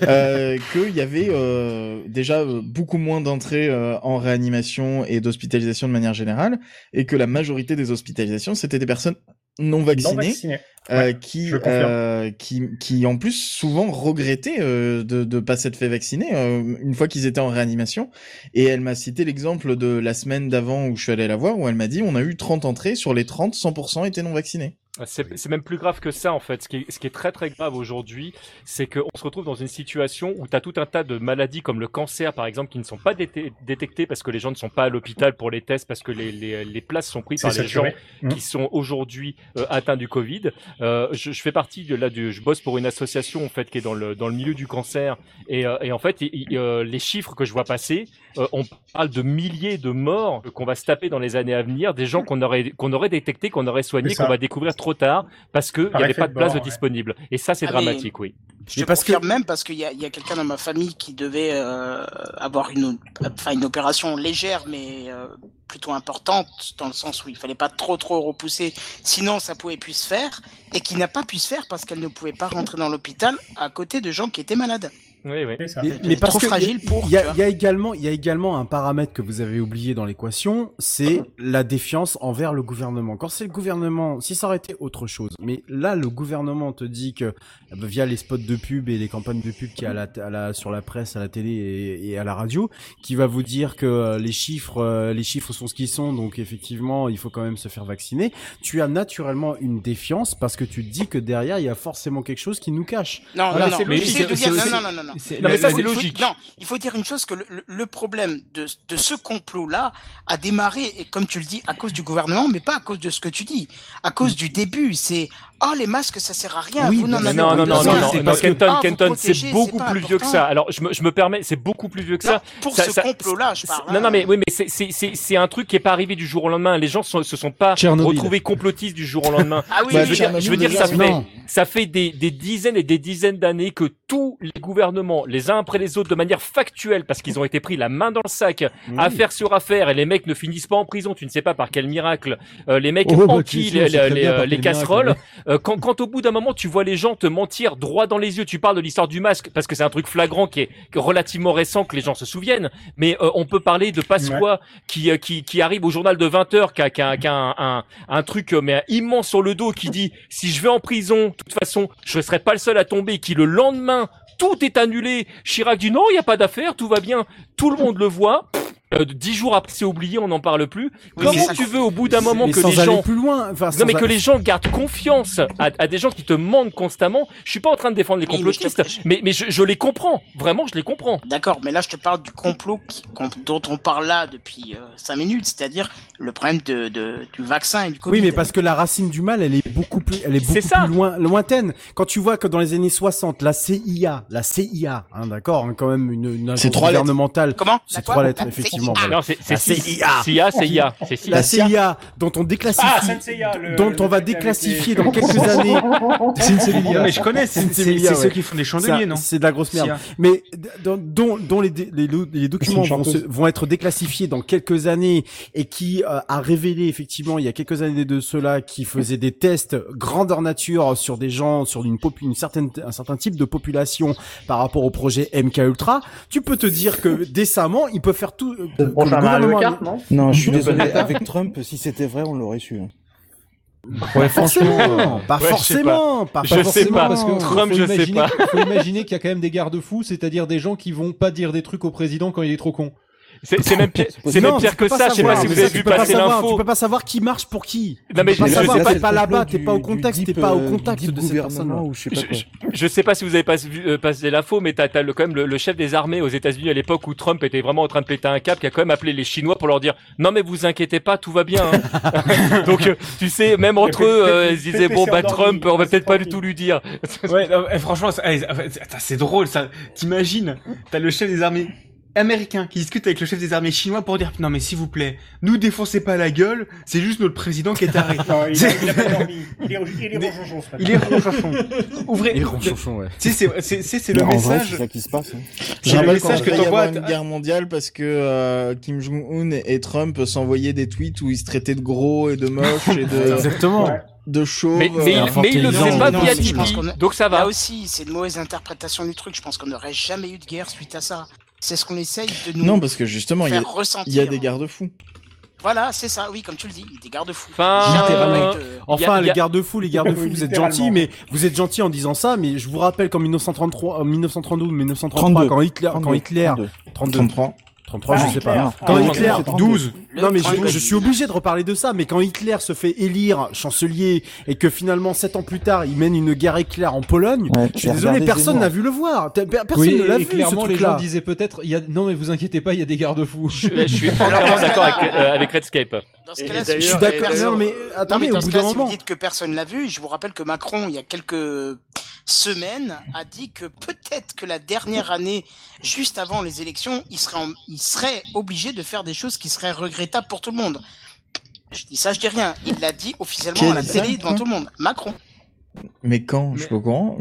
Speaker 1: euh, qu'il y avait euh, déjà euh, beaucoup moins d'entrées euh, en réanimation et d'hospitalisation de manière générale, et que la majorité des hospitalisations, c'était des personnes non vaccinés,
Speaker 4: Non vaccinés.
Speaker 1: euh,
Speaker 4: Ouais,
Speaker 1: qui,
Speaker 4: je confirme.
Speaker 1: euh, qui, qui en plus souvent regrettaient euh, de ne pas s'être fait vacciner euh, une fois qu'ils étaient en réanimation. Et elle m'a cité l'exemple de la semaine d'avant où je suis allé la voir, où elle m'a dit on a eu 30 entrées, sur les 30, 100% étaient non vaccinés.
Speaker 6: Ah, C'est c'est même plus grave que ça en fait. Ce qui est, ce qui est très très grave aujourd'hui, c'est qu'on se retrouve dans une situation où tu as tout un tas de maladies comme le cancer par exemple qui ne sont pas déte- détectées parce que les gens ne sont pas à l'hôpital pour les tests, parce que les, les, les places sont prises
Speaker 4: C'est
Speaker 6: par les gens
Speaker 4: saturé. Mhm.
Speaker 6: qui sont aujourd'hui euh, atteints du Covid. Euh, je, je fais partie de là, du, je bosse pour une association en fait qui est dans le dans le milieu du cancer et, euh, et en fait il- il, euh, les chiffres que je vois passer, euh, on parle de milliers de morts qu'on va se taper dans les années à venir, des gens qu'on aurait qu'on aurait détectés, qu'on aurait soignés,
Speaker 10: C'est ça.
Speaker 6: qu'on va découvrir trop tard parce que il
Speaker 10: Par
Speaker 6: n'y avait
Speaker 10: effet
Speaker 6: pas
Speaker 10: de
Speaker 6: de place
Speaker 10: bord,
Speaker 6: de
Speaker 10: hein, ouais.
Speaker 6: disponible. Et ça c'est
Speaker 9: Ah, mais-
Speaker 6: dramatique, oui.
Speaker 9: Je te confirme même parce qu'il y a, il y a quelqu'un dans ma famille qui devait euh, avoir une, o- enfin, une opération légère mais euh, plutôt importante dans le sens où il fallait pas trop trop repousser sinon ça pouvait plus se faire et qui n'a pas pu se faire parce qu'elle ne pouvait pas rentrer dans l'hôpital à côté de gens qui étaient malades.
Speaker 6: Oui, oui.
Speaker 10: Mais,
Speaker 9: Elle
Speaker 10: mais
Speaker 9: est
Speaker 10: parce
Speaker 9: trop
Speaker 10: que
Speaker 9: fragile
Speaker 10: il y a-
Speaker 9: pour.
Speaker 10: il y,
Speaker 9: tu
Speaker 10: a-
Speaker 9: vois.
Speaker 10: il y a également, il y a également un paramètre que vous avez oublié dans l'équation, c'est la défiance envers le gouvernement. Quand c'est le gouvernement, si ça aurait été autre chose, mais là le gouvernement te dit que euh, via les spots de pub et les campagnes de pub qui à la, à la- sur la presse, à la télé et, et à la radio, qui va vous dire que euh, les chiffres, euh, les chiffres sont ce qu'ils sont, donc effectivement il faut quand même se faire vacciner. Tu as naturellement une défiance parce que tu te dis que derrière il y a forcément quelque chose qui nous cache.
Speaker 9: Non,
Speaker 6: Ah,
Speaker 10: Voilà,
Speaker 9: non,
Speaker 10: Ah, c'est
Speaker 9: non, mais c'est
Speaker 10: logique. C'est-
Speaker 9: logique.
Speaker 10: c'est-
Speaker 9: non, non, non, non, non.
Speaker 10: c'est- mais ça,
Speaker 9: Il
Speaker 10: c'est
Speaker 9: faut-
Speaker 10: logique.
Speaker 9: Non, il faut dire une chose que le, le- le problème de, de ce complot-là a démarré, et comme tu le dis, à cause du gouvernement, mais pas à cause de ce que tu dis, à cause du début. C'est oh les masques, ça sert à rien. vous n'en
Speaker 6: non,
Speaker 9: avez
Speaker 6: non,
Speaker 9: pas
Speaker 6: non, non,
Speaker 9: besoin.
Speaker 6: non, non,
Speaker 9: Ah, vous
Speaker 6: Kenton, Kenton,
Speaker 9: protégez,
Speaker 6: c'est beaucoup
Speaker 9: pas
Speaker 6: plus vieux que
Speaker 9: important.
Speaker 6: ça. Alors, je me, je me permets, c'est beaucoup plus vieux que ça.
Speaker 9: pour
Speaker 6: Ça-
Speaker 9: ce
Speaker 6: ça-
Speaker 9: complot-là, je
Speaker 6: c'est-
Speaker 9: parle,
Speaker 6: Non,
Speaker 9: hein.
Speaker 6: non, mais oui, mais c'est- c'est- c'est c'est un truc qui est pas arrivé du jour au lendemain. Les gens sont, se sont pas
Speaker 3: Tchernobyl.
Speaker 6: retrouvés complotistes du jour au lendemain.
Speaker 9: Ah oui,
Speaker 6: je
Speaker 9: oui,
Speaker 6: veux dire, je veux
Speaker 9: Tchernobyl,
Speaker 6: dire, ça
Speaker 9: déjà,
Speaker 6: fait,
Speaker 9: non.
Speaker 6: ça fait des, des dizaines et des dizaines d'années que tous les gouvernements, les uns après les autres, de manière factuelle, parce qu'ils ont été pris la main dans le sac, affaire sur affaire, et les mecs ne finissent pas en prison. Tu ne sais pas par quel miracle. Euh, les mecs
Speaker 10: Oh, bah,
Speaker 6: enquillent
Speaker 10: tu sais, on
Speaker 6: les-
Speaker 10: sait très
Speaker 6: les-
Speaker 10: bien par
Speaker 6: les
Speaker 10: quel
Speaker 6: les
Speaker 10: miracle,
Speaker 6: casseroles.
Speaker 10: oui.
Speaker 6: Euh, quand, quand au bout d'un moment tu vois les gens te mentir droit dans les yeux, tu parles de l'histoire du masque parce que c'est un truc flagrant qui est qui est relativement récent que les gens se souviennent, mais euh, on peut parler de Pasqua qui, euh, qui qui arrive au journal de 20 heures, qui a, qui a- qui a un, un, un truc euh, mais immense sur le dos qui dit si je vais en prison, de toute façon je serai pas le seul à tomber, qui le lendemain tout est annulé, Chirac dit non il y a pas d'affaire, tout va bien, tout le monde le voit. Euh, dix jours après, c'est oublié, on n'en parle plus.
Speaker 10: Oui, mais
Speaker 6: Comment
Speaker 10: ça-
Speaker 6: tu veux, au bout d'un
Speaker 10: c'est-
Speaker 6: moment,
Speaker 10: mais
Speaker 6: que
Speaker 10: sans
Speaker 6: les
Speaker 10: aller
Speaker 6: gens
Speaker 10: plus loin, enfin,
Speaker 6: non
Speaker 10: sans
Speaker 6: mais que
Speaker 10: aller-
Speaker 6: les gens gardent confiance à, à des gens qui te mentent constamment. Je suis pas en train de défendre les
Speaker 9: Oui, mais je te-
Speaker 6: complotistes, mais mais je, je les comprends vraiment, je les comprends.
Speaker 9: D'accord, mais là je te parle du complot qui- qu'on- dont on parle là depuis 5 minutes, c'est-à-dire le problème de, de- du vaccin et du Covid.
Speaker 10: Oui, mais parce que la racine du mal, elle est beaucoup plus, elle est beaucoup plus loin, lointaine. Quand tu vois que dans les années 60, la CIA, la CIA, hein, d'accord, hein, quand même une, une agence
Speaker 6: trois lettres.
Speaker 10: gouvernementale.
Speaker 6: Comment
Speaker 10: C'est
Speaker 6: La
Speaker 10: trois
Speaker 6: quoi
Speaker 10: lettres,
Speaker 6: La
Speaker 10: effectivement.
Speaker 6: CIA.
Speaker 10: voilà.
Speaker 6: Non, c'est- c'est
Speaker 10: La
Speaker 6: CIA,
Speaker 10: CIA.
Speaker 6: CIA, c'est CIA.
Speaker 10: La CIA, dont on déclassifie,
Speaker 6: Ah, Senseïa, le-
Speaker 10: dont
Speaker 6: le
Speaker 10: on va
Speaker 6: truc avec
Speaker 10: déclassifier
Speaker 6: les-
Speaker 10: dans quelques années. Senseïa. Mais je connais, c'est- c'est- Senseïa, c'est ouais. ceux qui font les chandeliers, Ça,
Speaker 14: non
Speaker 10: C'est de la grosse merde.
Speaker 14: CIA.
Speaker 10: Mais d- dans- dont, dont les, dé- les, lo- les documents
Speaker 14: C'est une
Speaker 10: vont, se-
Speaker 14: chanteuse.
Speaker 10: vont être déclassifiés dans quelques années et qui euh, a révélé effectivement il y a quelques années de cela qui faisait des tests grandeur nature sur des gens, sur une, popu- une certaine, un certain type de population par rapport au projet MK Ultra. Tu peux te dire que décemment, il peut faire tout. euh, que le
Speaker 5: prochain
Speaker 10: gouvernement-
Speaker 5: Mario Kart, non Non, je suis
Speaker 10: Le
Speaker 5: désolé.
Speaker 10: Bonata.
Speaker 5: Avec Trump, si c'était vrai, on l'aurait su.
Speaker 10: Ouais, hein. forcément,
Speaker 3: franchement,
Speaker 10: pas
Speaker 3: ouais, je sais
Speaker 10: forcément,
Speaker 3: pas.
Speaker 10: pas,
Speaker 3: Je sais
Speaker 10: forcément.
Speaker 3: pas, parce que
Speaker 6: Trump,
Speaker 3: faut
Speaker 6: je sais
Speaker 3: imaginer-
Speaker 6: pas.
Speaker 3: faut imaginer qu'il y a quand même des garde-fous, c'est-à-dire des gens qui vont pas dire des trucs au président quand il est trop con.
Speaker 6: C'est c'est même pire, c'est
Speaker 3: Non,
Speaker 6: même pire
Speaker 3: tu
Speaker 6: que
Speaker 3: peux
Speaker 6: ça. Je sais
Speaker 3: savoir,
Speaker 6: pas si
Speaker 3: mais
Speaker 6: vous avez
Speaker 3: ça, tu
Speaker 6: vu
Speaker 3: peux pas
Speaker 6: passer
Speaker 3: savoir,
Speaker 6: l'info.
Speaker 10: Tu peux pas savoir qui marche pour qui.
Speaker 6: Non, mais
Speaker 10: tu peux
Speaker 6: je-
Speaker 10: pas
Speaker 6: je-
Speaker 10: savoir,
Speaker 6: là,
Speaker 10: t'es
Speaker 6: c'est
Speaker 10: pas
Speaker 6: le
Speaker 10: là-bas,
Speaker 6: complot
Speaker 10: t'es pas au
Speaker 6: du-
Speaker 10: contact,
Speaker 6: du
Speaker 10: t'es
Speaker 6: deep,
Speaker 10: pas au
Speaker 6: euh,
Speaker 10: contact de ces personnes-là.
Speaker 6: Je sais pas si vous avez pas vu, euh, passé l'info, mais t'as, t'as le, quand même le, le chef des armées aux États-Unis à l'époque où Trump était vraiment en train de péter un cap, qui a quand même appelé les Chinois pour leur dire non mais vous inquiétez pas, tout va bien. hein. Donc euh, tu sais, même entre
Speaker 10: Le
Speaker 6: eux, euh,
Speaker 10: P-
Speaker 6: ils disaient
Speaker 10: P-
Speaker 6: bon
Speaker 10: P-
Speaker 6: bah
Speaker 10: P-
Speaker 6: Trump, on va peut-être pas du tout lui dire.
Speaker 10: ouais,
Speaker 6: non,
Speaker 10: eh, franchement,
Speaker 6: c'est-
Speaker 10: eh, c'est- attends, c'est drôle ça. T'imagines, t'as le chef des armées américain qui discute avec le chef des armées chinois pour dire non mais s'il vous plaît, nous défoncez pas la gueule, c'est juste notre président qui est taré.
Speaker 4: Non, il, a,
Speaker 10: C'est-
Speaker 4: il a pas dormi. Il est, il est ronchonchon ce matin.
Speaker 10: Il est ronchonchon. Ouvrez.
Speaker 4: Il est
Speaker 10: ronchonchon, ouais. Tu sais, c'est- c'est c'est- c'est le
Speaker 5: Non, en vrai,
Speaker 10: message.
Speaker 5: c'est ça qui se passe. hein.
Speaker 10: C'est
Speaker 1: Je
Speaker 10: le
Speaker 1: rappelle qu'on
Speaker 10: message que
Speaker 1: devrait y
Speaker 10: t'envoies.
Speaker 1: avoir
Speaker 10: à-
Speaker 1: une guerre mondiale parce que euh, Kim Jong-un et Trump s'envoyaient des tweets où ils se traitaient de gros et de moches et de
Speaker 10: Exactement.
Speaker 1: de chauves.
Speaker 6: Mais- mais il-
Speaker 1: euh,
Speaker 6: mais il le faisait pas via Tipeee, donc ça va.
Speaker 9: Là aussi, c'est une mauvaise interprétation du truc. Je pense qu'on n'aurait jamais eu de guerre suite à ça. C'est ce qu'on essaye de nous
Speaker 1: Non parce que justement il y a,
Speaker 9: faire ressentir.
Speaker 1: il y a des garde-fous.
Speaker 9: Voilà, c'est ça, oui, comme tu le dis, des garde-fous. euh,
Speaker 6: Enfin,
Speaker 9: Jamais
Speaker 10: Littéralement.
Speaker 9: de-
Speaker 10: Enfin,
Speaker 6: Ah, euh, y a- y
Speaker 10: les
Speaker 6: a-
Speaker 10: garde-fous, les garde-fous,
Speaker 6: Oui,
Speaker 10: vous êtes
Speaker 6: littéralement.
Speaker 10: gentils, mais vous êtes gentils en disant ça, mais je vous rappelle qu'en 1933, en 1932, 1933,
Speaker 1: 32,
Speaker 10: quand Hitler, quand
Speaker 1: 32,
Speaker 10: Hitler, 32,
Speaker 1: 33.
Speaker 10: 33,
Speaker 1: Ah,
Speaker 10: je sais pas.
Speaker 1: Hitler.
Speaker 10: Quand
Speaker 1: Ah,
Speaker 10: Hitler,
Speaker 1: 32.
Speaker 10: 12.
Speaker 1: Le
Speaker 10: Non, mais je,
Speaker 1: 32.
Speaker 10: je suis obligé de reparler de ça, mais quand Hitler se fait élire chancelier et que finalement, sept ans plus tard, il mène une guerre éclair en Pologne,
Speaker 5: Ouais,
Speaker 10: je suis
Speaker 5: j'ai
Speaker 10: désolé,
Speaker 5: regardé
Speaker 10: personne
Speaker 5: Zemmour.
Speaker 10: n'a vu le voir. T'as- per- Personne
Speaker 3: Oui,
Speaker 10: ne l'a
Speaker 3: et
Speaker 10: vu,
Speaker 3: clairement,
Speaker 10: ce
Speaker 3: les gens
Speaker 10: truc-là.
Speaker 3: disaient peut-être, il y a... non mais vous inquiétez pas, il y a des garde-fous.
Speaker 6: Je suis entièrement d'accord avec, euh, avec Redscape.
Speaker 9: Dans ce
Speaker 13: Et-
Speaker 9: cas-là,
Speaker 13: et
Speaker 9: si-
Speaker 13: d'ailleurs-
Speaker 10: je suis
Speaker 13: et
Speaker 10: d'accord,
Speaker 13: d'ailleurs-
Speaker 10: mais
Speaker 9: Non,
Speaker 10: attendez,
Speaker 9: mais dans
Speaker 10: au
Speaker 9: ce
Speaker 10: bout
Speaker 9: cas,
Speaker 10: d'un
Speaker 9: si vous
Speaker 10: moment.
Speaker 9: dites que personne l'a vu, je vous rappelle que Macron, il y a quelques semaines, a dit que peut-être que la dernière année, juste avant les élections, il serait, en- il serait obligé de faire des choses qui seraient regrettables pour tout le monde. Je dis ça, je dis rien. Il l'a dit officiellement à la
Speaker 1: Quel
Speaker 9: télé
Speaker 1: sac,
Speaker 9: devant
Speaker 1: hein
Speaker 9: tout le monde. Macron.
Speaker 1: Mais quand Je suis pas au courant.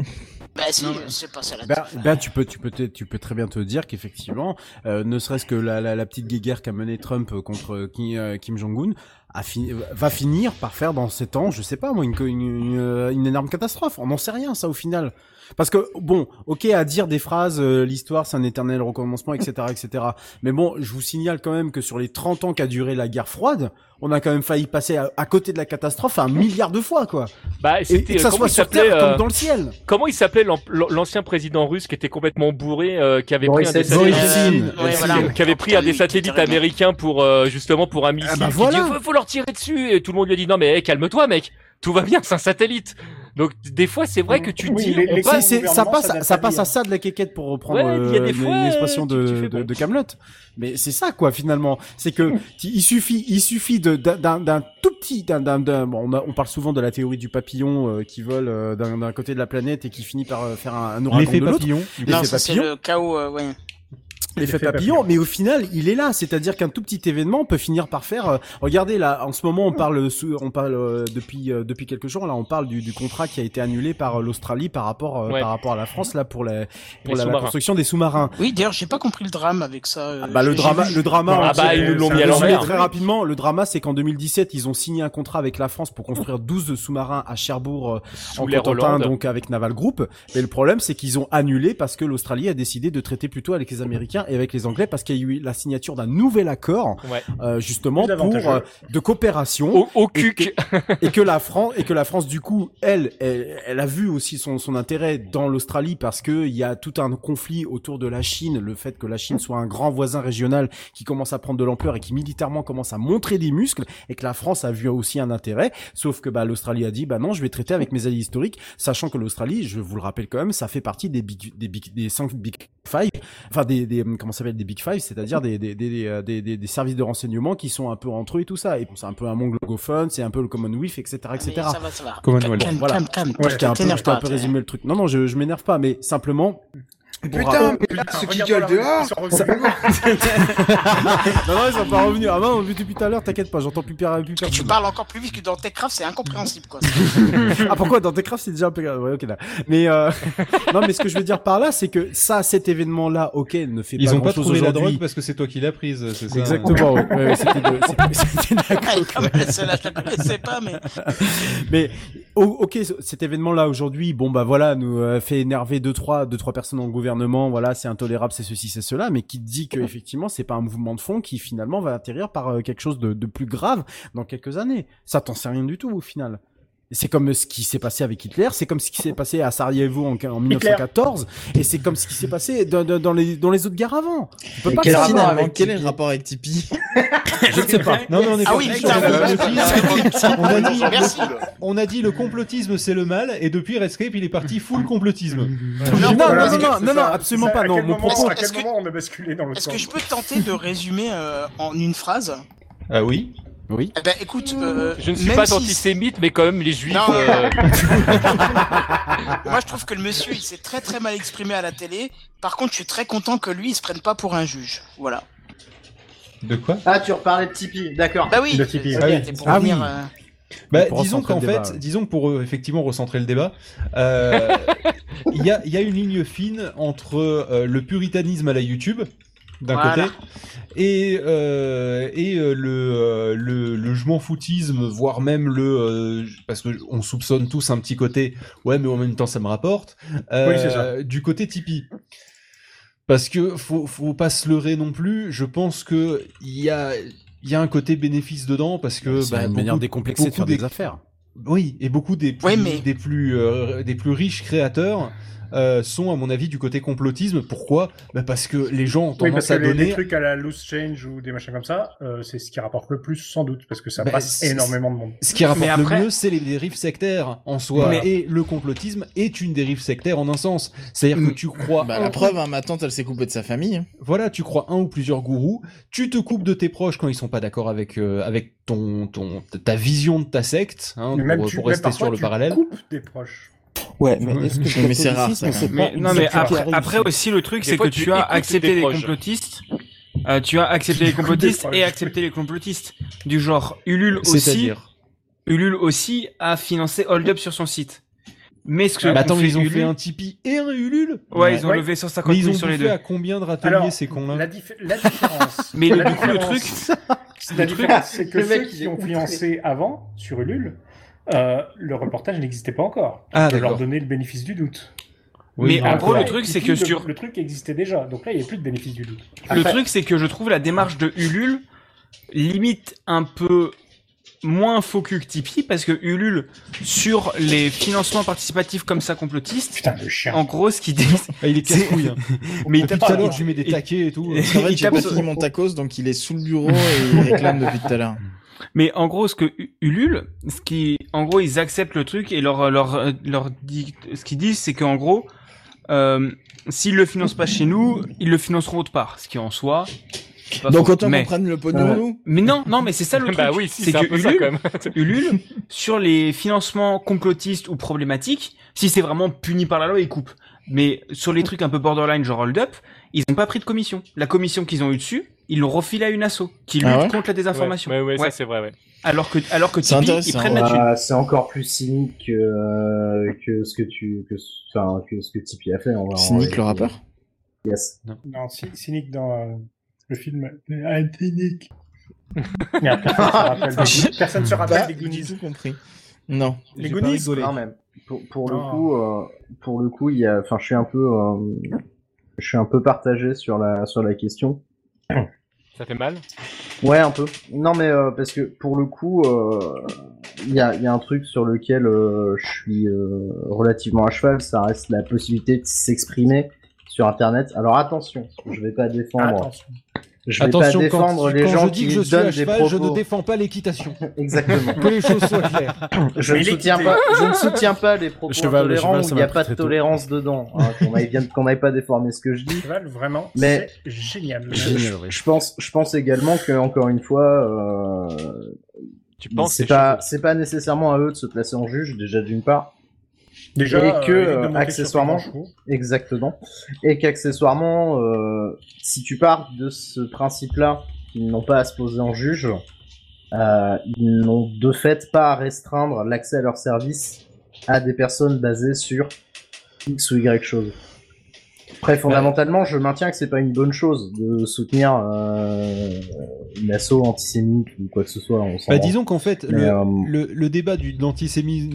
Speaker 9: Bah si, c'est pas ça la
Speaker 10: Ben, ben, tu peux, tu peux, te- tu peux très bien te dire qu'effectivement, euh, ne serait-ce que la, la, la petite guéguerre qu'a menée Trump euh, contre euh, Kim, euh, Kim Jong-un a fini- va finir par faire dans sept ans, je sais pas moi, une, co- une, une, euh, une énorme catastrophe. On n'en sait rien ça au final. Parce que bon, ok à dire des phrases, euh, l'histoire c'est un éternel recommencement, etc., etc. Mais bon, je vous signale quand même que sur les 30 ans qu'a duré la guerre froide, on a quand même failli passer à, à côté de la catastrophe un milliard de fois quoi.
Speaker 6: Bah,
Speaker 10: Et, et
Speaker 6: c'était
Speaker 10: que ça
Speaker 6: comment
Speaker 10: soit
Speaker 6: il
Speaker 10: sur
Speaker 6: s'appelait
Speaker 10: terre
Speaker 6: euh,
Speaker 10: comme dans le ciel.
Speaker 6: Comment il s'appelait l'an- l'an- l'ancien président russe qui était complètement bourré, euh, qui avait
Speaker 2: Boris
Speaker 6: pris un des
Speaker 2: Yeltsin.
Speaker 6: satellites,
Speaker 2: Yeltsin. Ouais,
Speaker 6: Yeltsin,
Speaker 2: voilà.
Speaker 6: qui avait pris un des satellites américains pour euh, justement pour un missile.
Speaker 10: bah
Speaker 6: qui
Speaker 10: voilà.
Speaker 6: dit, faut, faut leur tirer dessus et tout le monde lui a dit non mais hey, calme-toi mec, tout va bien, c'est un satellite. Donc des fois c'est vrai que tu
Speaker 4: Oui,
Speaker 6: dis
Speaker 4: les-
Speaker 6: on
Speaker 4: les-
Speaker 6: passe-
Speaker 10: C'est- c'est- ça
Speaker 4: gouvernement,
Speaker 10: passe,
Speaker 4: ça
Speaker 10: à-
Speaker 4: date
Speaker 10: ça
Speaker 4: pas
Speaker 10: passe
Speaker 4: d'hier.
Speaker 10: à ça de la quéquette pour reprendre
Speaker 6: Ouais, il y a des
Speaker 10: euh, une-
Speaker 6: fois,
Speaker 10: une expression
Speaker 6: euh,
Speaker 10: de,
Speaker 6: tu- tu fais
Speaker 10: de,
Speaker 6: bon.
Speaker 10: de Kaamelott. Mais c'est ça quoi finalement, c'est que tu- il suffit, il suffit de d'un- d'un d'un tout petit, d'un d'un d'un- bon, on, a- on parle souvent de la théorie du papillon euh, qui vole euh, d'un d'un côté de la planète et qui finit par euh, faire un, un ouragan
Speaker 3: L'effet
Speaker 10: de l'autre.
Speaker 3: papillon.
Speaker 9: Non,
Speaker 10: L'effet
Speaker 9: ça c'est
Speaker 10: papillon.
Speaker 9: le chaos, euh, ouais.
Speaker 10: L'effet papillon, mais au final, il est là. C'est-à-dire qu'un tout petit événement peut finir par faire. euh, regardez là, en ce moment, on parle, sous- on parle euh, depuis euh, depuis quelques jours. Là, on parle du, du contrat qui a été annulé par euh, l'Australie par rapport euh,
Speaker 6: Ouais.
Speaker 10: par rapport à la France là pour la
Speaker 6: Les
Speaker 10: pour la, la
Speaker 6: sous-marins.
Speaker 10: construction des sous-marins.
Speaker 9: Oui, d'ailleurs, j'ai pas compris le drame avec ça. euh,
Speaker 10: Ah bah, le
Speaker 9: j'ai-
Speaker 10: drama,
Speaker 9: j'ai vu.
Speaker 10: le drama.
Speaker 6: Ah
Speaker 10: on
Speaker 6: bah,
Speaker 10: sait,
Speaker 6: ils nous
Speaker 10: euh,
Speaker 6: l'ont
Speaker 10: ça
Speaker 6: mis à
Speaker 10: va
Speaker 6: l'envers.
Speaker 10: Très rapidement, le drama, c'est qu'en 2017, ils ont signé un contrat avec la France pour construire 12 sous-marins à Cherbourg, euh, en
Speaker 6: les
Speaker 10: Cotentin,
Speaker 6: Rolandes.
Speaker 10: donc avec Naval Group. Mais le problème, c'est qu'ils ont annulé parce que l'Australie a décidé de traiter plutôt avec les Américains et avec les Anglais parce qu'il y a eu la signature d'un nouvel accord,
Speaker 6: Ouais.
Speaker 10: euh, justement
Speaker 4: Plus
Speaker 10: pour
Speaker 4: avantageux.
Speaker 10: euh, de coopération
Speaker 6: au, au
Speaker 10: et
Speaker 6: cuc.
Speaker 10: que, et que la France et que la France du coup elle elle, elle a vu aussi son, son intérêt dans l'Australie parce que il y a tout un conflit autour de la Chine le fait que la Chine soit un grand voisin régional qui commence à prendre de l'ampleur et qui militairement commence à montrer des muscles et que la France a vu aussi un intérêt sauf que bah l'Australie a dit bah non je vais traiter avec mes alliés historiques sachant que l'Australie je vous le rappelle quand même ça fait partie des big des big des cinq big five enfin des, des comment ça s'appelle des big five c'est-à-dire des des, des, des, euh, des des des services de renseignement qui sont un peu entre eux et tout ça et bon, c'est un peu un monde anglophone c'est un peu le Commonwealth etc
Speaker 9: Ah, mais
Speaker 10: etc
Speaker 9: Ça va, ça va.
Speaker 3: Commonwealth.
Speaker 9: Calme,
Speaker 10: Voilà.
Speaker 9: calme, calme.
Speaker 10: je t'ai un peu,
Speaker 9: t'énerve
Speaker 10: je t'ai un
Speaker 9: pas,
Speaker 10: peu
Speaker 9: t'énerve.
Speaker 10: résumé le truc non non je je m'énerve pas mais simplement pour
Speaker 7: Putain, mais ceux qui gueulent dehors.
Speaker 10: non non ils sont pas revenus ah non depuis tout à l'heure t'inquiète pas j'entends plus per- plus
Speaker 9: Tu
Speaker 10: personne.
Speaker 9: parles encore plus vite que dans Techcraft, c'est incompréhensible quoi.
Speaker 10: ah pourquoi dans Techcraft c'est déjà un peu ouais, ok là mais euh... non mais ce que je veux dire par là c'est que ça cet événement là ok ne fait
Speaker 3: Ils
Speaker 10: pas
Speaker 3: ont pas
Speaker 10: grand chose
Speaker 3: trouvé la
Speaker 10: aujourd'hui
Speaker 3: drogue parce que c'est toi qui l'as prise, c'est ça
Speaker 10: Exactement, ouais, ouais, ouais, c'était de- c'était- c'était de la
Speaker 9: Elle est
Speaker 10: coke,
Speaker 9: quand même la seule, je la connaissais pas, mais.
Speaker 10: mais o- ok c- cet événement là aujourd'hui bon bah voilà nous euh, fait énerver deux trois deux trois personnes dans le gouvernement voilà c'est intolérable c'est ceci c'est cela mais qui dit que effectivement c'est pas un mouvement de fond qui finalement va atterrir par euh, quelque chose de, de plus grave dans quelques années ça t'en sais rien du tout au final c'est comme ce qui s'est passé avec Hitler, c'est comme ce qui s'est passé à Sarajevo en, en 1914, et c'est comme ce qui s'est passé dans, dans- dans les, dans les autres guerres avant. Tu peux pas
Speaker 1: Quel,
Speaker 10: le savoir.
Speaker 1: finalement, quel est le rapport avec Tipeee
Speaker 10: Je ne sais pas.
Speaker 3: Non, mais on est
Speaker 9: Ah
Speaker 3: pas
Speaker 9: oui,
Speaker 3: sur
Speaker 9: putain,
Speaker 3: la
Speaker 9: oui,
Speaker 3: complotisme. on, a dit,
Speaker 9: Merci.
Speaker 3: on a dit le complotisme c'est le mal, et depuis Redscape il est parti full complotisme.
Speaker 10: Non, non,
Speaker 4: Voilà,
Speaker 10: non,
Speaker 4: c'est-
Speaker 10: non,
Speaker 4: c'est
Speaker 10: non,
Speaker 4: ça.
Speaker 10: non, absolument
Speaker 4: C'est ça,
Speaker 10: pas.
Speaker 4: à
Speaker 10: Non,
Speaker 4: quel
Speaker 10: mon
Speaker 4: moment-
Speaker 10: propos.
Speaker 4: À quel
Speaker 9: Est-ce que-
Speaker 4: moment on a basculé dans le
Speaker 9: Est-ce
Speaker 4: temps
Speaker 9: que je peux tenter de résumer euh, en une phrase
Speaker 3: Ah oui
Speaker 10: Oui.
Speaker 9: Eh ben, écoute, euh,
Speaker 6: Je ne suis
Speaker 9: même
Speaker 6: pas
Speaker 9: si-
Speaker 6: antisémite, mais quand même les juifs.
Speaker 9: Non.
Speaker 6: euh,
Speaker 9: Moi, je trouve que le monsieur, il s'est très très mal exprimé à la télé. Par contre, je suis très content que lui, il se prenne pas pour un juge. Voilà.
Speaker 3: De quoi
Speaker 2: Ah, tu reparlais de Tipeee, d'accord.
Speaker 9: Bah oui.
Speaker 4: Le Tipeee.
Speaker 9: c'est-
Speaker 3: Ah oui.
Speaker 9: c'était pour
Speaker 10: Ah
Speaker 9: venir,
Speaker 10: oui.
Speaker 9: euh,
Speaker 3: Bah,
Speaker 10: Pour
Speaker 3: disons
Speaker 10: recentrer
Speaker 3: qu'en
Speaker 10: le
Speaker 3: fait,
Speaker 10: débat, ouais.
Speaker 3: disons que pour euh, effectivement recentrer le débat, euh, il y, a, il y a une ligne fine entre euh, le puritanisme à la YouTube d'un
Speaker 9: Voilà.
Speaker 3: côté et euh, et euh, le, euh, le le je m'en foutisme voire même le euh, parce que on soupçonne tous un petit côté ouais mais en même temps ça me rapporte euh,
Speaker 4: Oui, c'est ça.
Speaker 3: du côté Tipeee parce que faut faut pas se leurrer non plus je pense que il y a il y a un côté bénéfice dedans parce que bah,
Speaker 10: C'est une manière décomplexée de
Speaker 3: beaucoup
Speaker 10: faire des affaires.
Speaker 3: Oui, et beaucoup des plus,
Speaker 10: Ouais, mais-
Speaker 3: des plus, euh, des plus riches créateurs. euh, sont à mon avis du côté complotisme. Pourquoi Bah, Parce que les gens ont
Speaker 4: Oui,
Speaker 3: tendance
Speaker 4: parce que
Speaker 3: à
Speaker 4: les, les
Speaker 3: donner
Speaker 4: trucs à la loose change ou des machins comme ça, euh, c'est ce qui rapporte le plus sans doute, parce que ça
Speaker 3: Bah,
Speaker 4: passe
Speaker 3: c'est-
Speaker 4: énormément de monde.
Speaker 3: Ce qui rapporte le mieux, c'est les dérives sectaires en soi.
Speaker 4: Mais-
Speaker 3: Et le complotisme est une dérive sectaire en un sens. C'est-à-dire que tu crois.
Speaker 1: Bah, la preuve, hein, ma tante, elle s'est coupée de sa famille.
Speaker 3: Voilà, tu crois un ou plusieurs gourous, tu te coupes de tes proches quand ils sont pas d'accord avec euh, avec ton ton ta vision de ta secte, hein,
Speaker 4: Mais même
Speaker 3: pour,
Speaker 4: tu-
Speaker 3: pour
Speaker 4: même
Speaker 3: rester
Speaker 4: parfois,
Speaker 3: sur le
Speaker 4: tu
Speaker 3: parallèle.
Speaker 4: coupes des proches.
Speaker 5: Ouais, mais est-ce que le
Speaker 3: Mais c'est rare,
Speaker 5: catholicisme,
Speaker 3: ça,
Speaker 5: c'est
Speaker 3: quand
Speaker 5: pas
Speaker 11: Mais,
Speaker 5: une
Speaker 11: non, mais
Speaker 5: secte qui a
Speaker 11: après,
Speaker 5: réussi
Speaker 11: après aussi, le truc,
Speaker 5: Des
Speaker 11: c'est que
Speaker 5: fois,
Speaker 11: tu,
Speaker 5: tu
Speaker 11: as
Speaker 5: écoutes
Speaker 11: accepté
Speaker 5: tes
Speaker 11: les
Speaker 5: proches.
Speaker 11: complotistes. euh, tu as accepté les complotistes et accepté les complotistes. Du genre, Ulule aussi.
Speaker 3: C'est-à-dire
Speaker 11: Ulule aussi a financé Hold Up sur son site. Mais ce que.
Speaker 3: Mais Bah, attends,
Speaker 11: qu'ont fait
Speaker 3: ils ont fait
Speaker 11: Ulule-
Speaker 3: un Tipeee et un Ulule
Speaker 11: Ouais, ils ont levé 150
Speaker 3: Mais ils ont
Speaker 11: 000 sur les
Speaker 3: bouffé
Speaker 11: deux.
Speaker 3: à combien de râteliers
Speaker 11: Alors,
Speaker 3: ces cons-là
Speaker 4: La, dif- la différence.
Speaker 11: Mais le-
Speaker 4: la
Speaker 11: du coup, le
Speaker 4: différence-
Speaker 11: truc-
Speaker 4: La
Speaker 11: le truc,
Speaker 4: différence, c'est que
Speaker 11: le mec,
Speaker 4: ceux
Speaker 11: il
Speaker 4: qui
Speaker 11: est
Speaker 4: ont
Speaker 11: outré.
Speaker 4: financé avant, sur Ulule, euh, le reportage n'existait pas encore.
Speaker 11: Ah,
Speaker 4: Je leur
Speaker 11: d'accord.
Speaker 4: donner le bénéfice du doute.
Speaker 11: Oui, Mais en
Speaker 4: Alors
Speaker 11: gros,
Speaker 4: là,
Speaker 11: le truc, c'est que
Speaker 4: Tipeee, le-
Speaker 11: sur-
Speaker 4: Le truc existait déjà, donc là, il n'y a plus de bénéfice du doute.
Speaker 11: Le
Speaker 4: Après-
Speaker 11: truc, c'est que je trouve la démarche de Ulule limite un peu moins faux cul que Tipeee parce que Ulule sur les financements participatifs comme ça complotistes. En gros, ce qu'ils disent.
Speaker 3: Ah, il est
Speaker 1: casse-couille, hein.
Speaker 11: Mais il
Speaker 1: Depuis
Speaker 11: tape
Speaker 1: tout à l'heure, je
Speaker 3: lui mets des taquets et tout.
Speaker 1: En fait,
Speaker 11: il
Speaker 1: j'ai
Speaker 11: tape
Speaker 1: pas
Speaker 11: sur-
Speaker 1: fini mon tacos, donc il est sous le bureau et il réclame depuis tout à l'heure.
Speaker 11: Mais en gros, ce que U- Ulule, ce qui, en gros, ils acceptent le truc et leur, leur, euh, leur dit, ce qu'ils disent, c'est qu'en gros, euh, s'ils le financent pas chez nous, ils le financeront autre part. Ce qui en soi. c'est pas
Speaker 1: Donc
Speaker 11: faux.
Speaker 1: autant qu'on
Speaker 11: Mais-
Speaker 1: prenne le pot de nous.
Speaker 11: Mais non, non, mais c'est ça le truc.
Speaker 6: Bah oui, si,
Speaker 11: c'est
Speaker 6: c'est un
Speaker 11: que
Speaker 6: peu ça,
Speaker 11: Ulule,
Speaker 6: quand même.
Speaker 11: Ulule, sur les financements complotistes ou problématiques, si c'est vraiment puni par la loi, ils coupent. Mais sur les trucs un peu borderline, genre hold up, ils n'ont pas pris de commission. La commission qu'ils ont eue dessus, ils l'ont refilée à une asso qui lutte
Speaker 6: Ah ouais
Speaker 11: contre la désinformation.
Speaker 6: Ouais, ouais, ouais, ça, c'est vrai, ouais.
Speaker 11: Alors que, alors que Tipeee, ils prennent la thune.
Speaker 3: Euh,
Speaker 2: Bah, c'est encore plus cynique que, euh, que ce que tu que, ce- enfin, que ce que Tipeee a fait. on va-
Speaker 1: Cynique,
Speaker 2: on-
Speaker 1: le rappeur
Speaker 2: Yes.
Speaker 4: Non, Cy- Cynic dans euh, le film. Ah, Cynic. Merde, personne se rappelle des- Personne se rappelle
Speaker 1: Pas
Speaker 4: des Goonies.
Speaker 1: du tout compris. Non.
Speaker 4: Les Goonies
Speaker 2: Non, mais pour, pour le
Speaker 4: Ah.
Speaker 2: coup, euh, pour le coup, il y a, enfin, je suis un peu, euh, je suis un peu partagé sur la sur la question.
Speaker 6: Ça fait mal
Speaker 2: Ouais, un peu. Non, mais euh, parce que pour le coup, euh, il y, a, il y a un truc sur lequel euh, je suis euh, relativement à cheval, ça reste la possibilité de s'exprimer sur Internet. Alors attention, je vais pas défendre.
Speaker 4: Attention.
Speaker 2: Je vais
Speaker 3: Attention,
Speaker 2: pas défendre
Speaker 3: quand,
Speaker 2: les
Speaker 3: quand
Speaker 2: gens
Speaker 3: je dis
Speaker 2: qui
Speaker 3: que je suis
Speaker 2: donnent
Speaker 3: à
Speaker 2: des
Speaker 3: cheval,
Speaker 2: propos.
Speaker 3: je ne défends pas l'équitation.
Speaker 2: Exactement.
Speaker 3: que les choses soient claires.
Speaker 2: Je ne, soutiens pas, je ne soutiens pas les propos intolérants où il n'y a pas de tolérance dedans. hein, qu'on aille bien- qu'on n'aille pas déformer ce que je dis.
Speaker 4: Cheval, vraiment,
Speaker 2: Mais-
Speaker 4: c'est génial.
Speaker 2: Je, je pense, je pense également que encore une fois, euh,
Speaker 6: penses
Speaker 2: c'est
Speaker 6: c'est
Speaker 2: pas, c'est pas nécessairement à eux de se placer en juge déjà d'une part.
Speaker 4: Déjà,
Speaker 2: et que
Speaker 4: euh, évite de monter sur
Speaker 2: accessoirement,
Speaker 4: tes manchots.
Speaker 2: exactement, et qu'accessoirement, euh, si tu pars de ce principe-là, qu'ils n'ont pas à se poser en juge, euh, ils n'ont de fait pas à restreindre l'accès à leurs services à des personnes basées sur X ou Y chose. Après, fondamentalement, je maintiens que c'est pas une bonne chose de soutenir euh, une asso antisémite ou quoi que ce soit. On s'en
Speaker 3: Bah,
Speaker 2: rend-
Speaker 3: disons qu'en fait,
Speaker 2: Mais,
Speaker 3: le,
Speaker 2: euh,
Speaker 3: le, le débat du, de l'antisémi-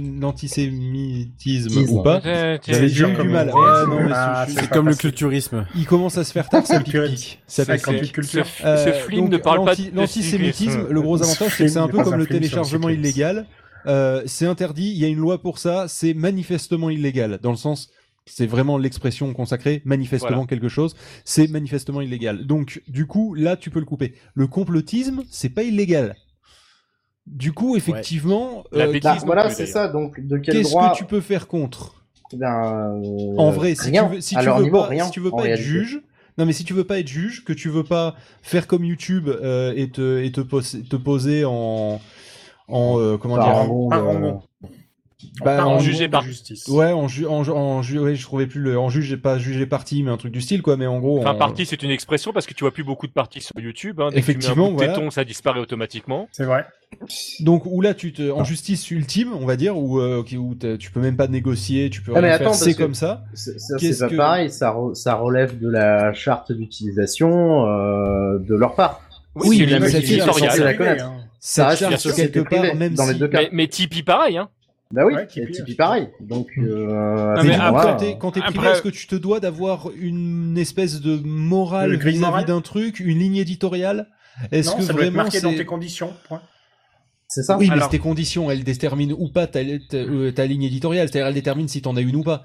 Speaker 3: l'antisémitisme
Speaker 2: Tisme.
Speaker 3: ou pas,
Speaker 2: Euh, tiens,
Speaker 3: j'ai
Speaker 2: dur
Speaker 3: eu du
Speaker 2: comme
Speaker 3: mal.
Speaker 2: le-
Speaker 3: Ouais, non, mais
Speaker 4: Ah,
Speaker 3: je-
Speaker 4: c'est
Speaker 3: je-
Speaker 4: pas facile.
Speaker 10: culturisme.
Speaker 3: Il commence à se faire tard, ça pique, pique. Ça
Speaker 4: C'est
Speaker 3: pique,
Speaker 4: quand
Speaker 3: pique.
Speaker 4: tu cultures.
Speaker 6: Ce-
Speaker 3: Euh,
Speaker 6: ce film
Speaker 3: donc,
Speaker 6: ne parle pas de-
Speaker 3: l'anti-
Speaker 6: de
Speaker 3: L'antisémitisme,
Speaker 6: cyclisme.
Speaker 3: le gros
Speaker 6: Ce
Speaker 3: avantage, c'est
Speaker 6: film
Speaker 3: que c'est un
Speaker 6: n'est
Speaker 3: peu
Speaker 6: pas
Speaker 3: comme
Speaker 6: un
Speaker 3: le
Speaker 6: film sur le
Speaker 3: téléchargement
Speaker 6: cyclisme.
Speaker 3: illégal. Euh, c'est interdit, il y a une loi pour ça, c'est manifestement illégal. Dans le sens, c'est vraiment l'expression consacrée, manifestement
Speaker 6: Voilà.
Speaker 3: quelque chose, c'est manifestement illégal. Donc, du coup, là, tu peux le couper. Le complotisme, c'est pas illégal. Du coup, effectivement,
Speaker 2: La
Speaker 3: euh,
Speaker 2: bêtise
Speaker 3: bah,
Speaker 2: non voilà, plus, c'est d'ailleurs. ça, donc, de quel
Speaker 3: Qu'est-ce
Speaker 2: droit-
Speaker 3: que tu peux faire contre
Speaker 4: Eh
Speaker 2: Ben, euh,
Speaker 3: en vrai, si
Speaker 2: rien.
Speaker 3: tu veux, si
Speaker 2: À
Speaker 3: tu
Speaker 2: leur
Speaker 3: veux
Speaker 2: niveau,
Speaker 3: pas,
Speaker 2: rien,
Speaker 3: si tu veux
Speaker 2: en
Speaker 3: pas être
Speaker 2: réalité.
Speaker 3: juge, non mais si tu veux pas être juge, que tu veux pas faire comme YouTube euh, et te et te, pos- te poser en en euh, comment
Speaker 2: Par
Speaker 3: dire
Speaker 2: un rond, Par
Speaker 4: un rond.
Speaker 3: Bah,
Speaker 4: En
Speaker 3: en
Speaker 4: jugé
Speaker 3: gros,
Speaker 4: par justice.
Speaker 3: Ouais, en ju en, ju- en ju- ouais, je trouvais plus le en juge pas jugé parti mais un truc du style quoi, mais en gros
Speaker 6: Enfin,
Speaker 3: en-
Speaker 6: partie, c'est une expression parce que tu vois plus beaucoup de parties sur YouTube. Hein. Dès
Speaker 3: Effectivement,
Speaker 6: que tu mets un bout de
Speaker 3: voilà.
Speaker 6: téton, ça disparaît automatiquement.
Speaker 4: C'est vrai.
Speaker 3: donc où là tu te en justice ultime, on va dire où euh, qui- où t'as- tu peux même pas négocier, tu peux
Speaker 2: Ah, mais
Speaker 3: rien
Speaker 2: attends,
Speaker 3: faire,
Speaker 2: parce
Speaker 3: c'est
Speaker 2: que
Speaker 3: comme ça.
Speaker 2: c'est- ça, C'est
Speaker 3: Qu'est-ce
Speaker 2: pas
Speaker 3: que-
Speaker 2: pareil, ça, re- ça relève de la charte d'utilisation euh, de leur part.
Speaker 6: Oui,
Speaker 2: Si
Speaker 6: mais
Speaker 2: la
Speaker 6: c'est
Speaker 2: société est
Speaker 6: éditorial.
Speaker 2: censée la connaître.
Speaker 6: Hein.
Speaker 11: euh,
Speaker 2: Ça reste une
Speaker 6: Bien sûr.
Speaker 2: société privée, dans les deux cas.
Speaker 6: Mais, mais Tipeee, pareil. Hein.
Speaker 2: Bah oui,
Speaker 6: Ouais,
Speaker 2: et
Speaker 6: Tipeee,
Speaker 2: Tipeee pareil. Donc, euh, à
Speaker 3: Mais
Speaker 2: ce
Speaker 3: du coup,
Speaker 2: moment-là,
Speaker 3: quand t'es- quand t'es privé,
Speaker 2: après-
Speaker 3: est-ce que tu te dois d'avoir une espèce de morale
Speaker 2: Le grille
Speaker 3: vis-à-vis
Speaker 2: morale
Speaker 3: d'un truc, une ligne éditoriale Bah, Est-ce
Speaker 4: non,
Speaker 3: que
Speaker 4: ça doit être
Speaker 3: vraiment
Speaker 4: marqué dans
Speaker 3: c'est-
Speaker 4: tes conditions. Point.
Speaker 2: C'est
Speaker 3: Oui, mais
Speaker 4: Alors-
Speaker 3: c'est tes conditions, elles déterminent ou pas ta, ta- euh, ta ligne éditoriale, c'est-à-dire elles déterminent si t'en as une ou pas.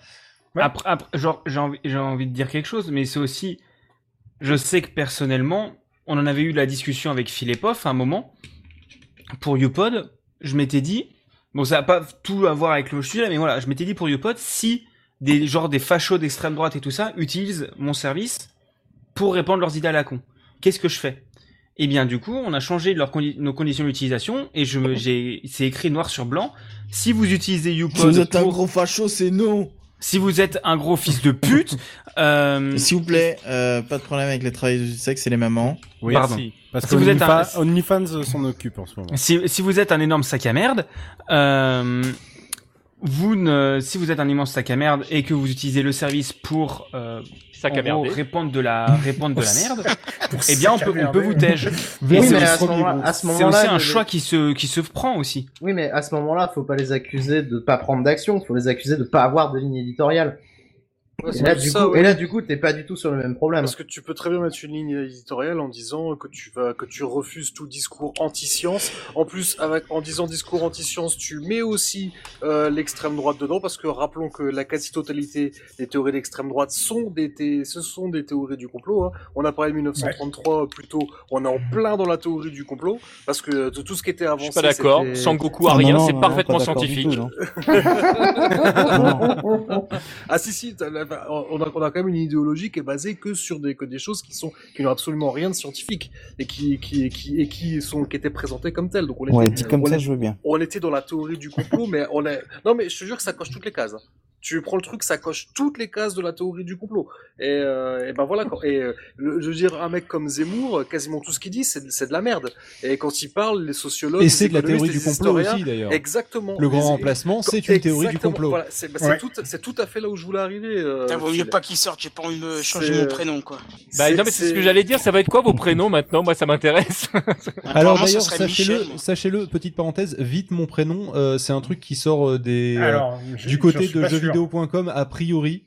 Speaker 11: Après, après, genre, j'ai envie, j'ai envie de dire quelque chose, mais c'est aussi, je sais que personnellement, on en avait eu la discussion avec Phil Poff à un moment. Pour YouPod, je m'étais dit, bon, ça n'a pas tout à voir avec le sujet, mais voilà, je m'étais dit pour YouPod, si des, genre, des fachos d'extrême droite et tout ça utilisent mon service pour répandre leurs idées à la con, qu'est-ce que je fais? Eh bien, du coup, on a changé leurs condi- nos conditions d'utilisation et je me, j'ai, c'est écrit noir sur blanc. Si vous utilisez YouPod.
Speaker 1: Si vous êtes un
Speaker 11: pour-
Speaker 1: gros facho, c'est non.
Speaker 11: Si vous êtes un gros fils de pute, euh...
Speaker 1: s'il vous plaît, euh, pas de problème avec les travailleurs du sexe et les mamans.
Speaker 11: Oui, Pardon. merci.
Speaker 10: Parce
Speaker 11: Si
Speaker 10: que
Speaker 11: vous êtes un-
Speaker 10: Onlyfa- OnlyFans s'en occupe en ce moment.
Speaker 11: Si, si vous êtes un énorme sac à merde, euh, vous ne, si vous êtes un immense sac à merde et que vous utilisez le service pour euh,
Speaker 6: Sac
Speaker 11: en
Speaker 6: à
Speaker 11: gros,
Speaker 6: merder.
Speaker 11: répandre de la répandre de la merde, eh bien on peut, on peut vous tège.
Speaker 2: tège. Oui, mais à ce moment- à ce
Speaker 11: c'est
Speaker 2: moment-là,
Speaker 11: aussi un
Speaker 2: le-
Speaker 11: choix qui se qui se prend aussi.
Speaker 2: Oui, mais à ce moment-là, faut pas les accuser de pas prendre d'action, faut les accuser de pas avoir de ligne éditoriale.
Speaker 13: Ouais,
Speaker 2: et,
Speaker 13: c'est
Speaker 2: là,
Speaker 13: plus
Speaker 2: du
Speaker 13: ça,
Speaker 2: coup,
Speaker 13: ouais.
Speaker 2: et là, du coup, t'es pas du tout sur le même problème.
Speaker 13: Parce que tu peux très bien mettre une ligne éditoriale en disant que tu vas, que tu refuses tout discours anti-science. En plus, avec, en disant discours anti-science, tu mets aussi euh, l'extrême droite dedans, parce que rappelons que la quasi-totalité des théories d'extrême droite sont des, thé- ce sont des théories du complot. hein. On a parlé de 1933 plus tôt. On est en plein dans la théorie du complot, parce que de tout ce qui était avancé.
Speaker 6: Je suis pas d'accord.
Speaker 13: c'était-
Speaker 6: Sangoku a rien. C'est parfaitement scientifique.
Speaker 13: ah si si, t'as la- on a, on a quand même une idéologie qui est basée que sur des, que des choses qui sont qui n'ont absolument rien de scientifique et qui qui qui et qui sont qui étaient présentées comme telles. Donc on était,
Speaker 5: Ouais, dit comme
Speaker 13: on
Speaker 5: ça,
Speaker 13: est-
Speaker 5: je veux bien.
Speaker 13: on était dans la théorie du complot, mais on est non mais je te jure que ça coche toutes les cases. hein. Tu prends le truc, ça coche toutes les cases de la théorie du complot. Et, euh, et ben voilà. quoi. Et euh, le- je veux dire, un mec comme Zemmour, euh, quasiment tout ce qu'il dit, c'est c'est de la merde. Et quand il parle, les sociologues,
Speaker 3: Et
Speaker 13: les
Speaker 3: c'est de la
Speaker 13: économistes,
Speaker 3: théorie du
Speaker 13: les
Speaker 3: complot
Speaker 13: historiens-
Speaker 3: aussi, d'ailleurs.
Speaker 13: Exactement.
Speaker 3: Le grand
Speaker 13: Les-
Speaker 3: remplacement, c'est une théorie du
Speaker 13: Exactement,
Speaker 3: complot.
Speaker 13: voilà, c'est bah, c'est
Speaker 3: Ouais.
Speaker 13: tout, c'est tout à fait là où je voulais arriver. Euh,
Speaker 9: Putain, vaut mieux
Speaker 13: Phil.
Speaker 9: pas qu'ils sortent, j'ai pas envie de me changer
Speaker 13: C'est-
Speaker 2: euh,
Speaker 4: euh,
Speaker 9: mon prénom, quoi.
Speaker 6: Bah, non, mais c'est ce que j'allais dire. Ça va être quoi vos prénoms maintenant Moi, ça m'intéresse.
Speaker 3: Alors d'ailleurs, sachez-le, sachez-le, petite parenthèse, vite mon prénom, euh, c'est un truc qui sort euh, des
Speaker 4: Alors, je-
Speaker 3: du
Speaker 4: j'en
Speaker 3: côté
Speaker 4: suis
Speaker 3: de
Speaker 4: pas sûr.
Speaker 3: jeuxvideo.com a priori.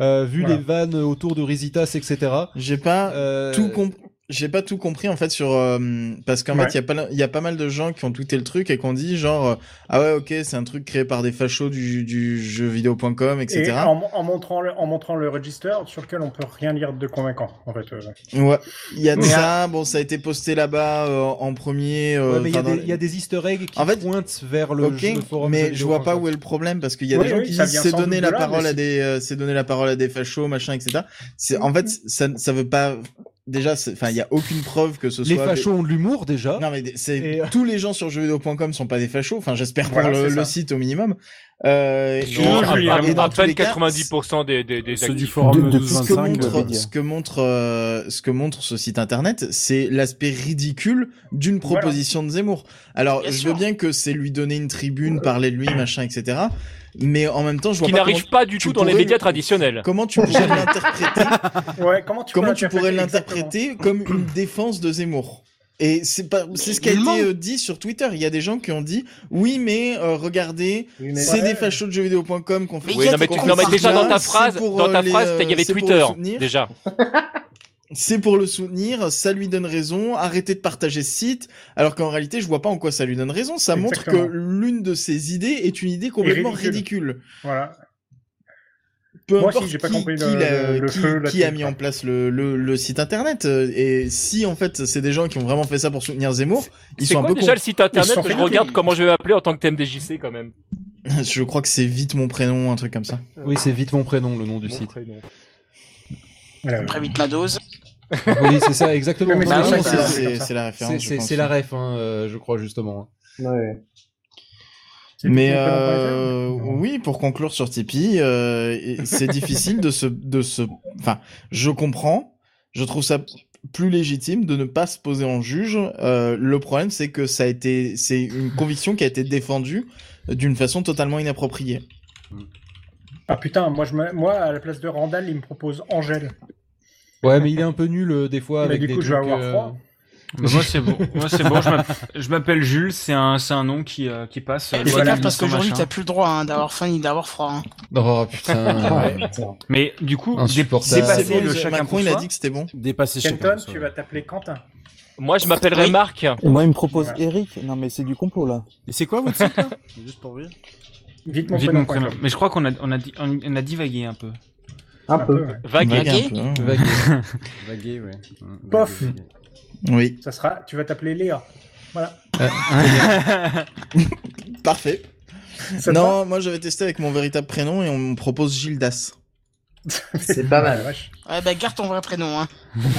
Speaker 3: Euh, vu
Speaker 1: Voilà.
Speaker 3: les vannes autour de Risitas, euh, etc.
Speaker 1: J'ai pas tout comp- J'ai pas tout compris en fait sur euh, parce qu'en
Speaker 3: Ouais.
Speaker 1: fait il y a pas il y a pas mal de gens qui ont tweeté le truc et qui ont dit genre euh, ah ouais ok c'est un truc créé par des fachos du, du jeuxvideo.com etc.
Speaker 4: Et en, en montrant le, en montrant le register sur lequel on peut rien lire de convaincant, en fait. euh.
Speaker 1: Ouais, il y a de
Speaker 4: Mais-
Speaker 1: ça. Bon, ça a été posté là-bas euh, en premier. euh,
Speaker 3: Ouais, mais il y, a
Speaker 1: enfin, dans
Speaker 3: des- il y a des easter eggs qui pointent vers le,
Speaker 1: Ok,
Speaker 3: jeu- le forum.
Speaker 1: mais
Speaker 3: jeuxvideo.com.
Speaker 1: je vois pas où est le problème parce qu'il y a
Speaker 3: Oui,
Speaker 1: des gens
Speaker 3: oui,
Speaker 1: qui
Speaker 3: ça
Speaker 1: disent
Speaker 3: vient
Speaker 1: c'est
Speaker 3: sans
Speaker 1: donner
Speaker 3: doute
Speaker 1: la
Speaker 3: de là,
Speaker 1: parole
Speaker 3: mais
Speaker 1: à
Speaker 3: c'est-
Speaker 1: des euh, c'est donner la parole à des fachos machin etc. C'est en fait ça ça veut pas déjà c'est- enfin il y a aucune preuve que ce
Speaker 3: Les
Speaker 1: soit
Speaker 3: fachos ont de l'humour déjà. euh,
Speaker 1: Non mais des- c'est tous les gens sur jeuxvideo.com sont pas des fachos enfin j'espère pour
Speaker 6: Voilà,
Speaker 1: le,
Speaker 6: c'est
Speaker 1: le
Speaker 6: ça.
Speaker 1: site au minimum. Euh, et-
Speaker 6: Non,
Speaker 1: et-
Speaker 6: à,
Speaker 1: et dans
Speaker 6: à
Speaker 1: tous
Speaker 6: peine
Speaker 1: les cas,
Speaker 6: 90% des, des, des actifs.
Speaker 1: de- de- ce que
Speaker 6: euh,
Speaker 1: montre, ce que montre, euh, ce que montre ce site internet, c'est l'aspect ridicule d'une proposition de Zemmour. Alors, je veux bien que c'est lui donner une tribune, parler de lui, machin, etc. Mais en même temps, je vois
Speaker 6: qui
Speaker 1: pas
Speaker 6: n'arrive
Speaker 1: comment
Speaker 6: pas du
Speaker 1: tu
Speaker 6: tout dans les
Speaker 1: pourrais-
Speaker 6: médias traditionnels.
Speaker 1: Comment tu pourrais l'interpréter
Speaker 4: Ouais, comment tu,
Speaker 1: Comment tu pourrais l'interpréter comme une défense de Zemmour et c'est pas, c'est ce qui a été
Speaker 4: Nullement.
Speaker 1: euh, dit sur Twitter. Il y a des gens qui ont dit, oui, mais euh, regardez,
Speaker 6: mais-
Speaker 1: c'est
Speaker 6: Ouais.
Speaker 1: des fachos de jeuxvideo.com qu'on fait.
Speaker 6: Oui, non, mais, tu- non, mais déjà dans ta phrase, dans
Speaker 1: euh,
Speaker 6: ta phrase, il y avait Twitter déjà.
Speaker 1: c'est pour le soutenir, ça lui donne raison, arrêtez de partager ce site, alors qu'en réalité, je vois pas en quoi ça lui donne raison, ça montre
Speaker 4: Exactement.
Speaker 1: que l'une de ses idées est une idée complètement
Speaker 4: Et ridicule.
Speaker 1: ridicule.
Speaker 4: Voilà.
Speaker 1: Peu
Speaker 4: Moi aussi,
Speaker 1: importe
Speaker 4: j'ai pas
Speaker 1: qui,
Speaker 4: compris
Speaker 1: qui
Speaker 4: le-
Speaker 1: l'a-
Speaker 4: le- le
Speaker 1: qui-
Speaker 4: feu, la
Speaker 1: qui a
Speaker 4: tête,
Speaker 1: mis
Speaker 4: quoi.
Speaker 1: en place le, le- le site internet, euh, et si en fait c'est des gens qui ont vraiment fait ça pour soutenir Zemmour, ils
Speaker 6: C'est
Speaker 1: sont un
Speaker 6: quoi
Speaker 1: peu
Speaker 6: déjà
Speaker 1: cons.
Speaker 6: le site internet
Speaker 1: Ils sont
Speaker 6: Je
Speaker 1: ridicules.
Speaker 6: regarde comment je vais m'appeler en tant que TMDJC quand même.
Speaker 1: Je crois que c'est vite mon prénom, un truc comme ça.
Speaker 3: Oui, c'est vite mon prénom, le nom du site.
Speaker 9: Très vite ma dose. Bah
Speaker 3: Oui, c'est ça, exactement.
Speaker 9: Oui, mais
Speaker 3: Non,
Speaker 9: c'est
Speaker 3: non,
Speaker 9: ça,
Speaker 3: c'est-
Speaker 9: c'est comme
Speaker 3: c'est-
Speaker 9: ça.
Speaker 3: c'est la référence.
Speaker 1: C'est-
Speaker 3: je
Speaker 1: c'est-
Speaker 3: pense.
Speaker 1: c'est la hein, euh,
Speaker 3: ref, je crois, justement.
Speaker 2: Ouais.
Speaker 1: Mais euh, oui, pour conclure sur Tipeee, euh, et c'est difficile de se, de se, enfin, je comprends, je trouve ça plus légitime de ne pas se poser en juge. Euh, le problème, c'est que ça a été, c'est une conviction qui a été défendue d'une façon totalement inappropriée.
Speaker 4: Ah putain, moi, je me- moi, à la place de Randall, il me propose Angèle.
Speaker 3: Ouais, mais il est un peu nul euh, des fois
Speaker 4: Mais
Speaker 3: avec
Speaker 4: du
Speaker 3: des
Speaker 4: coup, je vais
Speaker 3: trucs,
Speaker 4: avoir
Speaker 3: euh,
Speaker 4: froid.
Speaker 11: Bah, moi c'est bon, moi c'est bon. Je m'appelle- Je m'appelle Jules, c'est un c'est un nom qui euh, qui passe. euh,
Speaker 9: Fais
Speaker 11: loi
Speaker 9: gaffe
Speaker 11: du
Speaker 9: parce
Speaker 11: sans
Speaker 9: qu'aujourd'hui,
Speaker 11: machin.
Speaker 9: t'as plus le droit hein, d'avoir faim ni d'avoir froid. hein.
Speaker 3: Oh putain.
Speaker 11: Mais du coup,
Speaker 3: Insupportable.
Speaker 11: dépasser
Speaker 3: C'est bon,
Speaker 11: le
Speaker 3: je-
Speaker 11: chacun
Speaker 3: Macron,
Speaker 11: pour
Speaker 3: il a
Speaker 11: soi.
Speaker 3: dit que c'était bon.
Speaker 11: Dépasser
Speaker 4: Kenton, tu vas t'appeler Quentin.
Speaker 6: Moi, je m'appellerais Marc.
Speaker 5: Et moi, il me propose Eric. Non, mais c'est du complot là.
Speaker 10: Et c'est quoi votre site là Juste pour rire.
Speaker 4: Vite
Speaker 11: Vite mon prénom. Mais je crois qu'on a, on a, di- on- on a divagué un peu.
Speaker 2: Un peu.
Speaker 4: Vaguer.
Speaker 1: hein.
Speaker 11: Vagué. hein.
Speaker 10: Vaguer, ouais.
Speaker 4: Pof
Speaker 1: Oui. Euh,
Speaker 4: Ça sera. Tu vas t'appeler Léa. Voilà.
Speaker 1: hein. Parfait.
Speaker 4: Ça te
Speaker 1: non, moi j'avais testé avec mon véritable prénom et on me propose Gildas.
Speaker 2: C'est pas mal.
Speaker 9: Ouais, bah garde ton vrai prénom.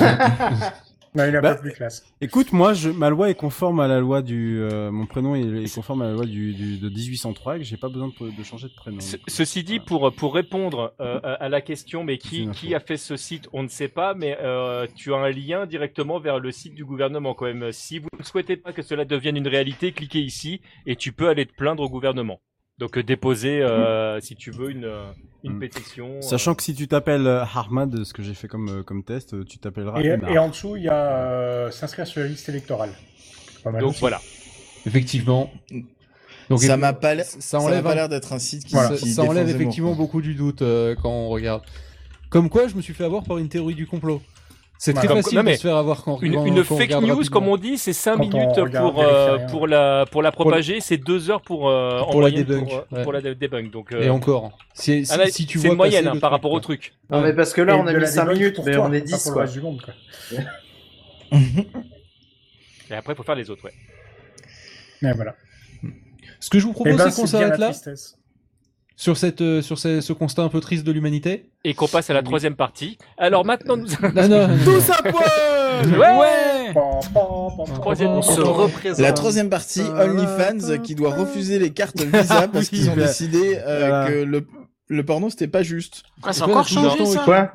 Speaker 9: Hein.
Speaker 4: Non, il a
Speaker 10: Bah,
Speaker 4: pas plus classe.
Speaker 10: Écoute, moi, je, ma loi est conforme à la loi du. euh, mon prénom est, est conforme à la loi du, du- de 1803 et que j'ai pas besoin de, de changer de prénom.
Speaker 6: Ce- ceci dit, pour, pour répondre euh, à- à la question, mais qui, qui a fait ce site, on ne sait pas, mais euh, tu as un lien directement vers le site du gouvernement quand même. Si vous ne souhaitez pas que cela devienne une réalité, cliquez ici et tu peux aller te plaindre au gouvernement. Donc euh, déposer,
Speaker 1: Mmh.
Speaker 6: euh, si tu veux, une, euh, une pétition.
Speaker 10: Sachant que si tu t'appelles euh, Ahmad, ce que j'ai fait comme, euh, comme test, euh, tu t'appelleras.
Speaker 4: Et,
Speaker 10: Ahmad.
Speaker 4: et en dessous, il y a euh, s'inscrire sur la liste électorale. Pas mal
Speaker 6: Donc
Speaker 4: aussi.
Speaker 6: voilà.
Speaker 3: Effectivement. Donc,
Speaker 1: ça
Speaker 3: et-
Speaker 1: m'a pas l'air, ça
Speaker 3: ça enlève
Speaker 1: m'a pas
Speaker 3: un-
Speaker 1: l'air d'être un site qui,
Speaker 3: Voilà,
Speaker 1: qui
Speaker 3: ça enlève
Speaker 1: défend Zemmour,
Speaker 3: effectivement
Speaker 1: quoi.
Speaker 3: beaucoup du doute euh, quand on regarde. Comme quoi, je me suis fait avoir par une théorie du complot. C'est très
Speaker 6: Bah, Comme-
Speaker 3: facile
Speaker 6: non,
Speaker 3: de
Speaker 6: mais
Speaker 3: se faire avoir quand
Speaker 6: une,
Speaker 3: quand-
Speaker 6: une
Speaker 3: quand on
Speaker 6: fake news
Speaker 3: regarde rapidement.
Speaker 6: comme on dit c'est 5
Speaker 3: Quand on
Speaker 6: minutes
Speaker 3: regarde,
Speaker 6: pour
Speaker 3: vérifie
Speaker 6: euh,
Speaker 3: rien.
Speaker 6: pour la pour la
Speaker 3: Pour-
Speaker 6: propager c'est 2 heures pour euh, en
Speaker 3: Pour la
Speaker 6: moyenne,
Speaker 3: débunk,
Speaker 6: pour, euh,
Speaker 3: ouais.
Speaker 6: pour la dé- débunk donc euh.
Speaker 3: Et encore. Si-
Speaker 6: ah
Speaker 3: si-
Speaker 6: là,
Speaker 3: si tu
Speaker 6: c'est
Speaker 3: vois
Speaker 6: une moyenne
Speaker 3: passer
Speaker 6: hein,
Speaker 3: le
Speaker 6: par
Speaker 3: truc,
Speaker 6: rapport
Speaker 3: quoi.
Speaker 6: au truc
Speaker 2: Non, mais parce que là,
Speaker 4: Et
Speaker 2: on a
Speaker 4: de
Speaker 2: mis
Speaker 4: la
Speaker 2: 5
Speaker 4: débunker
Speaker 2: minutes,
Speaker 4: pour
Speaker 2: mais
Speaker 4: toi,
Speaker 2: on est
Speaker 4: pas
Speaker 2: 10,
Speaker 4: pour le
Speaker 2: quoi.
Speaker 4: reste du monde, quoi.
Speaker 6: et après faut faire les autres ouais
Speaker 4: Mais voilà.
Speaker 3: Ce que je vous propose,
Speaker 4: Eh ben,
Speaker 3: c'est qu'on
Speaker 4: bien
Speaker 3: s'arrête
Speaker 4: la
Speaker 3: là
Speaker 4: tristesse.
Speaker 3: sur cette euh, sur ce, ce constat un peu triste de l'humanité.
Speaker 6: et qu'on passe à la troisième partie alors maintenant nous
Speaker 3: Non, non, non, non.
Speaker 10: à poil
Speaker 6: ouais
Speaker 4: Pam, pam, pam, pam.
Speaker 6: troisième
Speaker 13: se représente.
Speaker 1: La troisième partie, OnlyFans, qui doit refuser les cartes Visa parce qu'ils ont
Speaker 10: Oui, bah,
Speaker 1: décidé euh,
Speaker 10: voilà.
Speaker 1: que le, le porno c'était pas juste.
Speaker 9: Quoi, c'est
Speaker 3: Quoi,
Speaker 9: encore
Speaker 3: tout le
Speaker 9: changé
Speaker 3: temps,
Speaker 9: ça
Speaker 2: Quoi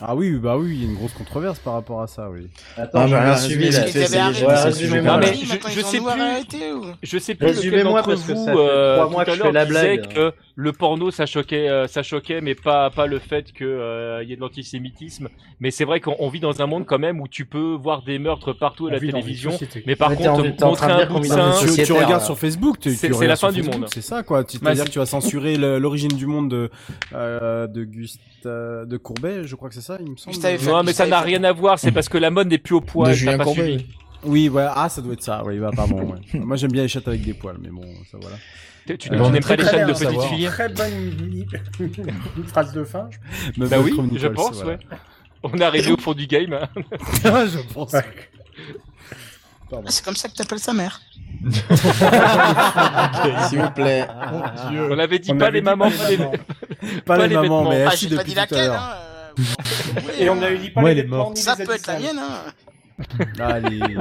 Speaker 10: Ah oui, bah oui, il y a une grosse controverse par rapport à ça, oui.
Speaker 1: Ah,
Speaker 2: Attends, j'ai
Speaker 1: mais
Speaker 2: rien
Speaker 1: alors,
Speaker 2: suivi
Speaker 1: résumez
Speaker 2: là.
Speaker 1: ce
Speaker 9: Parce qu'ils
Speaker 1: que
Speaker 9: avaient arrêté.
Speaker 2: Ouais,
Speaker 9: parce que
Speaker 2: résumez-moi.
Speaker 9: maintenant,
Speaker 6: Non, mais
Speaker 9: ils
Speaker 6: je-
Speaker 9: ont
Speaker 6: je sais plus.
Speaker 9: nous arrêtés, ou
Speaker 6: je sais plus lequel
Speaker 2: Résumez-moi,
Speaker 6: d'entre
Speaker 2: parce que
Speaker 6: vous
Speaker 2: ça fait
Speaker 6: euh,
Speaker 2: trois mois
Speaker 6: tout
Speaker 2: que
Speaker 6: à
Speaker 2: je fais
Speaker 6: l'heure
Speaker 2: la
Speaker 6: disait
Speaker 2: blague.
Speaker 6: que le porno ça choquait euh, ça choquait mais pas pas le fait que euh, il y ait de l'antisémitisme mais c'est vrai qu'on on vit dans un monde quand même où tu peux voir des meurtres partout à
Speaker 4: On
Speaker 6: la
Speaker 4: vit dans une
Speaker 6: télévision
Speaker 4: société.
Speaker 6: mais par
Speaker 2: Ouais, t'es en-
Speaker 6: contre
Speaker 2: t'es en train
Speaker 6: montrer un
Speaker 2: de dire
Speaker 6: bout de
Speaker 2: qu'on vit dans une
Speaker 6: sein
Speaker 10: Tu, tu
Speaker 2: sociétaire,
Speaker 10: regardes
Speaker 2: là. hein.
Speaker 10: sur Facebook, tu, tu
Speaker 6: C'est- c'est
Speaker 10: regardes
Speaker 6: la
Speaker 10: sur
Speaker 6: fin du
Speaker 10: Facebook,
Speaker 6: monde.
Speaker 10: C'est ça, quoi. Tu
Speaker 6: Bah,
Speaker 10: c'est-à-dire
Speaker 6: c'est-
Speaker 10: que tu vas censurer le- l'origine du monde de, euh, de Gustave, de Courbet, je crois que c'est ça, il me semble.
Speaker 9: Gustave Eiffel.
Speaker 6: Non, mais ça n'a rien à voir, c'est parce que la mode n'est plus au poids.
Speaker 1: De
Speaker 6: t'as
Speaker 1: Julien
Speaker 6: pas
Speaker 1: Courbet.
Speaker 6: suivi.
Speaker 10: Oui, ouais, ah, ça doit être ça, oui, bah, pardon, ouais. Moi, j'aime bien les chattes avec des poils, mais bon, ça, voilà.
Speaker 6: Tu, tu- tu
Speaker 10: Euh, on est
Speaker 6: n'aimes ben, pas
Speaker 10: très
Speaker 6: les chattes
Speaker 10: très
Speaker 6: de hein.
Speaker 10: bien à
Speaker 6: petites
Speaker 10: savoir.
Speaker 6: filles
Speaker 4: Très bonne une phrase de fin. je pense.
Speaker 10: Me
Speaker 6: Bah
Speaker 10: mettre
Speaker 6: oui,
Speaker 10: comme une
Speaker 6: je
Speaker 10: poêle,
Speaker 6: pense,
Speaker 10: c'est- voilà.
Speaker 6: ouais. On est arrivé au fond du game. hein.
Speaker 10: Ah, je pense.
Speaker 9: Ah, C'est comme ça que t'appelles sa mère.
Speaker 1: Ah, S'il vous plaît.
Speaker 6: On avait dit
Speaker 4: On
Speaker 6: pas
Speaker 4: avait
Speaker 6: les
Speaker 4: dit
Speaker 6: mamans.
Speaker 4: pas
Speaker 6: pas
Speaker 4: les
Speaker 6: les-
Speaker 4: mamans.
Speaker 10: Pas,
Speaker 6: Pas
Speaker 10: les
Speaker 6: les
Speaker 10: mamans, mais
Speaker 6: vêtements.
Speaker 9: Ah,
Speaker 10: Hachi
Speaker 9: j'ai pas
Speaker 10: depuis
Speaker 9: dit la
Speaker 10: tout à
Speaker 9: canne,
Speaker 10: l'heure.
Speaker 9: hein. euh,
Speaker 4: Et on a eu dit pas
Speaker 10: Moi,
Speaker 4: les
Speaker 10: elle est
Speaker 4: vêtements,
Speaker 10: morte.
Speaker 4: ni
Speaker 9: Ça
Speaker 4: les
Speaker 9: peut être la
Speaker 4: habits sales.
Speaker 9: mienne, hein.
Speaker 10: Allez.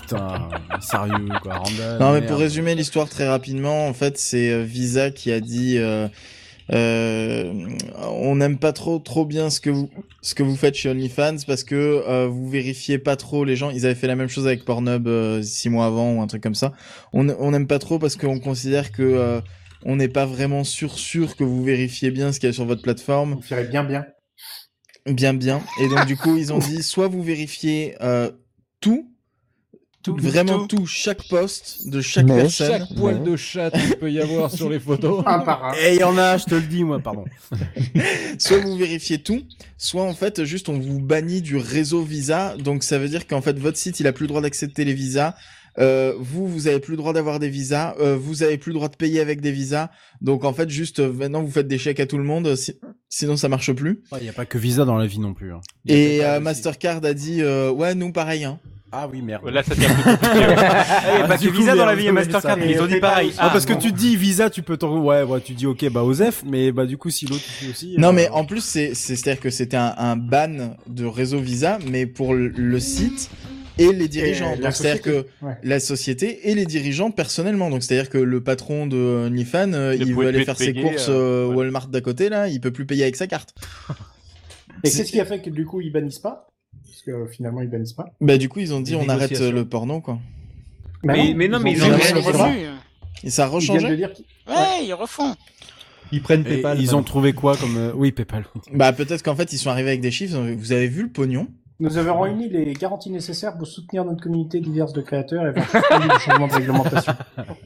Speaker 10: Putain, sérieux, quoi, Randall.
Speaker 1: Non, mais
Speaker 10: merde.
Speaker 1: pour résumer l'histoire très rapidement, en fait, c'est euh, Visa qui a dit euh, euh, on n'aime pas trop trop bien ce que vous ce que vous faites chez OnlyFans parce que euh, vous vérifiez pas trop les gens. Ils avaient fait la même chose avec Pornhub euh, six mois avant ou un truc comme ça. On on n'aime pas trop parce qu'on considère que euh, on n'est pas vraiment sûr sûr que vous vérifiez bien ce qu'il y a sur votre plateforme.
Speaker 2: Vous ferez bien, bien.
Speaker 1: Bien, bien. Et donc, du coup, ils ont dit soit vous vérifiez euh, tout, vraiment tout. chaque poste de chaque
Speaker 5: Mais
Speaker 1: personne.
Speaker 3: Chaque poil de chat qu'il peut y avoir sur les photos.
Speaker 2: Un par un.
Speaker 10: Eh, il y en a, je te le dis, moi, pardon.
Speaker 1: Soit vous vérifiez tout, soit en fait, juste on vous bannit du réseau Visa. Donc, ça veut dire qu'en fait, votre site, il a plus le droit d'accepter les visas. Euh, vous, vous avez plus le droit d'avoir des visas. Euh, vous avez plus le droit de payer avec des visas. Donc, en fait, juste euh, maintenant, vous faites des chèques à tout le monde. si- Sinon, ça marche plus.
Speaker 10: Il n'y a pas que Visa dans la vie non plus. hein. Il y a
Speaker 1: Et
Speaker 10: pas
Speaker 1: euh,
Speaker 10: aussi.
Speaker 1: Mastercard a dit euh, ouais, nous pareil. Hein.
Speaker 10: Ah oui, merde.
Speaker 6: Là, ça devient plus compliqué. ouais. Eh,
Speaker 10: Ah,
Speaker 11: bah,
Speaker 10: du
Speaker 11: que
Speaker 10: coup,
Speaker 11: Visa
Speaker 10: mais
Speaker 11: dans la
Speaker 10: on
Speaker 11: vie
Speaker 10: peut
Speaker 11: et
Speaker 10: mettre
Speaker 11: Mastercard,
Speaker 10: ça.
Speaker 11: ils ont dit pareil.
Speaker 10: Ah, parce
Speaker 11: Ah,
Speaker 10: que tu te dis Visa, tu peux t'en. Ouais, ouais, tu te dis ok, bah Osef, mais bah du coup, si l'autre tu fais aussi.
Speaker 1: Non,
Speaker 10: euh,
Speaker 1: mais en plus, c'est- c'est- c'est-à-dire que c'était un, un ban de réseau Visa, mais pour le, le site et les dirigeants.
Speaker 4: Et la
Speaker 1: Donc, c'est-à-dire que
Speaker 4: société, ouais.
Speaker 1: la société et les dirigeants personnellement. Donc, c'est-à-dire que le patron de Nifan, euh,
Speaker 6: Ne
Speaker 1: il
Speaker 6: pouvait
Speaker 1: veut aller
Speaker 6: plus
Speaker 1: faire
Speaker 6: te
Speaker 1: ses
Speaker 6: payer,
Speaker 1: courses
Speaker 6: euh,
Speaker 1: euh,
Speaker 6: ouais.
Speaker 1: Walmart d'à côté, là, il peut plus payer avec sa carte.
Speaker 4: Et qu'est-ce qui a fait que du coup ils bannissent pas Parce que euh, finalement ils bannissent pas.
Speaker 1: Bah, du coup, ils ont dit
Speaker 11: Des
Speaker 1: on arrête
Speaker 11: négociations.
Speaker 1: euh, le porno, quoi.
Speaker 11: Mais- mais non, mais
Speaker 4: Bah ils
Speaker 11: ils
Speaker 4: ont
Speaker 1: ont-
Speaker 4: dit
Speaker 1: ils
Speaker 4: qu'ils
Speaker 1: ont-
Speaker 4: refont.
Speaker 1: refont.
Speaker 9: revenu.
Speaker 1: Et ça a
Speaker 4: Ils viennent de
Speaker 1: rechangé
Speaker 4: dire qu'ils-
Speaker 9: Ouais, ils refont.
Speaker 3: Ils prennent
Speaker 10: et-
Speaker 3: PayPal.
Speaker 10: ils ont trouvé quoi comme. euh, Oui, PayPal. oui.
Speaker 1: Bah, peut-être qu'en fait, ils sont arrivés avec des chiffres. Vous avez vu le pognon
Speaker 4: Nous avons réuni les garanties nécessaires pour soutenir notre communauté diverse de créateurs et pour soutenir le changement de réglementation.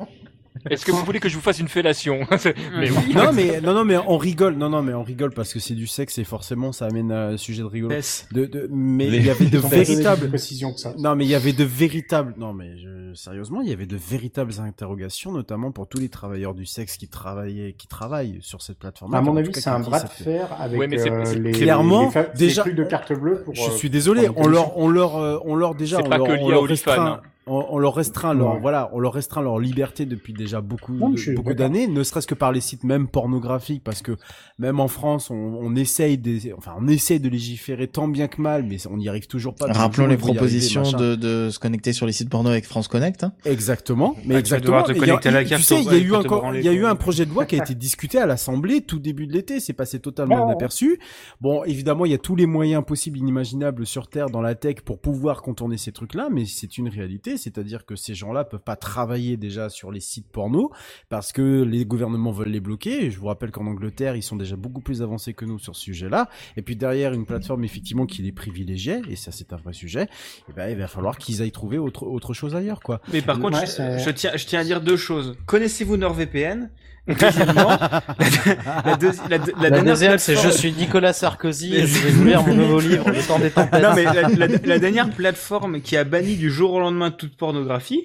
Speaker 6: Est-ce que vous voulez que je vous fasse une fellation C'est- mais oui.
Speaker 10: Non mais non non mais on rigole non non mais on rigole parce que c'est du sexe et forcément ça amène à un sujet de rigolo.
Speaker 11: Baisse.
Speaker 10: De, de- mais
Speaker 11: Les-
Speaker 10: il y avait
Speaker 11: Ils
Speaker 10: de
Speaker 11: ont pas donné
Speaker 10: véritables
Speaker 11: plus de précision que ça.
Speaker 10: Non mais il y avait de véritables non mais je- sérieusement il y avait de véritables interrogations notamment pour tous les travailleurs du sexe qui travaillaient qui travaillent sur cette plateforme.
Speaker 4: À
Speaker 10: En
Speaker 4: mon
Speaker 10: tout
Speaker 4: avis,
Speaker 10: cas,
Speaker 4: c'est un
Speaker 10: qui
Speaker 4: bras de
Speaker 10: s'appelle-
Speaker 4: fer avec
Speaker 10: Ouais, mais c'est-
Speaker 4: euh,
Speaker 10: c'est-
Speaker 4: les,
Speaker 10: clairement,
Speaker 4: les fa- les
Speaker 10: déjà-
Speaker 4: trucs de carte bleue pour.
Speaker 10: Je
Speaker 4: euh,
Speaker 10: suis désolé,
Speaker 4: pour les
Speaker 10: on leur, on leur, euh, on leur déjà,
Speaker 6: C'est
Speaker 10: on
Speaker 6: pas
Speaker 10: leur,
Speaker 6: que
Speaker 10: on
Speaker 6: lié à
Speaker 10: leur
Speaker 6: OnlyFans,
Speaker 10: restreint,
Speaker 6: hein.
Speaker 10: on, on leur restreint leur,
Speaker 4: Ouais.
Speaker 10: voilà, on leur restreint leur liberté depuis déjà beaucoup,
Speaker 4: Oui,
Speaker 10: de-
Speaker 4: je suis
Speaker 10: beaucoup
Speaker 4: d'accord.
Speaker 10: d'années, ne serait-ce que par les sites même pornographiques, parce que même en France, on, on essaye des, enfin, on essaye de légiférer tant bien que mal, mais on n'y arrive toujours pas.
Speaker 1: Rappelons
Speaker 10: Toujours,
Speaker 1: les
Speaker 10: il faut y arriver,
Speaker 1: propositions
Speaker 10: machin.
Speaker 1: de, de se connecter sur les sites porno avec France Connect. hein.
Speaker 10: Exactement, mais
Speaker 11: Bah,
Speaker 1: Ah, tu vas
Speaker 10: exactement.
Speaker 1: devoir te
Speaker 10: mais il y a-
Speaker 1: connecter à la
Speaker 10: tu
Speaker 1: carte,
Speaker 10: sais, il y a
Speaker 1: ouais,
Speaker 10: eu
Speaker 1: pour te
Speaker 10: encore,
Speaker 1: branler,
Speaker 10: il y a eu
Speaker 1: quoi.
Speaker 10: un projet de loi qui a été discuté à l'Assemblée tout début de l'été. C'est passé totalement
Speaker 4: Ouais, ouais.
Speaker 10: inaperçu. Bon, évidemment, il y a tous les moyens possibles, inimaginables sur Terre dans la tech pour pouvoir contourner ces trucs-là, mais c'est une réalité. C'est-à-dire que ces gens-là peuvent pas travailler déjà sur les sites porno parce que les gouvernements veulent les bloquer. Et je vous rappelle qu'en Angleterre, ils sont déjà beaucoup plus avancés que nous sur ce sujet-là. Et puis derrière, une plateforme effectivement qui les privilégiait, et ça c'est un vrai sujet. Et ben, il va falloir qu'ils aillent trouver autre autre chose ailleurs, quoi.
Speaker 11: Mais par contre,
Speaker 10: Ouais,
Speaker 11: je,
Speaker 10: c'est-
Speaker 11: je tiens, je tiens à dire deux choses. Connaissez-vous NordVPN Deuxièmement, la, la deuxi- la de- la
Speaker 2: La
Speaker 11: dernière
Speaker 2: deuxième, c'est je
Speaker 11: plateforme-
Speaker 2: suis Nicolas Sarkozy et je vais vous lire mon nouveau livre, Le temps des tempêtes.
Speaker 11: Non, mais la, la- la dernière plateforme qui a banni du jour au lendemain toute pornographie,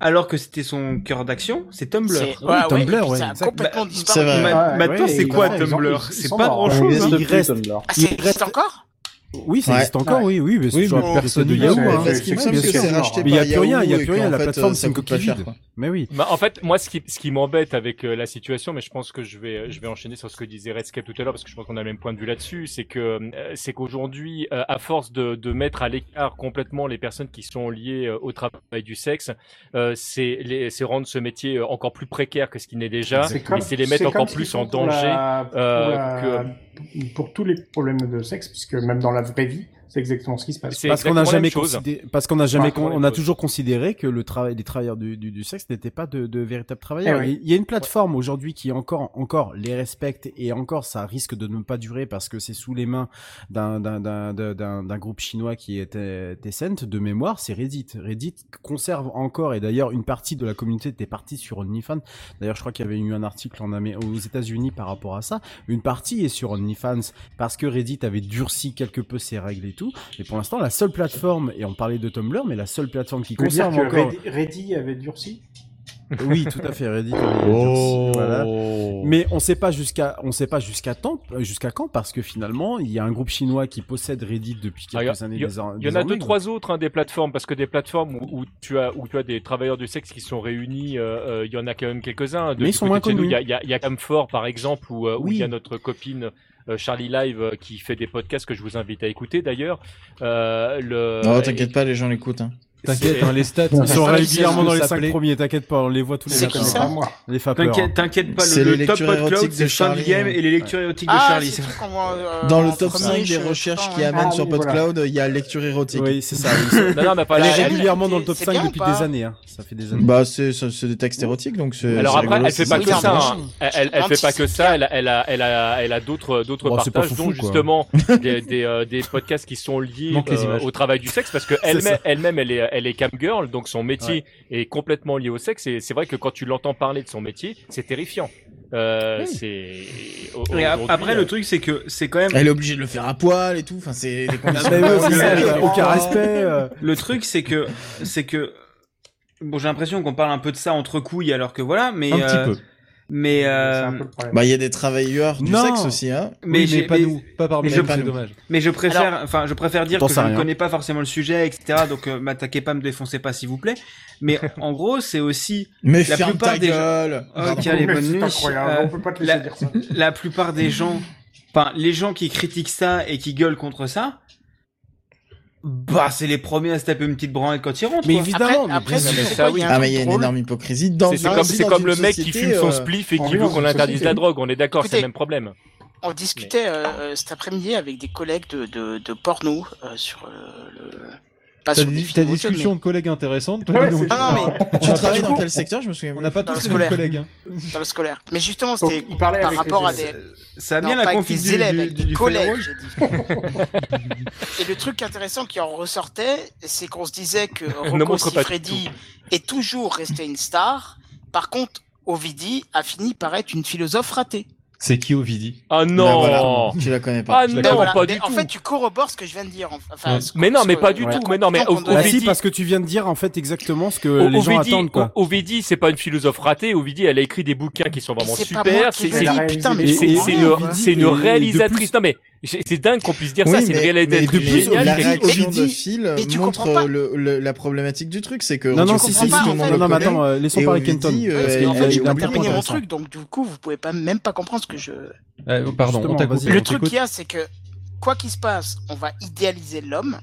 Speaker 11: alors que c'était son cœur d'action, c'est Tumblr.
Speaker 9: C'est- Oui, voilà, Tumblr, ouais, et puis ouais, ça a exact. complètement
Speaker 11: Bah,
Speaker 9: disparu. C'est vrai.
Speaker 11: ma-
Speaker 9: Ouais,
Speaker 11: maintenant,
Speaker 9: ouais,
Speaker 11: c'est
Speaker 9: ils
Speaker 11: quoi
Speaker 9: ont- ils ont-
Speaker 11: Tumblr
Speaker 9: ils
Speaker 11: C'est
Speaker 9: sont
Speaker 11: pas
Speaker 9: morts.
Speaker 11: grand chose.
Speaker 9: Ils
Speaker 10: Oh, Il reste-
Speaker 9: Ah, c'est existe encore
Speaker 10: Oui, ça
Speaker 1: Ouais.
Speaker 10: existe encore,
Speaker 1: Ouais.
Speaker 10: oui, oui, mais c'est
Speaker 1: Oui,
Speaker 10: toujours
Speaker 1: mais
Speaker 10: la personne de
Speaker 1: c'est-
Speaker 10: Yahoo.
Speaker 1: c'est-
Speaker 10: hein.
Speaker 1: parce qu'il me semble
Speaker 10: Bien
Speaker 1: que
Speaker 10: sûr.
Speaker 1: c'est racheté
Speaker 10: Mais il y a
Speaker 1: par
Speaker 10: plus rien, il y a
Speaker 1: Yahoo et
Speaker 10: plus rien,
Speaker 1: qu'en
Speaker 10: la
Speaker 1: fait,
Speaker 10: plateforme,
Speaker 1: euh,
Speaker 10: c'est une
Speaker 1: ça coûte pas
Speaker 10: coquille
Speaker 1: cher,
Speaker 10: vide.
Speaker 1: quoi.
Speaker 10: Mais oui.
Speaker 6: Bah, en fait, moi, ce qui, ce qui m'embête avec euh, la situation, mais je pense que je vais, je vais enchaîner sur ce que disait Redscape tout à l'heure, parce que je pense qu'on a le même point de vue là-dessus, c'est que, euh, c'est qu'aujourd'hui, euh, à force de, de mettre à l'écart complètement les personnes qui sont liées euh, au travail du sexe, euh, c'est les- c'est rendre ce métier euh, encore plus précaire que ce qu'il n'est déjà,
Speaker 4: C'est comme-
Speaker 6: et c'est les
Speaker 4: c'est
Speaker 6: mettre
Speaker 4: comme
Speaker 6: encore
Speaker 4: ce
Speaker 6: plus
Speaker 4: qu'ils
Speaker 6: en
Speaker 4: font pour la-
Speaker 6: danger.
Speaker 4: pour
Speaker 6: euh,
Speaker 4: la-
Speaker 6: que-
Speaker 4: Pour tous les problèmes de sexe, puisque même dans la vraie vie, c'est exactement ce qui se passe. Bah,
Speaker 10: Parce qu'on n'a jamais considéré, parce qu'on a jamais,
Speaker 4: Par
Speaker 10: con-
Speaker 4: contre,
Speaker 10: on a
Speaker 4: les
Speaker 10: toujours considéré que le travail, les travailleurs du, du, du sexe n'étaient pas de, de véritables travailleurs.
Speaker 4: Eh oui.
Speaker 10: Il y a une plateforme aujourd'hui qui encore, encore les respecte et encore ça risque de ne pas durer parce que c'est sous les mains d'un, d'un, d'un, d'un, d'un- d'un groupe chinois qui était Tencent de mémoire, c'est Reddit. Reddit conserve encore et d'ailleurs une partie de la communauté était partie sur OnlyFans. D'ailleurs, je crois qu'il y avait eu un article en Amé- aux États-Unis par rapport à ça. Une partie est sur OnlyFans parce que Reddit avait durci quelque peu ses règles et tout. Et pour l'instant, la seule plateforme, et on parlait de Tumblr, mais la seule plateforme qui
Speaker 4: Tu veux dire
Speaker 10: conserve
Speaker 4: que
Speaker 10: encore.
Speaker 4: Reddy, Reddy avait durci
Speaker 10: Oui, tout à fait, Reddit. avait
Speaker 4: Oh.
Speaker 10: durci, voilà.
Speaker 6: Oh.
Speaker 10: Mais on sait pas jusqu'à, on sait pas jusqu'à temps, euh, jusqu'à quand, parce que finalement, il y a un groupe chinois qui possède Reddit depuis
Speaker 6: Ah, Il y,
Speaker 10: quelques
Speaker 6: a-
Speaker 10: années.
Speaker 6: il y a-
Speaker 10: désor-
Speaker 6: il y en a
Speaker 10: désormais,
Speaker 6: deux, trois autres hein, des plateformes, parce que des plateformes où, où tu as, où tu as des travailleurs du sexe qui sont réunis, euh, euh, il y en a quand même quelques-uns. De-
Speaker 10: Mais ils
Speaker 6: du
Speaker 10: sont
Speaker 6: côté
Speaker 10: moins
Speaker 6: de chez nous,
Speaker 10: connus.
Speaker 6: Il y a, il y a- il y a Camfort, par exemple, où, euh, où
Speaker 10: Oui.
Speaker 6: il y a notre copine euh, Charlie Live euh, qui fait des podcasts que je vous invite à écouter d'ailleurs. Euh, le...
Speaker 1: Non, t'inquiète pas, les gens l'écoutent. hein.
Speaker 3: T'inquiète, hein, les stats,
Speaker 10: Ils sont régulièrement dans les cinq premiers, t'inquiète pas, on les voit tous les
Speaker 3: C'est
Speaker 10: matins.
Speaker 3: qui ça
Speaker 10: Les Fapeurs. hein.
Speaker 11: T'inquiète, t'inquiète pas,
Speaker 1: C'est
Speaker 11: le,
Speaker 1: les
Speaker 11: le top
Speaker 1: lectures érotiques
Speaker 11: cloud,
Speaker 1: de
Speaker 11: c'est Charlie
Speaker 1: Charlie, hein.
Speaker 11: Game
Speaker 1: ouais.
Speaker 11: et les lectures érotiques de
Speaker 9: Ah,
Speaker 11: Charlie.
Speaker 9: c'est le truc qu'on voit, euh,
Speaker 1: Dans le
Speaker 9: en
Speaker 1: top
Speaker 9: premier,
Speaker 1: 5 des
Speaker 9: je-
Speaker 1: recherches
Speaker 9: putain,
Speaker 1: qui
Speaker 9: ouais.
Speaker 1: amènent
Speaker 9: Ah
Speaker 1: sur
Speaker 9: oui, voilà.
Speaker 1: PodCloud, il y a lecture érotique.
Speaker 10: Oui, c'est ça.
Speaker 6: Non, non, mais pas
Speaker 10: Elle est
Speaker 6: la- elle-
Speaker 10: régulièrement dans le top
Speaker 9: c'est
Speaker 10: 5
Speaker 9: bien ou
Speaker 10: depuis
Speaker 9: pas
Speaker 10: des années. hein. Ça fait des années.
Speaker 1: Bah, c'est c'est- c'est des textes érotiques, donc c'est.
Speaker 6: Alors
Speaker 1: Euh, c'est
Speaker 6: après,
Speaker 1: rigolo,
Speaker 6: elle fait
Speaker 1: c'est-
Speaker 6: pas que
Speaker 1: c'est-
Speaker 6: ça. hein. Elle, elle- elle fait pas que ça. Elle, elle a, elle a, elle a d'autres, d'autres
Speaker 1: Oh,
Speaker 10: Bon, c'est pas
Speaker 6: partages,
Speaker 10: foufou,
Speaker 6: dont
Speaker 10: quoi.
Speaker 6: justement des, des, euh, des podcasts qui sont liés
Speaker 10: Manque les
Speaker 6: euh,
Speaker 10: images.
Speaker 6: au travail du sexe, parce que
Speaker 10: C'est
Speaker 6: elle-même,
Speaker 10: ça.
Speaker 6: elle-même, elle est, elle est camgirl, donc son métier est complètement lié au sexe. Et c'est vrai que quand tu l'entends parler de son métier, c'est terrifiant. Euh, C'est. au-
Speaker 11: Et a-
Speaker 6: aujourd'hui,
Speaker 11: après, le
Speaker 6: euh,
Speaker 11: truc, c'est que c'est quand même.
Speaker 1: Elle est obligée de le faire à poil et tout. Enfin, c'est
Speaker 10: Ah,
Speaker 1: des conditions.
Speaker 10: aucun respect, euh.
Speaker 11: Le truc, c'est que, c'est que, bon, j'ai l'impression qu'on parle un peu de ça entre couilles, alors que voilà, mais
Speaker 1: Un petit peu.
Speaker 11: Mais euh,
Speaker 1: Bah, il y a des travailleurs du
Speaker 11: Non.
Speaker 1: sexe aussi, hein.
Speaker 11: Mais, j'ai-
Speaker 3: pas nous, pas parmi
Speaker 11: mais
Speaker 3: nous,
Speaker 11: je-
Speaker 3: c'est dommage.
Speaker 11: Mais je préfère, enfin, je préfère dire
Speaker 3: T'en
Speaker 11: que
Speaker 3: sais
Speaker 11: je ne
Speaker 3: rien.
Speaker 11: connais pas forcément le sujet, etc. Donc, euh, m'attaquez pas, me défoncez pas, s'il vous plaît. Mais en gros, c'est aussi
Speaker 1: Mais
Speaker 11: la
Speaker 1: ferme
Speaker 11: plupart
Speaker 1: ta
Speaker 11: des gens-
Speaker 1: gueule. Pardon.
Speaker 11: Ok, allez,
Speaker 1: Mais
Speaker 11: bonne
Speaker 1: c'est
Speaker 11: nuit.
Speaker 1: incroyable,
Speaker 11: Euh,
Speaker 1: on peut pas te
Speaker 11: la,
Speaker 1: laisser dire ça.
Speaker 11: la plupart des gens, enfin, les gens qui critiquent ça et qui gueulent contre ça. Bah, c'est les premiers à se taper une petite branlette quand ils rentrent.
Speaker 1: Mais
Speaker 11: quoi.
Speaker 1: évidemment, mais bien sûr. Ah, mais il y a une énorme hypocrisie dans
Speaker 6: c'est- c'est
Speaker 1: dans-
Speaker 6: comme,
Speaker 1: aussi
Speaker 6: c'est
Speaker 1: dans
Speaker 6: comme
Speaker 1: une
Speaker 6: le mec qui
Speaker 1: société,
Speaker 6: fume son
Speaker 1: euh,
Speaker 6: spliff et
Speaker 1: on
Speaker 6: qui
Speaker 1: vit
Speaker 6: veut
Speaker 1: dans
Speaker 6: qu'on
Speaker 1: une
Speaker 6: interdise
Speaker 1: société.
Speaker 6: la drogue. On est d'accord, c'est le même problème.
Speaker 9: On discutait euh, euh, cet après-midi avec des collègues de, de, de porno euh, sur euh, le. Pas
Speaker 3: T'as
Speaker 9: sur
Speaker 3: des,
Speaker 9: les
Speaker 3: t'as
Speaker 9: films
Speaker 3: des
Speaker 9: homophobes,
Speaker 3: discussions
Speaker 9: mais
Speaker 3: de collègues intéressantes.
Speaker 9: Ouais,
Speaker 3: dis donc.
Speaker 9: c'est ça. Ah non, mais-
Speaker 3: On a pas tous-
Speaker 1: Je me souviens.
Speaker 3: On n'a pas
Speaker 9: Dans le
Speaker 3: tous les mêmes
Speaker 9: scolaire.
Speaker 3: collègues. hein.
Speaker 9: dans le scolaire. Mais justement, c'était
Speaker 11: il
Speaker 9: par
Speaker 11: parlait avec
Speaker 9: rapport à
Speaker 11: les
Speaker 9: des.
Speaker 11: élèves. Ça a bien
Speaker 9: Non,
Speaker 11: la
Speaker 9: pas avec
Speaker 11: config
Speaker 9: des
Speaker 11: du-
Speaker 9: élèves,
Speaker 11: du-
Speaker 9: avec
Speaker 11: du-
Speaker 9: des
Speaker 11: du
Speaker 9: collègues,
Speaker 11: firewall.
Speaker 9: j'ai dit. Et le truc intéressant qui en ressortait, c'est qu'on se disait que
Speaker 6: Ne
Speaker 9: Rocco
Speaker 6: montre pas
Speaker 9: Siffredi est toujours resté une star Par contre, Ovidi a fini par être une philosophe ratée.
Speaker 3: C'est qui Ovidi
Speaker 6: Ah non
Speaker 1: Ben voilà, Tu la connais pas.
Speaker 6: Ah
Speaker 1: Tu
Speaker 6: non,
Speaker 1: la connais
Speaker 9: Voilà.
Speaker 6: pas
Speaker 9: Mais
Speaker 6: du
Speaker 9: en
Speaker 6: tout.
Speaker 9: fait, tu corrobores ce que je viens de dire. Enfin,
Speaker 6: Ouais.
Speaker 9: ce-
Speaker 6: Mais non,
Speaker 9: ce
Speaker 6: mais
Speaker 9: que-
Speaker 6: pas du
Speaker 9: Ouais.
Speaker 6: tout. Mais non, mais
Speaker 9: Comprends
Speaker 6: Ovidi-
Speaker 9: qu'on doit-
Speaker 10: Bah si, parce que tu viens de dire en fait exactement ce que les gens
Speaker 6: Ovidi-
Speaker 10: attendent quoi.
Speaker 6: O- Ovidi, c'est pas une philosophe ratée. Ovidi, elle a écrit des bouquins qui sont vraiment
Speaker 9: C'est pas moi
Speaker 6: super.
Speaker 9: qui
Speaker 6: C'est
Speaker 9: l'ai
Speaker 6: c'est-
Speaker 9: dit,
Speaker 4: c'est-
Speaker 9: putain, mais
Speaker 6: c'est-
Speaker 9: je comprends
Speaker 6: c'est
Speaker 9: rien,
Speaker 6: une,
Speaker 9: quoi.
Speaker 6: c'est une
Speaker 10: Et- et de plus-
Speaker 6: réalisatrice. Non mais c'est c'est dingue qu'on puisse dire ça.
Speaker 1: Oui,
Speaker 6: C'est une
Speaker 1: mais-
Speaker 6: réalisatrice
Speaker 1: mais de plus,
Speaker 6: géniale.
Speaker 1: la
Speaker 6: qui a écrit-
Speaker 1: réaction
Speaker 9: Mais-
Speaker 1: de Phil
Speaker 9: mais tu comprends
Speaker 1: montre
Speaker 9: pas.
Speaker 1: euh, le- le- la problématique du truc, c'est que
Speaker 10: Non non
Speaker 1: Roger
Speaker 10: si
Speaker 1: Christie,
Speaker 10: si
Speaker 9: comprends
Speaker 1: tout
Speaker 9: pas,
Speaker 1: le
Speaker 9: en
Speaker 1: monde
Speaker 9: fait.
Speaker 1: le
Speaker 10: non mais
Speaker 1: connaît.
Speaker 10: attends euh, laissons
Speaker 1: Et
Speaker 10: parler
Speaker 1: Ovidi,
Speaker 10: Kenton.
Speaker 1: euh,
Speaker 10: parce
Speaker 9: Parce que,
Speaker 10: qu'il
Speaker 9: en
Speaker 1: elle-
Speaker 10: a-
Speaker 9: fait,
Speaker 1: elle-
Speaker 9: j'ai
Speaker 10: il a
Speaker 9: pas
Speaker 10: un point
Speaker 9: terminé mon
Speaker 10: intéressant.
Speaker 9: truc, donc du coup, vous pouvez pas, même pas comprendre ce que je.
Speaker 3: Euh, pardon, on
Speaker 10: Justement,
Speaker 3: t'a coupé.
Speaker 10: vas-y.
Speaker 9: Le
Speaker 3: on
Speaker 9: truc
Speaker 3: t'écoute.
Speaker 9: qu'il y a, c'est que quoi qu'il se passe, on va idéaliser l'homme,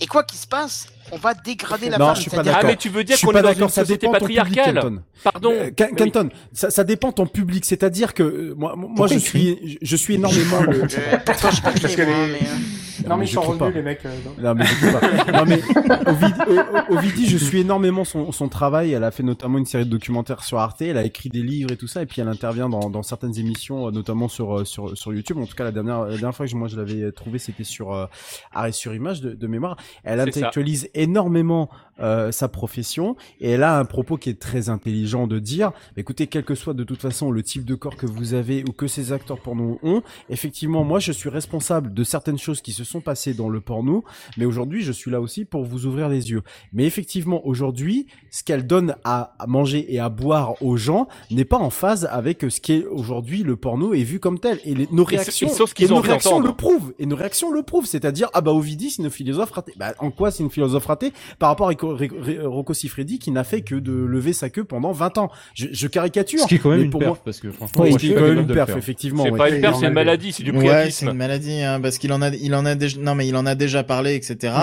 Speaker 9: et quoi qu'il se passe, on va dégrader la
Speaker 10: Non,
Speaker 9: femme.
Speaker 10: je suis pas
Speaker 9: C'est-à-dire
Speaker 6: Ah
Speaker 10: d'accord.
Speaker 6: mais tu veux dire
Speaker 10: Je suis
Speaker 6: qu'on
Speaker 10: pas
Speaker 6: est dans une
Speaker 10: d'accord, ça
Speaker 6: société
Speaker 10: dépend ton public,
Speaker 6: patriarcale
Speaker 10: Kenton.
Speaker 6: Pardon.
Speaker 10: Euh, Ca-
Speaker 6: Mais oui.
Speaker 10: Canton, ça, ça dépend ton public, c'est-à-dire que euh, moi, moi je
Speaker 1: il
Speaker 10: suis, je- je suis énormément.
Speaker 9: que- Euh, pourtant, je suis pas
Speaker 4: Parce
Speaker 9: clé,
Speaker 4: que
Speaker 9: moi,
Speaker 4: les-
Speaker 9: mais, euh,
Speaker 4: Non, mais ils
Speaker 10: je
Speaker 4: sont
Speaker 10: trouve
Speaker 4: revenus,
Speaker 10: pas.
Speaker 4: les mecs. euh, dans-
Speaker 10: Non mais, je sais pas. Non, mais euh, Ovidi, O- O- Ovidi, je suis énormément son, son travail. Elle a fait notamment une série de documentaires sur Arte. Elle a écrit des livres et tout ça. Et puis elle intervient dans, dans certaines émissions, euh, notamment sur euh, sur sur YouTube. En tout cas, la dernière la dernière fois que je- moi je l'avais trouvé, c'était sur euh, Arrêt sur Image de, de mémoire. Elle
Speaker 6: C'est ça.
Speaker 10: intellectualise énormément euh, sa profession et elle a un propos qui est très intelligent de dire bah, écoutez, quel que soit de toute façon le type de corps que vous avez ou que ces acteurs porno ont, effectivement, moi je suis responsable de certaines choses qui se sont passées dans le porno, mais aujourd'hui je suis là aussi pour vous ouvrir les yeux. Mais effectivement, aujourd'hui, ce qu'elle donne à à manger et à boire aux gens n'est pas en phase avec ce qu'est aujourd'hui le porno est vu comme tel. Et les- nos
Speaker 6: Et
Speaker 10: réactions,
Speaker 6: et sauf
Speaker 10: et
Speaker 6: qu'ils ont
Speaker 10: nos
Speaker 6: envie
Speaker 10: réactions
Speaker 6: d'entendre.
Speaker 10: le prouvent. Et nos réactions le prouvent. C'est-à-dire, ah bah Ovidie, c'est une philosophe ratée. Bah, en quoi c'est une philosophe ratée par rapport à Rico- Ri- Ri- euh, Rocco Siffredi qui n'a fait que de lever sa queue pendant 20 ans Je, je caricature.
Speaker 3: Ce qui est quand
Speaker 10: mais
Speaker 3: même une
Speaker 10: pour
Speaker 3: perf,
Speaker 10: moi-
Speaker 3: parce que franchement,
Speaker 10: Oui,
Speaker 3: moi, je
Speaker 10: ce qui
Speaker 3: suis
Speaker 10: est
Speaker 3: pas
Speaker 10: quand même
Speaker 3: capable
Speaker 10: une
Speaker 3: de le
Speaker 10: perf,
Speaker 3: faire.
Speaker 10: effectivement.
Speaker 6: C'est
Speaker 10: ouais.
Speaker 6: pas une perte, c'est une
Speaker 4: Ouais,
Speaker 6: maladie, c'est du
Speaker 1: Ouais, c'est
Speaker 6: priapisme.
Speaker 1: une maladie, hein, parce qu'il en a, il en a déjà, non mais il en a déjà parlé, etc.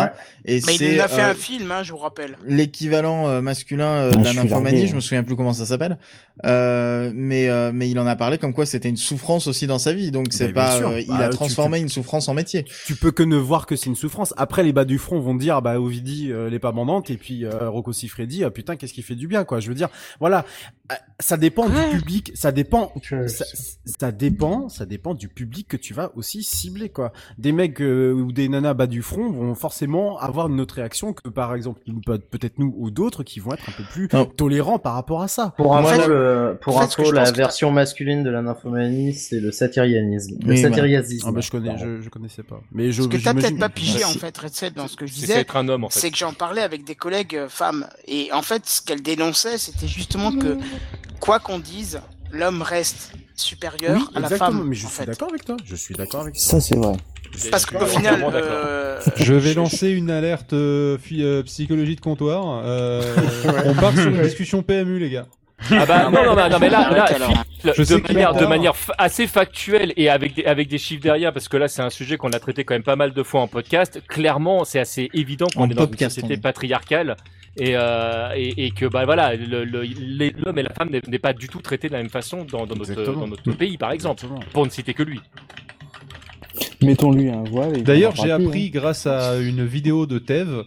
Speaker 1: Et
Speaker 9: mais il
Speaker 1: c'est
Speaker 9: en a fait
Speaker 1: euh,
Speaker 9: un film, hein, je vous rappelle.
Speaker 1: l'équivalent euh, masculin euh, de
Speaker 5: Ah, je
Speaker 1: la
Speaker 5: suis
Speaker 1: nymphomanie,
Speaker 5: largué.
Speaker 1: je me souviens plus comment ça s'appelle, euh, mais euh, mais il en a parlé comme quoi c'était une souffrance aussi dans sa vie, donc c'est
Speaker 10: Mais bien
Speaker 1: pas,
Speaker 10: sûr.
Speaker 1: euh, il
Speaker 10: Bah,
Speaker 1: a
Speaker 10: tu-
Speaker 1: transformé une souffrance en métier.
Speaker 10: Tu peux que ne voir que c'est une souffrance. Après, les bas du front vont dire, bah, Ovidi, euh, elle est pas bandante, et puis euh, Rocco Siffredi, ah, putain, qu'est-ce qu'il fait du bien, quoi. Je veux dire, voilà, Euh, ça dépend
Speaker 9: Ouais.
Speaker 10: du public, ça dépend
Speaker 4: Je-
Speaker 10: ça, ça dépend, ça dépend du public que tu vas aussi cibler quoi. Des mecs euh, ou des nanas bas du front vont forcément avoir une autre réaction que par exemple peut- peut-être nous ou d'autres qui vont être un peu plus
Speaker 1: Non.
Speaker 10: tolérants par rapport à ça.
Speaker 2: Pour
Speaker 1: Moi,
Speaker 2: info,
Speaker 1: là-
Speaker 2: le- pour
Speaker 9: en fait, ce que
Speaker 2: info
Speaker 9: je
Speaker 2: la
Speaker 9: pense que t'as-
Speaker 2: version masculine de la nymphomanie, c'est le satirianisme. Le
Speaker 1: Oui, voilà.
Speaker 2: satiriasisme.
Speaker 10: Ah bah je connais, je, je connaissais pas. Mais je
Speaker 9: Ce que t'as peut-être
Speaker 10: j'imagine- Bah,
Speaker 9: pas pigé, en
Speaker 1: Merci.
Speaker 9: fait, Red Set, dans ce que je
Speaker 6: C'est c'est
Speaker 9: disais,
Speaker 6: être un homme en fait.
Speaker 9: c'est que j'en parlais avec des collègues euh, femmes. Et en fait, ce qu'elle dénonçait, c'était justement que, quoi qu'on dise, l'homme reste supérieur
Speaker 10: Oui,
Speaker 9: à la
Speaker 10: exactement,
Speaker 9: femme.
Speaker 10: mais je
Speaker 9: en
Speaker 10: suis
Speaker 9: fait.
Speaker 10: d'accord avec toi. Je suis d'accord avec toi.
Speaker 5: Ça, c'est vrai.
Speaker 9: Parce
Speaker 6: Je
Speaker 9: qu'au
Speaker 6: suis
Speaker 9: final,
Speaker 6: entièrement d'accord.
Speaker 9: euh,
Speaker 3: Je vais lancer une alerte euh, fi- euh, psychologie de comptoir. euh, on part sur une discussion PMU, les gars.
Speaker 6: Ah bah non, non, non, non, mais là, là,
Speaker 9: Arrête alors.
Speaker 6: Phil,
Speaker 3: Je sais
Speaker 6: de
Speaker 3: qu'il
Speaker 6: manière,
Speaker 3: adore.
Speaker 6: de manière fa- assez factuelle et avec des, avec des chiffres derrière, parce que là, c'est un sujet qu'on a traité quand même pas mal de fois en podcast. Clairement, c'est assez évident qu'on
Speaker 1: En
Speaker 6: est dans une
Speaker 1: podcast,
Speaker 6: société
Speaker 1: on est.
Speaker 6: patriarcale et, euh, et, et que bah voilà, le- le- les- l'homme et la femme n'est n'est pas du tout traités de la même façon dans, dans notre
Speaker 10: Exactement.
Speaker 6: dans notre pays, par exemple,
Speaker 10: Exactement.
Speaker 6: pour ne citer que lui.
Speaker 5: Mettons-lui un voile. et qu'on
Speaker 3: D'ailleurs,
Speaker 5: en parle
Speaker 3: j'ai
Speaker 5: plus,
Speaker 3: appris grâce à une vidéo de Tev.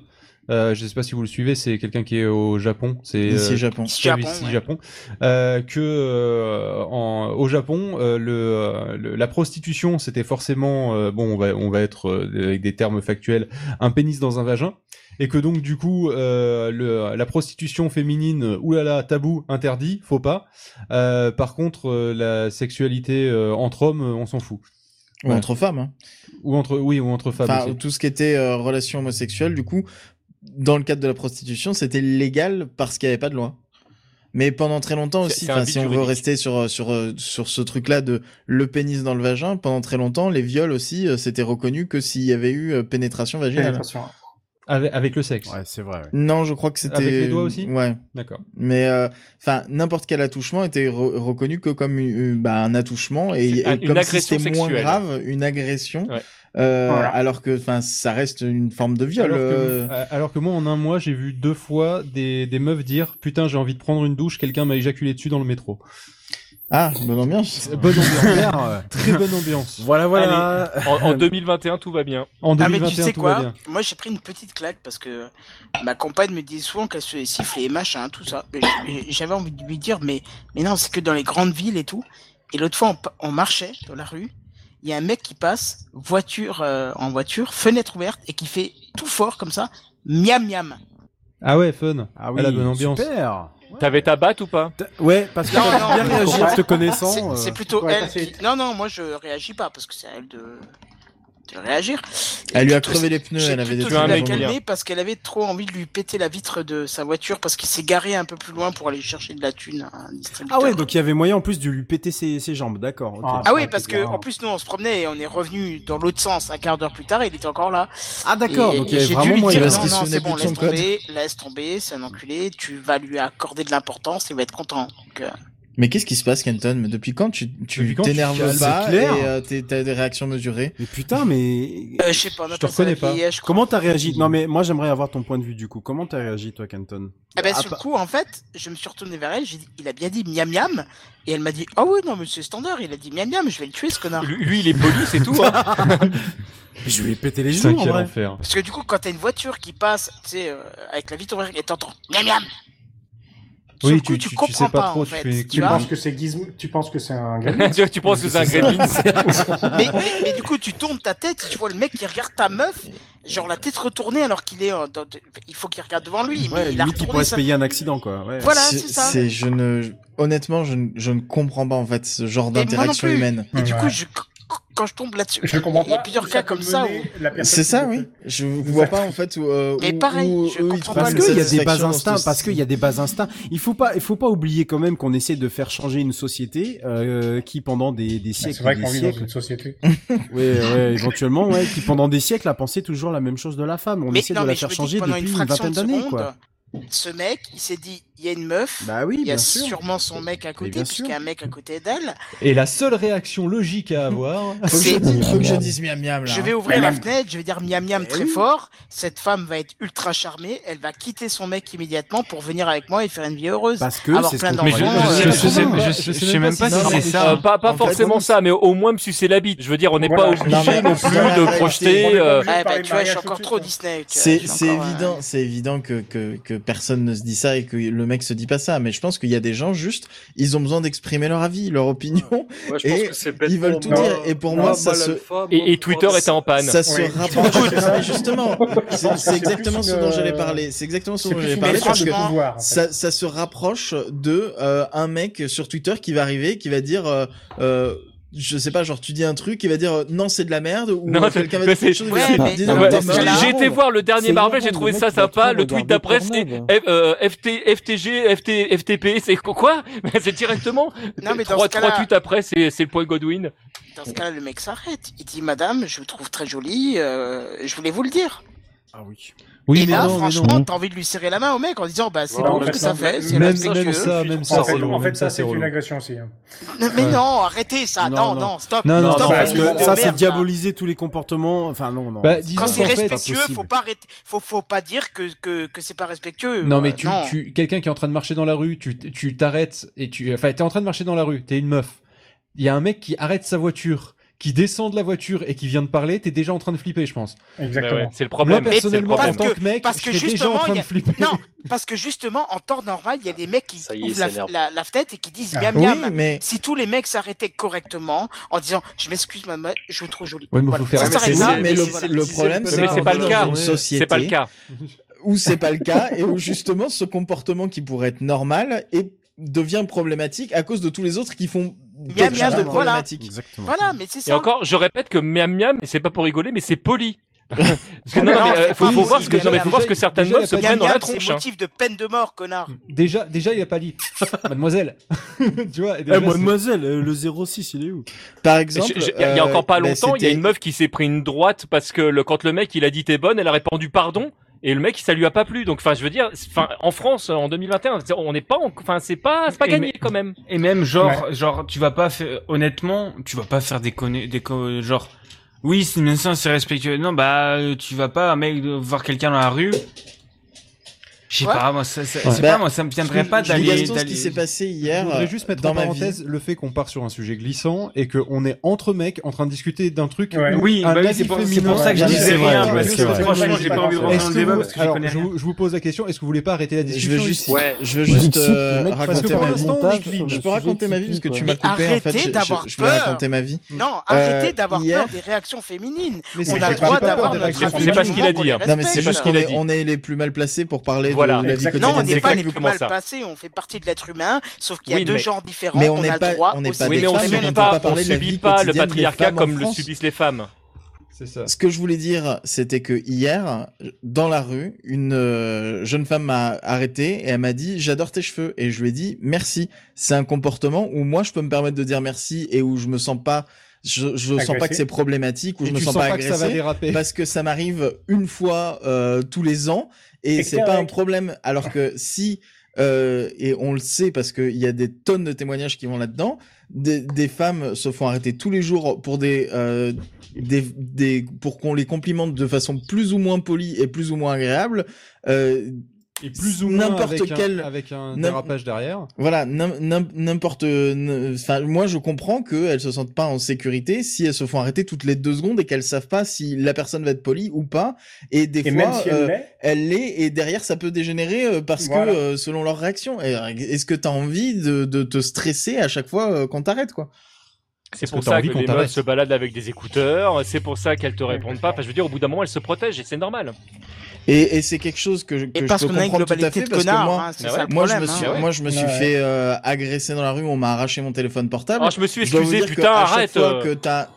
Speaker 3: Euh, je sais pas si vous le suivez, c'est quelqu'un qui est au Japon. C'est
Speaker 1: Ici,
Speaker 3: euh,
Speaker 1: Japon.
Speaker 9: Ici,
Speaker 3: Tev
Speaker 9: Japon,
Speaker 3: ici,
Speaker 9: ouais.
Speaker 3: Japon. Euh, que euh, en, au Japon, euh, le, euh, le- la prostitution, c'était forcément euh, bon. On va on va être euh, avec des termes factuels, un pénis dans un vagin, et que donc du coup, euh, le, la prostitution féminine, oulala, tabou, interdit, faut pas. Euh, par contre, euh, la sexualité euh, entre hommes, on s'en fout.
Speaker 1: Ou entre femmes. hein.
Speaker 3: Ou entre oui ou entre femmes.
Speaker 1: Enfin,
Speaker 3: aussi.
Speaker 1: tout ce qui était euh, relation homosexuelle, du coup, dans le cadre de la prostitution, c'était légal parce qu'il n'y avait pas de loi. Mais pendant très longtemps
Speaker 6: C'est-
Speaker 1: aussi,
Speaker 6: c'est un
Speaker 1: enfin,
Speaker 6: vide
Speaker 1: si on veut
Speaker 6: juridique.
Speaker 1: rester sur euh, sur euh, sur ce truc-là de le pénis dans le vagin, pendant très longtemps, les viols aussi, euh, c'était reconnu que s'il y avait eu euh, pénétration vaginale.
Speaker 4: Attention.
Speaker 3: Avec, avec le sexe.
Speaker 10: Ouais, c'est vrai. ouais.
Speaker 1: Non, je crois que c'était
Speaker 3: Avec les doigts aussi
Speaker 1: Ouais,
Speaker 3: D'accord.
Speaker 1: mais euh, enfin n'importe quel attouchement était re- reconnu que comme euh, bah, un attouchement et,
Speaker 6: C'est
Speaker 1: et
Speaker 6: un- une
Speaker 1: comme si
Speaker 6: agression
Speaker 1: c'était moins
Speaker 6: sexuelle.
Speaker 1: grave, une agression.
Speaker 6: Ouais.
Speaker 1: euh,
Speaker 4: Voilà.
Speaker 1: Alors que enfin ça reste une forme de viol.
Speaker 3: Alors
Speaker 1: euh.
Speaker 3: que, alors que moi, en un mois, j'ai vu deux fois des, des meufs dire Putain, j'ai envie de prendre une douche, quelqu'un m'a éjaculé dessus dans le métro.
Speaker 1: Ah, bonne ambiance.
Speaker 10: Bonne ambiance.
Speaker 3: Très bonne ambiance.
Speaker 10: voilà voilà.
Speaker 6: En, en 2021, tout va bien.
Speaker 3: En
Speaker 9: Ah mais
Speaker 3: 2021,
Speaker 9: tu sais
Speaker 3: tout va
Speaker 9: quoi
Speaker 3: bien.
Speaker 9: Moi j'ai pris une petite claque parce que ma compagne me dit souvent qu'elle se fait siffler et machin, hein, tout ça. Et j- et J'avais envie de lui dire mais, mais non c'est que dans les grandes villes et tout. Et l'autre fois on, pa- on marchait dans la rue, il y a un mec qui passe, voiture euh, en voiture, fenêtre ouverte et qui fait tout fort comme ça, miam miam.
Speaker 3: Ah ouais, fun.
Speaker 10: Ah
Speaker 3: Ah, la bonne ambiance.
Speaker 10: Super.
Speaker 6: T'avais ta batte ou pas
Speaker 10: Ouais, parce que
Speaker 6: Non,
Speaker 10: t'as
Speaker 6: non,
Speaker 10: bien
Speaker 6: mais
Speaker 10: réagi
Speaker 6: comment
Speaker 10: en te connaissant.
Speaker 6: C'est-
Speaker 10: euh.
Speaker 6: c'est
Speaker 9: Plutôt
Speaker 6: Ouais,
Speaker 9: elle
Speaker 6: t'as
Speaker 9: qui- Non, non, moi je réagis pas parce que c'est à elle de... de réagir.
Speaker 1: Elle lui a
Speaker 9: plutôt-
Speaker 1: crevé les pneus,
Speaker 9: j'ai
Speaker 1: elle avait des
Speaker 9: plutôt
Speaker 1: trucs
Speaker 9: dû
Speaker 1: à
Speaker 9: la
Speaker 1: lui dire.
Speaker 9: calmer parce qu'elle avait trop envie de lui péter la vitre de sa voiture parce qu'il s'est garé un peu plus loin pour aller chercher de la thune à un distributeur.
Speaker 10: Ah ouais, donc il y avait moyen en plus de lui péter ses, ses jambes, d'accord. ok.
Speaker 9: Ah oui, parce que en plus nous on se promenait et on est revenu dans l'autre sens un quart d'heure plus tard et il était encore là.
Speaker 10: Ah, d'accord,
Speaker 9: Et-
Speaker 10: donc il
Speaker 9: et
Speaker 10: y avait
Speaker 9: j'ai dû
Speaker 10: vraiment
Speaker 9: lui
Speaker 10: moyen.
Speaker 9: dire,
Speaker 10: Il va se
Speaker 9: non, non, c'est
Speaker 10: souvenir
Speaker 9: bon,
Speaker 10: plus de son
Speaker 9: laisse tomber, laisse tomber, c'est un enculé, tu vas lui accorder de l'importance, il va être content. Donc, euh,
Speaker 1: Mais qu'est-ce qui se passe, Kenton Mais depuis quand tu
Speaker 10: Depuis
Speaker 1: tu
Speaker 10: quand tu chiales,
Speaker 1: t'énerves
Speaker 10: c'est
Speaker 1: pas et
Speaker 10: clair.
Speaker 1: euh, t'es- t'as des réactions mesurées
Speaker 10: Mais putain, mais
Speaker 9: Euh, je sais pas, on
Speaker 10: je te
Speaker 9: appelle ça la
Speaker 10: reconnais pas.
Speaker 9: vieillesse, je crois.
Speaker 10: Comment t'as réagi Non, mais moi j'aimerais avoir ton point de vue du coup. Comment t'as réagi toi, Canton
Speaker 9: Ah ben,
Speaker 10: Ah,
Speaker 9: sur
Speaker 10: pas-
Speaker 9: le coup, en fait, je me suis retourné vers elle, j'ai dit, il a bien dit miam miam, et elle m'a dit, ah oui, non, mais c'est standard, il a dit miam miam, je vais le tuer ce connard.
Speaker 6: Lui, lui, il est poli, c'est tout. hein.
Speaker 10: Je lui ai pété les
Speaker 6: Putain,
Speaker 10: genoux. en
Speaker 6: quel
Speaker 10: vrai.
Speaker 6: enfer.
Speaker 9: Parce que du coup, quand t'as une voiture qui passe, tu sais, euh, avec la vitre ouverte, et t'entends miam miam,
Speaker 3: Oui,
Speaker 9: coup, tu comprends pas, en fait, tu
Speaker 4: Tu
Speaker 9: vois.
Speaker 4: penses que c'est Gizmo- tu penses que c'est un
Speaker 6: tu, tu penses que c'est un gremlin
Speaker 9: mais, mais, mais du coup, tu tournes ta tête, et tu vois le mec qui regarde ta meuf, genre la tête retournée alors qu'il est, euh, dans- de- il faut qu'il regarde devant lui, mais
Speaker 10: Ouais,
Speaker 9: il a
Speaker 10: limite, il pourrait
Speaker 9: retourné
Speaker 10: se
Speaker 9: sa...
Speaker 10: payer un accident quoi. Ouais.
Speaker 9: Voilà,
Speaker 1: C'est-
Speaker 9: c'est ça.
Speaker 1: c'est- je ne, honnêtement, je ne, je ne comprends pas en fait ce genre
Speaker 9: Mais moi non
Speaker 1: d'interaction
Speaker 9: plus.
Speaker 1: humaine.
Speaker 9: Et du coup, je- quand je tombe là-dessus,
Speaker 4: Je comprends
Speaker 9: il y a
Speaker 4: pas
Speaker 9: plusieurs
Speaker 4: où ça
Speaker 9: cas
Speaker 4: peut
Speaker 9: comme ça.
Speaker 4: mener
Speaker 9: où-
Speaker 4: la personne
Speaker 1: C'est ça,
Speaker 4: qui-
Speaker 1: oui. Je vois pas en fait où. euh,
Speaker 9: Mais
Speaker 1: où-
Speaker 9: pareil,
Speaker 1: où-
Speaker 9: je
Speaker 1: où ils
Speaker 9: comprends
Speaker 1: trouvent
Speaker 10: Parce
Speaker 1: une
Speaker 10: qu'il y a des
Speaker 1: satisfaction
Speaker 10: bas
Speaker 1: dans ce-
Speaker 10: instincts, parce qu'il y a des bas instincts. Il faut pas, il faut pas oublier quand même qu'on essaie de faire changer une société euh, qui pendant des, des siècles,
Speaker 4: C'est vrai
Speaker 10: et des
Speaker 4: qu'on vit dans
Speaker 10: siècles,
Speaker 4: une société.
Speaker 10: ouais, ouais, éventuellement, ouais, qui pendant des siècles a pensé toujours la même chose de la femme. On
Speaker 9: Mais
Speaker 10: essaie
Speaker 9: non,
Speaker 10: de
Speaker 9: mais
Speaker 10: la
Speaker 9: je
Speaker 10: faire
Speaker 9: me dis
Speaker 10: changer
Speaker 9: que pendant
Speaker 10: depuis
Speaker 9: une
Speaker 10: une,
Speaker 9: fraction
Speaker 10: vingtaine
Speaker 9: de
Speaker 10: d'années,
Speaker 9: seconde,
Speaker 10: quoi.
Speaker 9: Ce mec, il s'est dit, il y a une meuf,
Speaker 10: Bah oui,
Speaker 9: il y a
Speaker 10: bien sûr.
Speaker 9: sûrement son mec à
Speaker 10: Mais
Speaker 9: côté,
Speaker 10: bien
Speaker 9: puisqu'il y a un mec à côté d'elle.
Speaker 3: Et la seule réaction logique à avoir,
Speaker 1: Faut que je
Speaker 9: C'est-
Speaker 1: dise- faut que je dise miam miam là.
Speaker 9: Euh, Je
Speaker 1: hein.
Speaker 9: vais ouvrir la
Speaker 1: Miam.
Speaker 9: fenêtre, je vais dire miam
Speaker 10: Eh
Speaker 9: miam très fort. Cette femme va être ultra charmée, elle va quitter son mec immédiatement pour venir avec moi et faire une vie heureuse.
Speaker 10: Parce que
Speaker 9: avoir
Speaker 10: c'est ce
Speaker 9: plein
Speaker 10: qu'on
Speaker 9: d'enfants.
Speaker 10: croyait.
Speaker 9: euh,
Speaker 10: Je sais-
Speaker 9: euh,
Speaker 10: je-
Speaker 3: je sais même pas si
Speaker 1: c'est ça.
Speaker 6: Euh, pas pas
Speaker 1: En fait,
Speaker 6: forcément ça, mais au moins me sucer la bite. Je veux dire, on n'est
Speaker 4: Voilà.
Speaker 6: pas
Speaker 1: Non,
Speaker 6: obligé
Speaker 1: mais-
Speaker 6: non plus
Speaker 1: voilà,
Speaker 6: de
Speaker 1: ouais,
Speaker 6: projeter.
Speaker 4: c'est-
Speaker 6: euh,
Speaker 4: on est
Speaker 9: Ouais,
Speaker 4: par
Speaker 9: bah,
Speaker 4: les
Speaker 9: tu vois, je suis
Speaker 4: mariages
Speaker 9: encore
Speaker 4: tout de
Speaker 9: trop
Speaker 4: suite,
Speaker 9: Disney. tu vois, je
Speaker 1: C'est
Speaker 9: suis
Speaker 1: c'est
Speaker 9: encore, euh,
Speaker 1: évident, c'est évident que, que que personne ne se dit ça et que le mec se dit pas ça. Mais je pense qu'il y a des gens juste, ils ont besoin d'exprimer leur avis, leur opinion.
Speaker 13: Ouais, je pense
Speaker 1: Et
Speaker 13: que c'est bête
Speaker 1: ils veulent
Speaker 13: pour
Speaker 1: tout
Speaker 13: moi.
Speaker 1: dire. Et pour
Speaker 13: Moi,
Speaker 1: moi, ça
Speaker 13: mal
Speaker 1: se
Speaker 13: alpha, moi,
Speaker 6: Et, et Twitter
Speaker 13: moi,
Speaker 6: était en panne.
Speaker 1: ça se
Speaker 4: Oui.
Speaker 1: rapproche.
Speaker 4: Écoute.
Speaker 1: Non, mais justement, euh, c'est- c'est
Speaker 4: C'est
Speaker 1: exactement
Speaker 4: plus
Speaker 1: ce dont
Speaker 4: une,
Speaker 1: j'allais
Speaker 4: euh,
Speaker 1: parler. C'est exactement ce
Speaker 4: C'est
Speaker 1: dont
Speaker 4: plus
Speaker 1: j'allais
Speaker 4: une
Speaker 1: parler
Speaker 4: question
Speaker 1: parce
Speaker 4: de
Speaker 1: que
Speaker 4: pouvoir. en fait.
Speaker 1: ça, ça se rapproche de euh, un mec sur Twitter qui va arriver, qui va dire. euh, euh, je sais pas, genre tu dis un truc, il va dire euh, non c'est de la merde ou
Speaker 6: Non,
Speaker 1: euh,
Speaker 6: c'est-
Speaker 1: quelqu'un va dire
Speaker 6: c'est-
Speaker 1: quelque chose, il
Speaker 9: Ouais,
Speaker 1: va dire,
Speaker 9: mais-
Speaker 1: dis
Speaker 6: Ouais,
Speaker 1: donc,
Speaker 9: mais
Speaker 1: t'es
Speaker 9: c'est
Speaker 1: mort.
Speaker 9: là-
Speaker 6: J'ai été voir le dernier
Speaker 5: C'est
Speaker 6: Marvel,
Speaker 5: énorme,
Speaker 6: j'ai trouvé
Speaker 5: le
Speaker 6: ça
Speaker 5: mec, il est en
Speaker 6: sympa.
Speaker 5: train de
Speaker 6: Le tweet
Speaker 5: regarder
Speaker 6: d'après, c'était
Speaker 5: Pornhub.
Speaker 6: F- euh, FT, FTG, FT, FTP. C'est quoi- quoi Mais C'est directement.
Speaker 9: Non, mais dans
Speaker 6: trois,
Speaker 9: ce cas-là-
Speaker 6: trois tweets après, c'est c'est le point Godwin.
Speaker 9: Dans ce cas-là, le mec s'arrête. Il dit, Madame, je vous trouve très jolie, euh, je voulais vous le dire.
Speaker 10: Ah oui.
Speaker 3: oui,
Speaker 9: et
Speaker 3: mais
Speaker 9: là,
Speaker 3: non, mais non.
Speaker 9: franchement, t'as envie de lui serrer la main au mec en disant, bah, c'est
Speaker 13: Ouais,
Speaker 9: bon,
Speaker 13: en
Speaker 9: ce que
Speaker 13: fait,
Speaker 9: ça
Speaker 4: non,
Speaker 9: fait, c'est
Speaker 3: même,
Speaker 9: respectueux.
Speaker 3: même ça, même ça,
Speaker 4: en
Speaker 3: c'est
Speaker 4: fait,
Speaker 3: relou.
Speaker 4: en fait,
Speaker 3: même
Speaker 4: ça, c'est
Speaker 3: relou.
Speaker 4: une agression aussi. hein.
Speaker 9: Non, mais
Speaker 3: Ouais.
Speaker 9: non, arrêtez ça.
Speaker 10: Non,
Speaker 9: Ah, Non, non,
Speaker 10: non.
Speaker 9: stop.
Speaker 3: Non, non,
Speaker 10: Non,
Speaker 3: non,
Speaker 10: non,
Speaker 9: stop,
Speaker 10: parce
Speaker 9: c'est de
Speaker 10: que
Speaker 9: la
Speaker 10: ça,
Speaker 9: merde,
Speaker 10: c'est diaboliser tous les comportements. Enfin, non, non.
Speaker 3: Bah, disons
Speaker 9: Quand c'est
Speaker 3: qu'en fait-
Speaker 9: respectueux, faut pas arrêter, faut, faut pas dire que, que, que c'est pas respectueux.
Speaker 3: Non mais
Speaker 9: Euh,
Speaker 3: tu, tu quelqu'un qui est en train de marcher dans la rue, tu tu t'arrêtes et tu enfin t'es en train de marcher dans la rue, t'es une meuf. Il y a un mec qui arrête sa voiture, qui descend de la voiture et qui vient de parler, t'es déjà en train de flipper, je pense.
Speaker 4: Exactement.
Speaker 6: Bah Ouais, C'est le
Speaker 3: Moi
Speaker 6: problème. c'est le
Speaker 3: personnellement en
Speaker 6: problème.
Speaker 3: tant que mec,
Speaker 9: parce
Speaker 3: je
Speaker 9: que
Speaker 3: serais déjà en
Speaker 9: justement,
Speaker 3: train
Speaker 9: il y
Speaker 3: de
Speaker 9: a-
Speaker 3: flipper.
Speaker 9: Non, parce que justement, en temps normal, il y a des mecs qui
Speaker 13: Ça y est, il
Speaker 9: ouvrent la,
Speaker 13: s'énerve.
Speaker 9: la, la fenêtre et qui disent
Speaker 4: Ah.
Speaker 9: miam
Speaker 1: Oui,
Speaker 9: miam.
Speaker 1: mais
Speaker 9: Si tous les mecs s'arrêtaient correctement en disant je m'excuse maman, je vous trouve jolie.
Speaker 3: Ouais, mais faut faire-
Speaker 9: Ça
Speaker 3: Ouais, mais
Speaker 9: s'arrête
Speaker 1: c'est-
Speaker 9: là,
Speaker 1: mais le-
Speaker 9: c'est- voilà.
Speaker 1: le problème,
Speaker 6: Mais
Speaker 1: c'est
Speaker 6: c'est
Speaker 1: qu'on
Speaker 6: pas
Speaker 1: est
Speaker 6: le
Speaker 1: dans
Speaker 6: cas.
Speaker 1: une
Speaker 6: C'est pas le
Speaker 1: société
Speaker 6: cas.
Speaker 1: où c'est pas le cas et où justement ce comportement qui pourrait être normal et devient problématique à cause de tous les autres qui font
Speaker 9: Miam,
Speaker 1: quelque
Speaker 9: miam,
Speaker 1: chose
Speaker 9: voilà.
Speaker 1: de problématique.
Speaker 10: Exactement.
Speaker 9: Voilà, mais c'est
Speaker 6: Et
Speaker 9: ça.
Speaker 6: encore, je répète que miam miam, et c'est pas pour rigoler, mais c'est poli. Parce que non,
Speaker 9: Mais
Speaker 6: non,
Speaker 9: non,
Speaker 6: mais, euh,
Speaker 9: c'est
Speaker 6: faut,
Speaker 9: pas
Speaker 6: faut voir
Speaker 9: possible,
Speaker 6: ce que, non, mais faut
Speaker 9: miam,
Speaker 6: voir ce
Speaker 3: miam.
Speaker 6: que certaines
Speaker 3: Déjà,
Speaker 6: meufs se
Speaker 3: il y a
Speaker 6: prennent
Speaker 9: Miam
Speaker 6: dans la
Speaker 9: miam, c'est
Speaker 6: tronche. hein.
Speaker 9: motif de peine de mort, connard.
Speaker 3: Déjà déjà il a pas dit mademoiselle. tu vois, et
Speaker 10: Eh,
Speaker 3: déjà, c'est-
Speaker 10: mademoiselle, euh, le 06, il est où
Speaker 1: Par
Speaker 6: Je-
Speaker 1: exemple,
Speaker 6: je- Il y, a- il y a
Speaker 1: euh,
Speaker 6: encore pas
Speaker 1: bah,
Speaker 6: longtemps, il y a
Speaker 1: c'était-
Speaker 6: une meuf qui s'est pris une droite parce que le, quand le mec il a dit t'es bonne, elle a répondu pardon et le mec ça lui a pas plu. Donc enfin je veux dire, c'est- enfin en France en 2021, c'est- on n'est pas, en- enfin c'est pas, c'est pas
Speaker 11: Et
Speaker 6: gagné
Speaker 11: mais-
Speaker 6: quand même.
Speaker 11: Et même genre, genre tu vas pas faire, honnêtement, tu vas pas faire des conne- des co- genre, oui c'est bien ça, c'est respectueux. Non bah euh, tu vas pas mec euh, voir quelqu'un dans la rue. Je sais
Speaker 9: Ouais.
Speaker 11: pas moi, ça, ça,
Speaker 3: Ouais.
Speaker 11: c'est
Speaker 1: Bah,
Speaker 11: pas moi, ça me viendrait pas
Speaker 1: Je dis
Speaker 11: d'aller.
Speaker 1: Gaston, ce
Speaker 11: d'aller-
Speaker 1: qui s'est passé
Speaker 3: Je
Speaker 1: hier euh,
Speaker 3: voudrais juste mettre
Speaker 1: dans
Speaker 3: en
Speaker 1: ma
Speaker 3: parenthèse le fait qu'on part sur un sujet glissant et qu'on est entre mecs en train de discuter d'un truc.
Speaker 4: Ouais.
Speaker 3: où
Speaker 11: Oui,
Speaker 3: un
Speaker 11: bah oui,
Speaker 3: avis
Speaker 11: c'est pour, c'est
Speaker 3: féminin-
Speaker 11: pour ça que je
Speaker 1: Oui,
Speaker 11: disais
Speaker 1: c'est vrai,
Speaker 11: rien
Speaker 1: ouais,
Speaker 11: parce
Speaker 1: c'est
Speaker 11: que
Speaker 1: vrai.
Speaker 11: franchement j'ai pas envie de rentrer dans
Speaker 3: Est-ce
Speaker 11: le
Speaker 3: que
Speaker 11: débat
Speaker 3: vous-
Speaker 11: parce que je
Speaker 3: alors,
Speaker 11: connais
Speaker 3: je,
Speaker 11: rien.
Speaker 3: vous, je vous pose la question, est-ce que vous voulez pas arrêter la
Speaker 1: Je
Speaker 3: discussion
Speaker 1: veux
Speaker 3: ici
Speaker 1: juste,
Speaker 13: Ouais.
Speaker 1: je veux
Speaker 5: Dixit,
Speaker 1: juste
Speaker 5: le
Speaker 1: euh,
Speaker 5: mec passe
Speaker 1: raconter
Speaker 5: sur
Speaker 1: ma
Speaker 5: un
Speaker 1: vie.
Speaker 5: montage
Speaker 1: Je-
Speaker 5: sur
Speaker 1: Je
Speaker 5: le
Speaker 1: peux
Speaker 5: sujet
Speaker 1: raconter ma vie parce que tu
Speaker 5: typique,
Speaker 1: m'as
Speaker 9: quoi.
Speaker 1: coupé en
Speaker 9: Arrêtez
Speaker 1: fait. Je, je-
Speaker 9: d'avoir
Speaker 1: je voulais
Speaker 9: peur.
Speaker 1: raconter ma vie.
Speaker 9: Non, arrêtez
Speaker 1: Euh,
Speaker 9: d'avoir
Speaker 1: hier-
Speaker 9: peur des réactions féminines.
Speaker 3: Mais
Speaker 9: on
Speaker 3: c'est-
Speaker 9: a
Speaker 3: j'ai
Speaker 9: le
Speaker 3: pas
Speaker 9: droit
Speaker 3: peur
Speaker 9: d'avoir
Speaker 3: des
Speaker 9: notre
Speaker 3: réactions
Speaker 6: C'est pas ce qu'il a dit, hein.
Speaker 1: Non mais c'est
Speaker 6: C'est pas
Speaker 1: juste
Speaker 6: ce
Speaker 1: qu'on
Speaker 6: qu'il a
Speaker 1: est,
Speaker 6: dit.
Speaker 1: on est les plus mal placés pour parler
Speaker 6: Voilà.
Speaker 1: la vie
Speaker 6: Exactement.
Speaker 1: quotidienne
Speaker 6: Non, on n'est
Speaker 1: des
Speaker 6: pas
Speaker 1: gens.
Speaker 6: les
Speaker 9: plus mal passé, on fait partie de l'être humain, sauf qu'il y a
Speaker 6: Oui,
Speaker 9: deux
Speaker 6: mais-
Speaker 9: genres différents,
Speaker 1: mais on
Speaker 9: on,
Speaker 1: n'est
Speaker 9: a
Speaker 1: pas-
Speaker 9: le droit
Speaker 1: on n'est
Speaker 9: aussi
Speaker 1: pas
Speaker 6: Oui,
Speaker 1: des
Speaker 6: mais on
Speaker 1: femmes, on
Speaker 6: subit
Speaker 1: peut
Speaker 6: pas,
Speaker 1: pas
Speaker 6: on
Speaker 1: parler de la
Speaker 6: subit
Speaker 1: vie
Speaker 6: pas le
Speaker 1: quotidienne des
Speaker 6: patriarcat
Speaker 1: femmes en
Speaker 6: comme le
Speaker 1: France.
Speaker 6: subissent les femmes.
Speaker 3: C'est ça.
Speaker 1: Ce que je voulais dire, c'était que hier, dans la rue, une euh, jeune femme m'a arrêté et elle m'a dit j'adore tes cheveux et je lui ai dit merci. C'est un comportement où moi je peux me permettre de dire merci et où je me sens pas, je, je sens pas
Speaker 4: Agressé.
Speaker 1: que c'est problématique où
Speaker 3: Et
Speaker 1: je me
Speaker 3: tu
Speaker 1: sens
Speaker 3: sens
Speaker 1: pas
Speaker 3: pas que ça va
Speaker 1: agressé
Speaker 3: déraper.
Speaker 1: parce que ça m'arrive une fois euh, tous les ans et
Speaker 4: Et
Speaker 1: c'est
Speaker 4: que
Speaker 1: pas
Speaker 4: t'es
Speaker 1: un
Speaker 4: avec.
Speaker 1: problème. Alors que si euh, et on le sait parce qu'il y a des tonnes de témoignages qui vont là-dedans. Des, des femmes se font arrêter tous les jours pour des, euh, des, des pour qu'on les complimente de façon plus ou moins polie et plus ou moins agréable. Euh,
Speaker 3: Et plus ou moins
Speaker 1: n'importe
Speaker 3: avec, un-
Speaker 1: quel-
Speaker 3: avec un
Speaker 1: n'im-
Speaker 3: dérapage derrière.
Speaker 1: voilà, n'im- n'im- n'importe. n- Enfin, moi, je comprends qu'elles se sentent pas en sécurité si elles se font arrêter toutes les deux secondes et qu'elles savent pas si la personne va être polie ou pas. Et des fois,
Speaker 4: Et même si elle
Speaker 1: euh,
Speaker 4: l'est,
Speaker 1: elle l'est et derrière ça peut dégénérer euh, parce
Speaker 4: Voilà.
Speaker 1: que euh, selon leur réaction. Et, euh, Est-ce que t'as envie de, de te stresser à chaque fois euh, qu'on t'arrête quoi
Speaker 6: C'est
Speaker 3: Parce
Speaker 6: pour
Speaker 3: que t'as
Speaker 6: ça que
Speaker 3: envie qu'on
Speaker 6: les meufs
Speaker 3: t'arrête.
Speaker 6: se baladent avec des écouteurs, c'est pour ça qu'elles te répondent pas. Enfin, je veux dire, au bout d'un moment, elles se protègent et c'est normal.
Speaker 1: Et, et c'est quelque chose que je, que
Speaker 9: Et
Speaker 1: je
Speaker 9: parce
Speaker 1: peux
Speaker 9: qu'on a une
Speaker 1: comprendre tout à
Speaker 9: globalité
Speaker 1: fait
Speaker 9: de
Speaker 1: parce que
Speaker 9: connards,
Speaker 1: moi,
Speaker 9: hein, c'est
Speaker 6: Bah
Speaker 9: ça
Speaker 6: ouais.
Speaker 9: le
Speaker 1: moi
Speaker 9: problème.
Speaker 1: je me suis,
Speaker 9: hein.
Speaker 6: ouais.
Speaker 1: moi je me suis
Speaker 4: Ouais.
Speaker 1: fait euh, agresser dans la rue, on m'a arraché mon téléphone portable.
Speaker 6: Ah, je me suis
Speaker 1: dois vous
Speaker 6: excusé,
Speaker 1: dire que
Speaker 6: putain,
Speaker 1: à chaque
Speaker 6: arrête.
Speaker 1: fois
Speaker 6: euh.
Speaker 1: que t'as,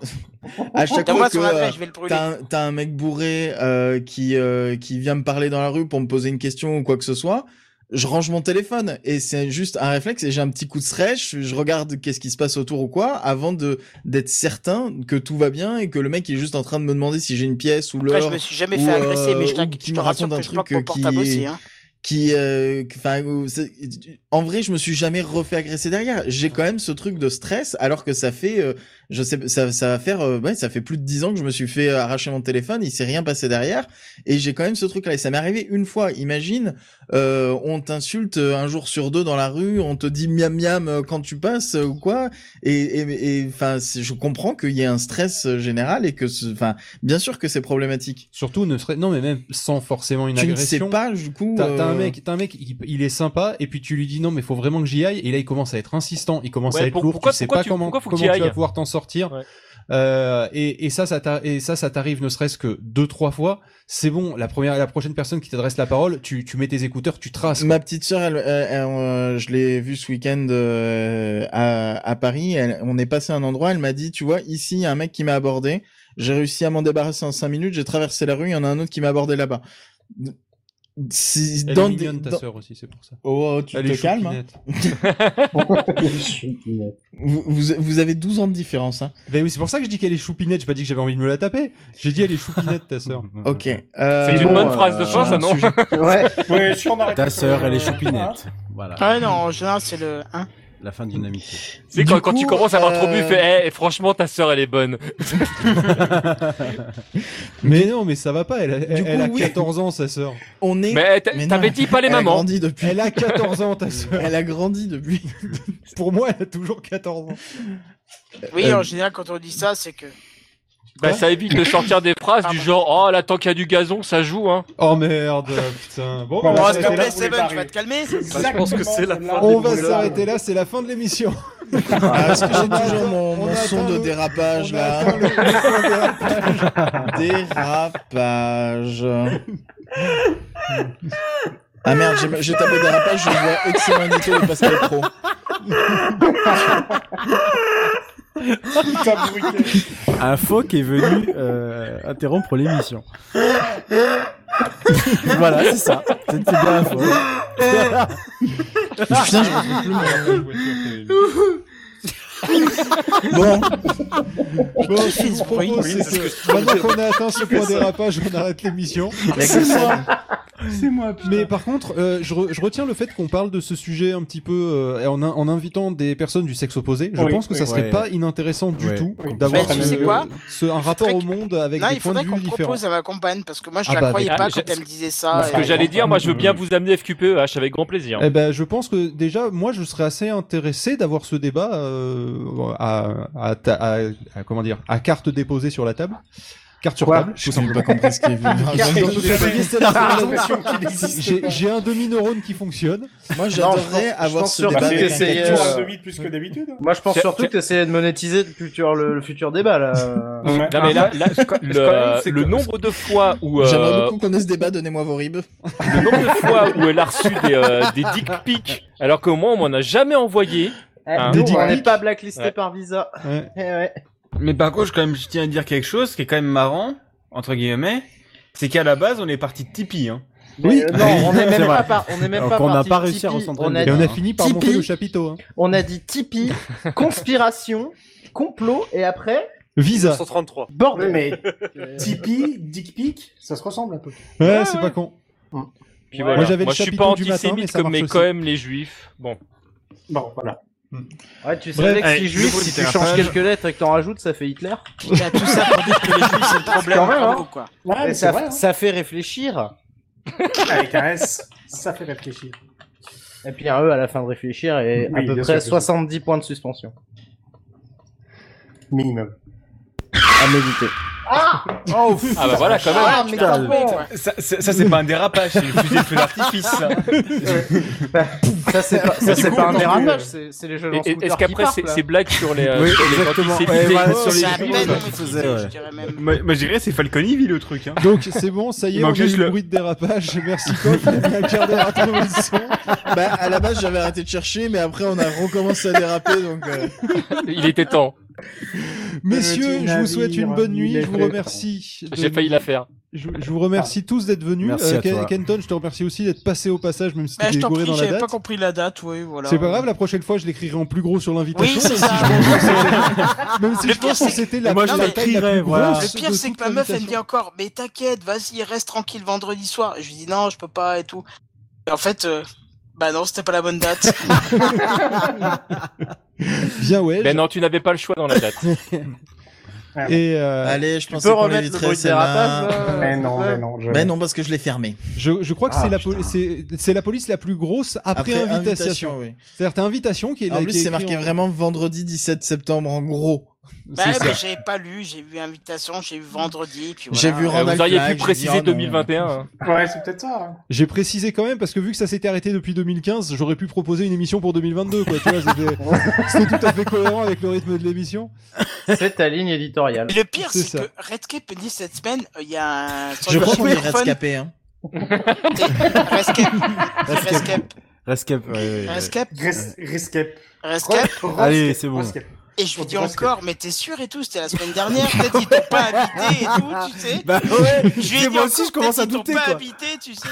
Speaker 1: à chaque fois
Speaker 9: Donne-moi
Speaker 1: que
Speaker 9: son
Speaker 1: euh,
Speaker 9: adresse, je vais le brûler.
Speaker 1: T'as un, t'as un mec bourré euh, qui euh, qui vient me parler dans la rue pour me poser une question ou quoi que ce soit. Je range mon téléphone et c'est juste un réflexe et j'ai un petit coup de stress. Je, je regarde qu'est-ce qui se passe autour ou quoi avant de d'être certain que tout va bien et que le mec est juste en train de me demander si j'ai une pièce ou
Speaker 9: Après, je
Speaker 1: l'heure
Speaker 9: me suis jamais
Speaker 1: ou,
Speaker 9: fait agresser, mais
Speaker 1: euh,
Speaker 9: je,
Speaker 1: ou
Speaker 9: t'inqui-
Speaker 1: qui
Speaker 9: je te
Speaker 1: me
Speaker 9: rassure
Speaker 1: raconte un
Speaker 9: que je bloque
Speaker 1: truc,
Speaker 9: mon
Speaker 1: euh,
Speaker 9: portable
Speaker 1: qui-
Speaker 9: aussi. Hein.
Speaker 1: qui euh, que- 'fin, où c'est- en vrai je me suis jamais refait agresser derrière j'ai quand même ce truc de stress alors que ça fait euh, je sais ça ça va faire euh, ouais, ça fait plus de dix ans que je me suis fait arracher mon téléphone il s'est rien passé derrière et j'ai quand même ce truc là et ça m'est arrivé une fois imagine euh, on t'insulte un jour sur deux dans la rue on te dit miam miam euh, quand tu passes euh, ou quoi et et enfin je comprends qu'il y ait un stress euh, général et que enfin bien sûr que c'est problématique
Speaker 3: Surtout, ne serait... non, mais même sans forcément une
Speaker 1: tu ne sais
Speaker 3: agression.
Speaker 1: pas du coup
Speaker 3: T'as t'as un
Speaker 1: euh,
Speaker 3: mec, t'as un mec il, il est sympa, et puis tu lui dis non, mais faut vraiment que j'y aille, et là il commence à être insistant, il commence
Speaker 6: Ouais,
Speaker 3: à être
Speaker 6: pour-
Speaker 3: lourd,
Speaker 6: pourquoi-
Speaker 3: tu sais
Speaker 6: pourquoi
Speaker 3: pas
Speaker 6: tu-
Speaker 3: comment,
Speaker 6: pourquoi faut que
Speaker 3: comment
Speaker 6: j'y
Speaker 3: tu vas
Speaker 6: aille
Speaker 3: pouvoir t'en sortir.
Speaker 6: Ouais.
Speaker 3: Euh, et, et ça, ça t'a- et ça, ça t'arrive ne serait-ce que deux, trois fois. C'est bon, la première, la prochaine personne qui t'adresse la parole, tu, tu mets tes écouteurs, tu traces.
Speaker 1: Ma petite sœur, elle, elle- elle, euh, je l'ai vue ce week-end euh, à, à Paris. Elle- on est passé à un endroit. Elle m'a dit, tu vois, ici, il y a un mec qui m'a abordé. J'ai réussi à m'en débarrasser en cinq minutes. J'ai traversé la rue. Il y en a un autre qui m'a abordé là-bas. Si,
Speaker 3: Elle est
Speaker 1: dans des-
Speaker 3: mignonne, ta
Speaker 1: dans-
Speaker 3: sœur aussi, c'est pour ça.
Speaker 1: Oh, tu
Speaker 3: Elle est
Speaker 1: te calmes. hein.
Speaker 3: choupinette.
Speaker 1: Vous, vous, vous avez 12 ans de différence. Hein.
Speaker 3: Ben oui, c'est pour ça que je dis qu'elle est choupinette, j'ai pas dit que j'avais envie de me la taper. J'ai dit elle est choupinette, ta sœur.
Speaker 1: Ok. euh,
Speaker 6: C'est une
Speaker 2: bon,
Speaker 6: bonne
Speaker 2: euh,
Speaker 6: phrase de fin,
Speaker 2: sur
Speaker 6: ça,
Speaker 1: un
Speaker 6: non
Speaker 1: sujet-
Speaker 3: euh,
Speaker 2: Ouais,
Speaker 4: ouais, si on arrête
Speaker 10: Ta
Speaker 4: sur-
Speaker 10: sœur, elle est
Speaker 4: Hein
Speaker 10: choupinette. Voilà.
Speaker 9: Ah ouais, non, en général, c'est le hein. 1.
Speaker 10: La fin d'une amitié.
Speaker 6: C'est
Speaker 1: Du
Speaker 6: quand, quand
Speaker 1: coup,
Speaker 6: tu commences à avoir trop bu,
Speaker 1: euh,
Speaker 6: fais, Eh, franchement, ta sœur, elle est bonne.
Speaker 3: Mais non, mais ça va pas, elle, a- elle-
Speaker 1: coup,
Speaker 3: elle a
Speaker 1: oui.
Speaker 3: 14 ans, sa sœur.
Speaker 1: On est.
Speaker 6: Mais
Speaker 1: Mais
Speaker 6: t-
Speaker 1: non,
Speaker 6: t'avais dit pas les
Speaker 1: elle a
Speaker 6: mamans.
Speaker 1: grandi depuis.
Speaker 3: Elle a 14 ans, ta sœur.
Speaker 1: Elle a grandi depuis.
Speaker 3: Pour moi, elle a toujours 14 ans.
Speaker 9: Oui,
Speaker 1: Euh,
Speaker 9: en général, quand on dit ça, c'est que.
Speaker 6: Bah, ça évite de sortir des phrases du genre, oh là, tant qu'il y a du gazon, ça joue, hein.
Speaker 3: Oh merde, putain. Bon,
Speaker 4: Bon,
Speaker 9: Oh,
Speaker 3: bah,
Speaker 4: on va
Speaker 3: on
Speaker 9: s'il
Speaker 3: va
Speaker 4: c'est
Speaker 9: te
Speaker 4: là
Speaker 9: plaît,
Speaker 4: où les
Speaker 9: Seven, tu vas
Speaker 4: barils.
Speaker 9: te calmer.
Speaker 13: je pense que c'est la
Speaker 4: Exactement,
Speaker 13: fin
Speaker 4: c'est
Speaker 3: on va
Speaker 4: là.
Speaker 3: s'arrêter là, c'est la fin de l'émission.
Speaker 1: Ah, Est-ce que j'ai
Speaker 3: On a
Speaker 1: toujours
Speaker 3: atteint-
Speaker 1: mon,
Speaker 3: on
Speaker 1: mon
Speaker 3: a
Speaker 1: son
Speaker 3: atteint
Speaker 1: de
Speaker 3: le-
Speaker 1: dérapage
Speaker 3: on a
Speaker 1: là
Speaker 3: atteint le- le point
Speaker 1: Dérapage. Ah merde, j'ai- j'ai tapé dérapage, je vois excellent Nito de Pascal Pro.
Speaker 4: Fabriqué.
Speaker 10: Un phoque est venu euh, interrompre l'émission. voilà, c'est ça. C'est c'est bien un phoque.
Speaker 1: Putain, je retrouve plus mon- Bon,
Speaker 3: dérapage. Bon, ce que je vous propose, c'est que maintenant qu'on a atteint ce point dérapage, on arrête l'émission.
Speaker 10: C'est moi, putain.
Speaker 3: Mais par contre, euh, je, re- je retiens le fait qu'on parle de ce sujet un petit peu euh, en, in- en invitant des personnes du sexe opposé. Je
Speaker 4: Oui,
Speaker 3: pense que ça
Speaker 10: oui.
Speaker 3: serait
Speaker 10: Ouais.
Speaker 3: pas inintéressant du
Speaker 10: Ouais.
Speaker 3: tout
Speaker 4: Oui.
Speaker 3: d'avoir
Speaker 9: Mais tu sais
Speaker 3: euh,
Speaker 9: quoi
Speaker 3: ce- un rapport au
Speaker 9: faudrait
Speaker 3: monde avec
Speaker 9: Non,
Speaker 3: des
Speaker 9: il
Speaker 3: points de
Speaker 9: faudrait qu'on
Speaker 3: vue différents.
Speaker 9: propose à ma compagne parce que moi je
Speaker 3: Ah
Speaker 9: la
Speaker 3: bah,
Speaker 9: croyais
Speaker 6: avec-
Speaker 9: pas
Speaker 6: Ah, Euh,
Speaker 9: quand
Speaker 6: je-
Speaker 9: elle me disait ça.
Speaker 6: Ce que
Speaker 9: et-
Speaker 6: j'allais dire, moi, je veux bien vous amener FQPEH E avec grand plaisir.
Speaker 3: Eh ben, je pense que déjà, moi, je serais assez intéressé d'avoir ce débat euh, à, à ta- à- à- comment dire, à carte déposée sur la table. Carte sur
Speaker 1: Quoi
Speaker 3: table,
Speaker 1: Je
Speaker 3: tout
Speaker 1: n'ai pas
Speaker 3: simplement.
Speaker 1: compris ce qu'il y avait. Carte
Speaker 3: J'ai-
Speaker 1: sur table.
Speaker 3: Ah, J'ai j'ai un demi-neurone qui fonctionne.
Speaker 1: Moi,
Speaker 2: j'adorerais avoir ce débat avec un cactus. Moi, je pense surtout que t'essayais de monétiser le futur, le, le futur débat, là.
Speaker 6: Non, mais là, là, je crois- le, le nombre de fois où, euh,
Speaker 1: J'aimerais beaucoup qu'on ait ce débat, donnez-moi vos ribs.
Speaker 6: le nombre de fois où elle a reçu des, euh, des dick pics, alors qu'au moins on m'en a jamais envoyé. hein.
Speaker 2: Eh, nous, on n'est pas blacklisté par Visa.
Speaker 11: Ouais.
Speaker 2: Eh ouais.
Speaker 11: Mais par contre, je- quand même, je tiens à dire quelque chose qui est quand même marrant, entre guillemets, c'est qu'à la base, on est parti de Tipeee. Hein.
Speaker 2: Oui. Euh, non, on est même pas par- on est même
Speaker 11: Alors
Speaker 2: pas
Speaker 11: qu'on n'a
Speaker 2: parti
Speaker 11: pas
Speaker 2: de
Speaker 11: réussi à
Speaker 2: Tipeee,
Speaker 11: recentrer le
Speaker 2: a
Speaker 11: débat,
Speaker 2: dit
Speaker 11: hein.
Speaker 2: Tipeee,
Speaker 3: chapiteau.
Speaker 2: On a dit Tipeee, conspiration, complot, et après.
Speaker 3: Visa.
Speaker 13: 133.
Speaker 2: Bordel.
Speaker 4: Mais Tipeee, Dick Pic, ça se ressemble un peu.
Speaker 3: Ouais, c'est pas con.
Speaker 6: Puis voilà.
Speaker 3: Moi,
Speaker 6: Moi,
Speaker 3: j'avais le
Speaker 6: je suis
Speaker 3: chapiteau
Speaker 6: pas
Speaker 3: du matin,
Speaker 6: antisémite
Speaker 3: mais ça
Speaker 6: comme mes
Speaker 3: marche
Speaker 6: quand même les juifs. Bon.
Speaker 4: Bon, voilà.
Speaker 2: Ouais, tu
Speaker 6: Bref,
Speaker 2: savais que
Speaker 6: allez,
Speaker 3: eh,
Speaker 2: si juif,
Speaker 6: nouveau
Speaker 2: si tu
Speaker 6: littéraire page.
Speaker 2: changes quelques lettres et que t'en rajoutes, ça fait Hitler.
Speaker 9: Putain, tout ça pour dire que les juifs, c'est le problème,
Speaker 2: Quand même,
Speaker 9: en
Speaker 2: hein.
Speaker 9: gros, quoi.
Speaker 2: Ouais,
Speaker 4: mais c'est
Speaker 2: ça,
Speaker 4: vrai, hein.
Speaker 2: ça fait réfléchir.
Speaker 4: Avec un S, ça fait réfléchir.
Speaker 2: Et puis un E à la fin de réfléchir et
Speaker 4: Oui,
Speaker 2: à peu
Speaker 4: bien
Speaker 2: près
Speaker 4: sûr, bien sûr.
Speaker 2: 70 points de suspension.
Speaker 4: Minimum.
Speaker 2: À méditer.
Speaker 9: Ah
Speaker 11: Oh,
Speaker 6: Ah bah voilà, quand même.
Speaker 9: Ah, mais
Speaker 11: Putain.
Speaker 9: complètement, ouais.
Speaker 11: Ça, ça- ça, c'est pas un dérapage, c'est une fusée de feu d'artifice. ça.
Speaker 2: Ça, c'est pas, ça,
Speaker 11: Mais
Speaker 2: c'est
Speaker 11: du
Speaker 2: pas
Speaker 11: coup,
Speaker 2: un
Speaker 11: non,
Speaker 2: dérapage,
Speaker 11: mais-
Speaker 2: c'est c'est les jeux
Speaker 6: Et-
Speaker 2: en
Speaker 6: et-
Speaker 2: scooter
Speaker 6: Est-ce
Speaker 2: qui
Speaker 6: qu'après
Speaker 2: partent,
Speaker 6: ces,
Speaker 2: là.
Speaker 6: ces blagues sur les, euh,
Speaker 11: Oui,
Speaker 6: sur les
Speaker 11: exactement.
Speaker 6: antisémites
Speaker 11: Ouais, voilà, sur les
Speaker 9: C'est à
Speaker 11: juifs,
Speaker 9: peine
Speaker 11: ça
Speaker 9: maîtrisé,
Speaker 11: faisait, ouais.
Speaker 9: je dirais même.
Speaker 11: Moi, moi, je dirais, c'est Falconiville le truc. Hein.
Speaker 3: Donc c'est bon, ça y
Speaker 11: Il
Speaker 3: est, on a
Speaker 11: manque
Speaker 3: eu
Speaker 11: juste
Speaker 3: le
Speaker 11: le-
Speaker 3: bruit de dérapage. Merci Kof, on a un quart d'heure à trouver le son.
Speaker 1: Bah, à la base, j'avais arrêté de chercher, mais après, on a recommencé à déraper, donc. euh,
Speaker 6: Il était temps.
Speaker 3: Messieurs,
Speaker 1: Petit
Speaker 3: je vous souhaite une
Speaker 1: navire,
Speaker 3: bonne
Speaker 1: il
Speaker 3: nuit.
Speaker 1: est
Speaker 3: Je vous
Speaker 1: prêt.
Speaker 3: remercie. de-
Speaker 6: J'ai failli la faire.
Speaker 3: Je, je vous remercie tous d'être venus. Euh,
Speaker 10: Merci à
Speaker 3: Ken-
Speaker 10: toi.
Speaker 3: Kenton, je te remercie aussi d'être passé au passage, même si
Speaker 9: Bah,
Speaker 3: tu
Speaker 9: je t'en
Speaker 3: gouré
Speaker 9: prie,
Speaker 3: dans la
Speaker 9: j'avais
Speaker 3: date.
Speaker 9: pas compris la date, oui, voilà.
Speaker 3: C'est pas grave, la prochaine fois, je l'écrirai en plus gros sur l'invitation.
Speaker 9: Oui, c'est
Speaker 3: même
Speaker 9: ça.
Speaker 3: si je pense que c'était- Même si
Speaker 9: Le
Speaker 3: je pense
Speaker 9: pire,
Speaker 3: que
Speaker 9: c'est-
Speaker 3: c'était la
Speaker 10: Moi, je
Speaker 3: la taille la
Speaker 10: l'écrirai,
Speaker 3: plus
Speaker 10: voilà.
Speaker 3: grosse
Speaker 9: Le pire,
Speaker 3: de
Speaker 9: c'est
Speaker 3: toute
Speaker 9: que ma meuf, elle me dit
Speaker 3: l'invitation.
Speaker 9: encore, mais t'inquiète, vas-y, reste tranquille vendredi soir. Je lui dis non, je peux pas et tout. Et en fait, euh, bah non, c'était pas la bonne date.
Speaker 3: Bien, ouais.
Speaker 6: Ben non, tu n'avais pas le choix dans la date.
Speaker 3: Et euh,
Speaker 1: Allez, je
Speaker 2: Tu
Speaker 1: pense
Speaker 2: peux
Speaker 1: qu'on
Speaker 2: remettre le
Speaker 1: éviterait
Speaker 2: bruit de
Speaker 1: celle-là.
Speaker 2: dérapage, là
Speaker 4: Euh, Mais non,
Speaker 2: c'est ça
Speaker 4: mais non. Je...
Speaker 1: Mais non, parce que je l'ai fermé.
Speaker 3: je, je crois que
Speaker 4: Ah,
Speaker 3: c'est la, poli- c'est- c'est la police la plus grosse après, invitation.
Speaker 1: oui.
Speaker 3: C'est-à-dire t'as invitation qui est
Speaker 1: En
Speaker 3: qui
Speaker 1: plus,
Speaker 3: est
Speaker 1: c'est
Speaker 3: écrit
Speaker 1: marqué
Speaker 3: en-
Speaker 1: vraiment vendredi 17 septembre, en gros.
Speaker 9: bah,
Speaker 3: C'est
Speaker 9: ouais,
Speaker 3: ça.
Speaker 9: mais j'avais pas lu, j'ai vu invitation, j'ai vu vendredi, puis voilà.
Speaker 1: J'ai vu
Speaker 6: Euh,
Speaker 1: Randall
Speaker 6: vous auriez
Speaker 1: Flagg,
Speaker 6: pu
Speaker 1: j'ai dit,
Speaker 6: préciser
Speaker 1: oh non.
Speaker 6: 2021. hein.
Speaker 4: Ouais, c'est peut-être ça. hein.
Speaker 3: J'ai précisé quand même parce que vu que ça s'était arrêté depuis 2015, j'aurais pu proposer une émission pour 2022 quoi, tu vois, c'était c'était tout à fait cohérent avec le rythme de l'émission.
Speaker 2: C'est ta ligne éditoriale.
Speaker 9: Et le pire,
Speaker 3: C'est
Speaker 9: c'est
Speaker 3: ça.
Speaker 9: que Redcape dit cette semaine, euh, il y a un. sur
Speaker 1: Je
Speaker 9: le
Speaker 1: crois qu'on est
Speaker 9: téléphone,
Speaker 1: rescapé. Hein.
Speaker 9: t'es- Rescape. Rescape.
Speaker 10: Rescape, ouais, ouais, ouais.
Speaker 9: Rescape.
Speaker 4: Res- Rescape.
Speaker 9: Rescape.
Speaker 10: Allez, c'est bon.
Speaker 4: Rescape.
Speaker 9: Et je lui dis
Speaker 4: Rescape.
Speaker 9: encore, mais t'es sûr et tout, c'était la semaine dernière, peut-être ils t'ont pas invité et tout, tu sais.
Speaker 10: Bah ouais,
Speaker 9: Je lui ai
Speaker 10: mais
Speaker 9: dit
Speaker 10: moi
Speaker 9: encore,
Speaker 10: aussi, je commence à
Speaker 9: peut-être ils t'ont
Speaker 10: douter hein.
Speaker 9: pas
Speaker 10: quoi.
Speaker 9: invité, tu sais.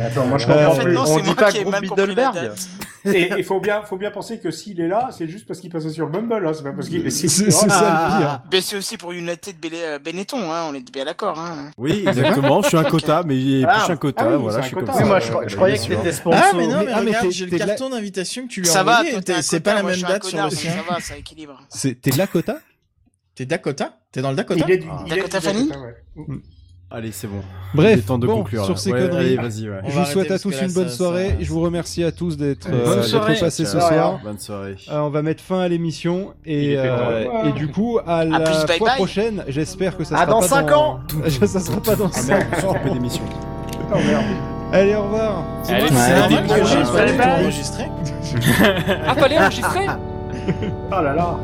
Speaker 2: Attends, moi, je
Speaker 3: comprends
Speaker 9: Euh, En fait,
Speaker 3: plus.
Speaker 9: non,
Speaker 2: On
Speaker 9: c'est
Speaker 2: dit
Speaker 9: moi
Speaker 2: pas
Speaker 9: qui ai
Speaker 2: groupe
Speaker 9: mal compris la
Speaker 2: Bilderberg.
Speaker 9: date.
Speaker 4: Et il faut bien, faut bien penser que s'il est là, c'est juste parce qu'il passait sur Bumble. Hein. C'est pas parce qu'il est
Speaker 3: C'est c'est ça le pire.
Speaker 9: Mais Ah, ben, c'est aussi pour United Bélé- euh, Benetton, hein, on est bien d'accord. Hein.
Speaker 10: Oui, exactement, je suis un quota, mais il est
Speaker 2: Ah,
Speaker 10: plus un
Speaker 4: ah
Speaker 10: quota,
Speaker 4: oui,
Speaker 10: voilà,
Speaker 4: c'est
Speaker 10: je
Speaker 4: un
Speaker 10: suis
Speaker 4: quota.
Speaker 10: comme ça.
Speaker 4: Oui,
Speaker 2: moi, je, cro-
Speaker 10: ouais,
Speaker 2: je croyais
Speaker 10: bien
Speaker 2: que
Speaker 10: sûr.
Speaker 2: t'étais sponsor.
Speaker 1: Ah, mais non,
Speaker 3: Mais-
Speaker 1: mais,
Speaker 3: ah, mais
Speaker 1: regarde,
Speaker 3: t'es-
Speaker 1: j'ai le
Speaker 3: t'es de la-
Speaker 1: carton d'invitation que tu lui as
Speaker 9: Ça va,
Speaker 1: envoyé.
Speaker 9: toi, t'es
Speaker 1: t'es-
Speaker 9: un
Speaker 1: C'est
Speaker 9: quota,
Speaker 1: pas la
Speaker 9: moi,
Speaker 1: même
Speaker 9: je suis un
Speaker 1: date sur le
Speaker 9: connard, donc
Speaker 1: sien.
Speaker 9: Ça va, ça équilibre.
Speaker 3: C'est t'es de Dakota
Speaker 1: T'es Dakota T'es dans le Dakota
Speaker 4: Il est du-
Speaker 10: Ah.
Speaker 4: il est du
Speaker 9: Dakota Fanning
Speaker 4: Dakota, ouais.
Speaker 10: Allez, c'est bon. Il est
Speaker 3: Bref,
Speaker 10: temps de
Speaker 3: bon,
Speaker 10: conclure.
Speaker 3: sur
Speaker 10: là.
Speaker 3: ces
Speaker 10: Ouais,
Speaker 3: conneries.
Speaker 10: Allez, vas-y, ouais.
Speaker 1: On
Speaker 3: Je
Speaker 1: va
Speaker 3: vous souhaite
Speaker 1: arrêter
Speaker 3: à tous
Speaker 1: parce que là,
Speaker 3: une bonne
Speaker 1: ça-
Speaker 3: soirée.
Speaker 1: ça-
Speaker 3: Je vous remercie à tous d'être
Speaker 10: Bonne
Speaker 3: euh, d'être
Speaker 10: soirée.
Speaker 3: passés ce
Speaker 10: Ciao.
Speaker 3: soir.
Speaker 10: Bonne soirée.
Speaker 3: Euh, on va mettre fin à l'émission
Speaker 4: Il
Speaker 3: et,
Speaker 4: était
Speaker 3: euh,
Speaker 4: temps.
Speaker 3: et du coup à la
Speaker 9: plus, bye
Speaker 3: fois
Speaker 9: bye.
Speaker 3: prochaine, j'espère que ça
Speaker 2: Ah,
Speaker 3: sera
Speaker 2: dans
Speaker 3: pas
Speaker 2: cinq
Speaker 3: dans... ans. ça sera pas dans
Speaker 10: Ah
Speaker 3: 5
Speaker 10: merde, je suis coupé d'émission.
Speaker 4: Oh, merde.
Speaker 3: Allez, au revoir.
Speaker 6: Allez,
Speaker 1: Ouais,
Speaker 6: c'est
Speaker 1: normal,
Speaker 6: normal.
Speaker 1: j'ai pas du tout
Speaker 9: Bye bye.
Speaker 1: enregistré.
Speaker 6: Ah, fallait enregistrer
Speaker 4: Ah là là.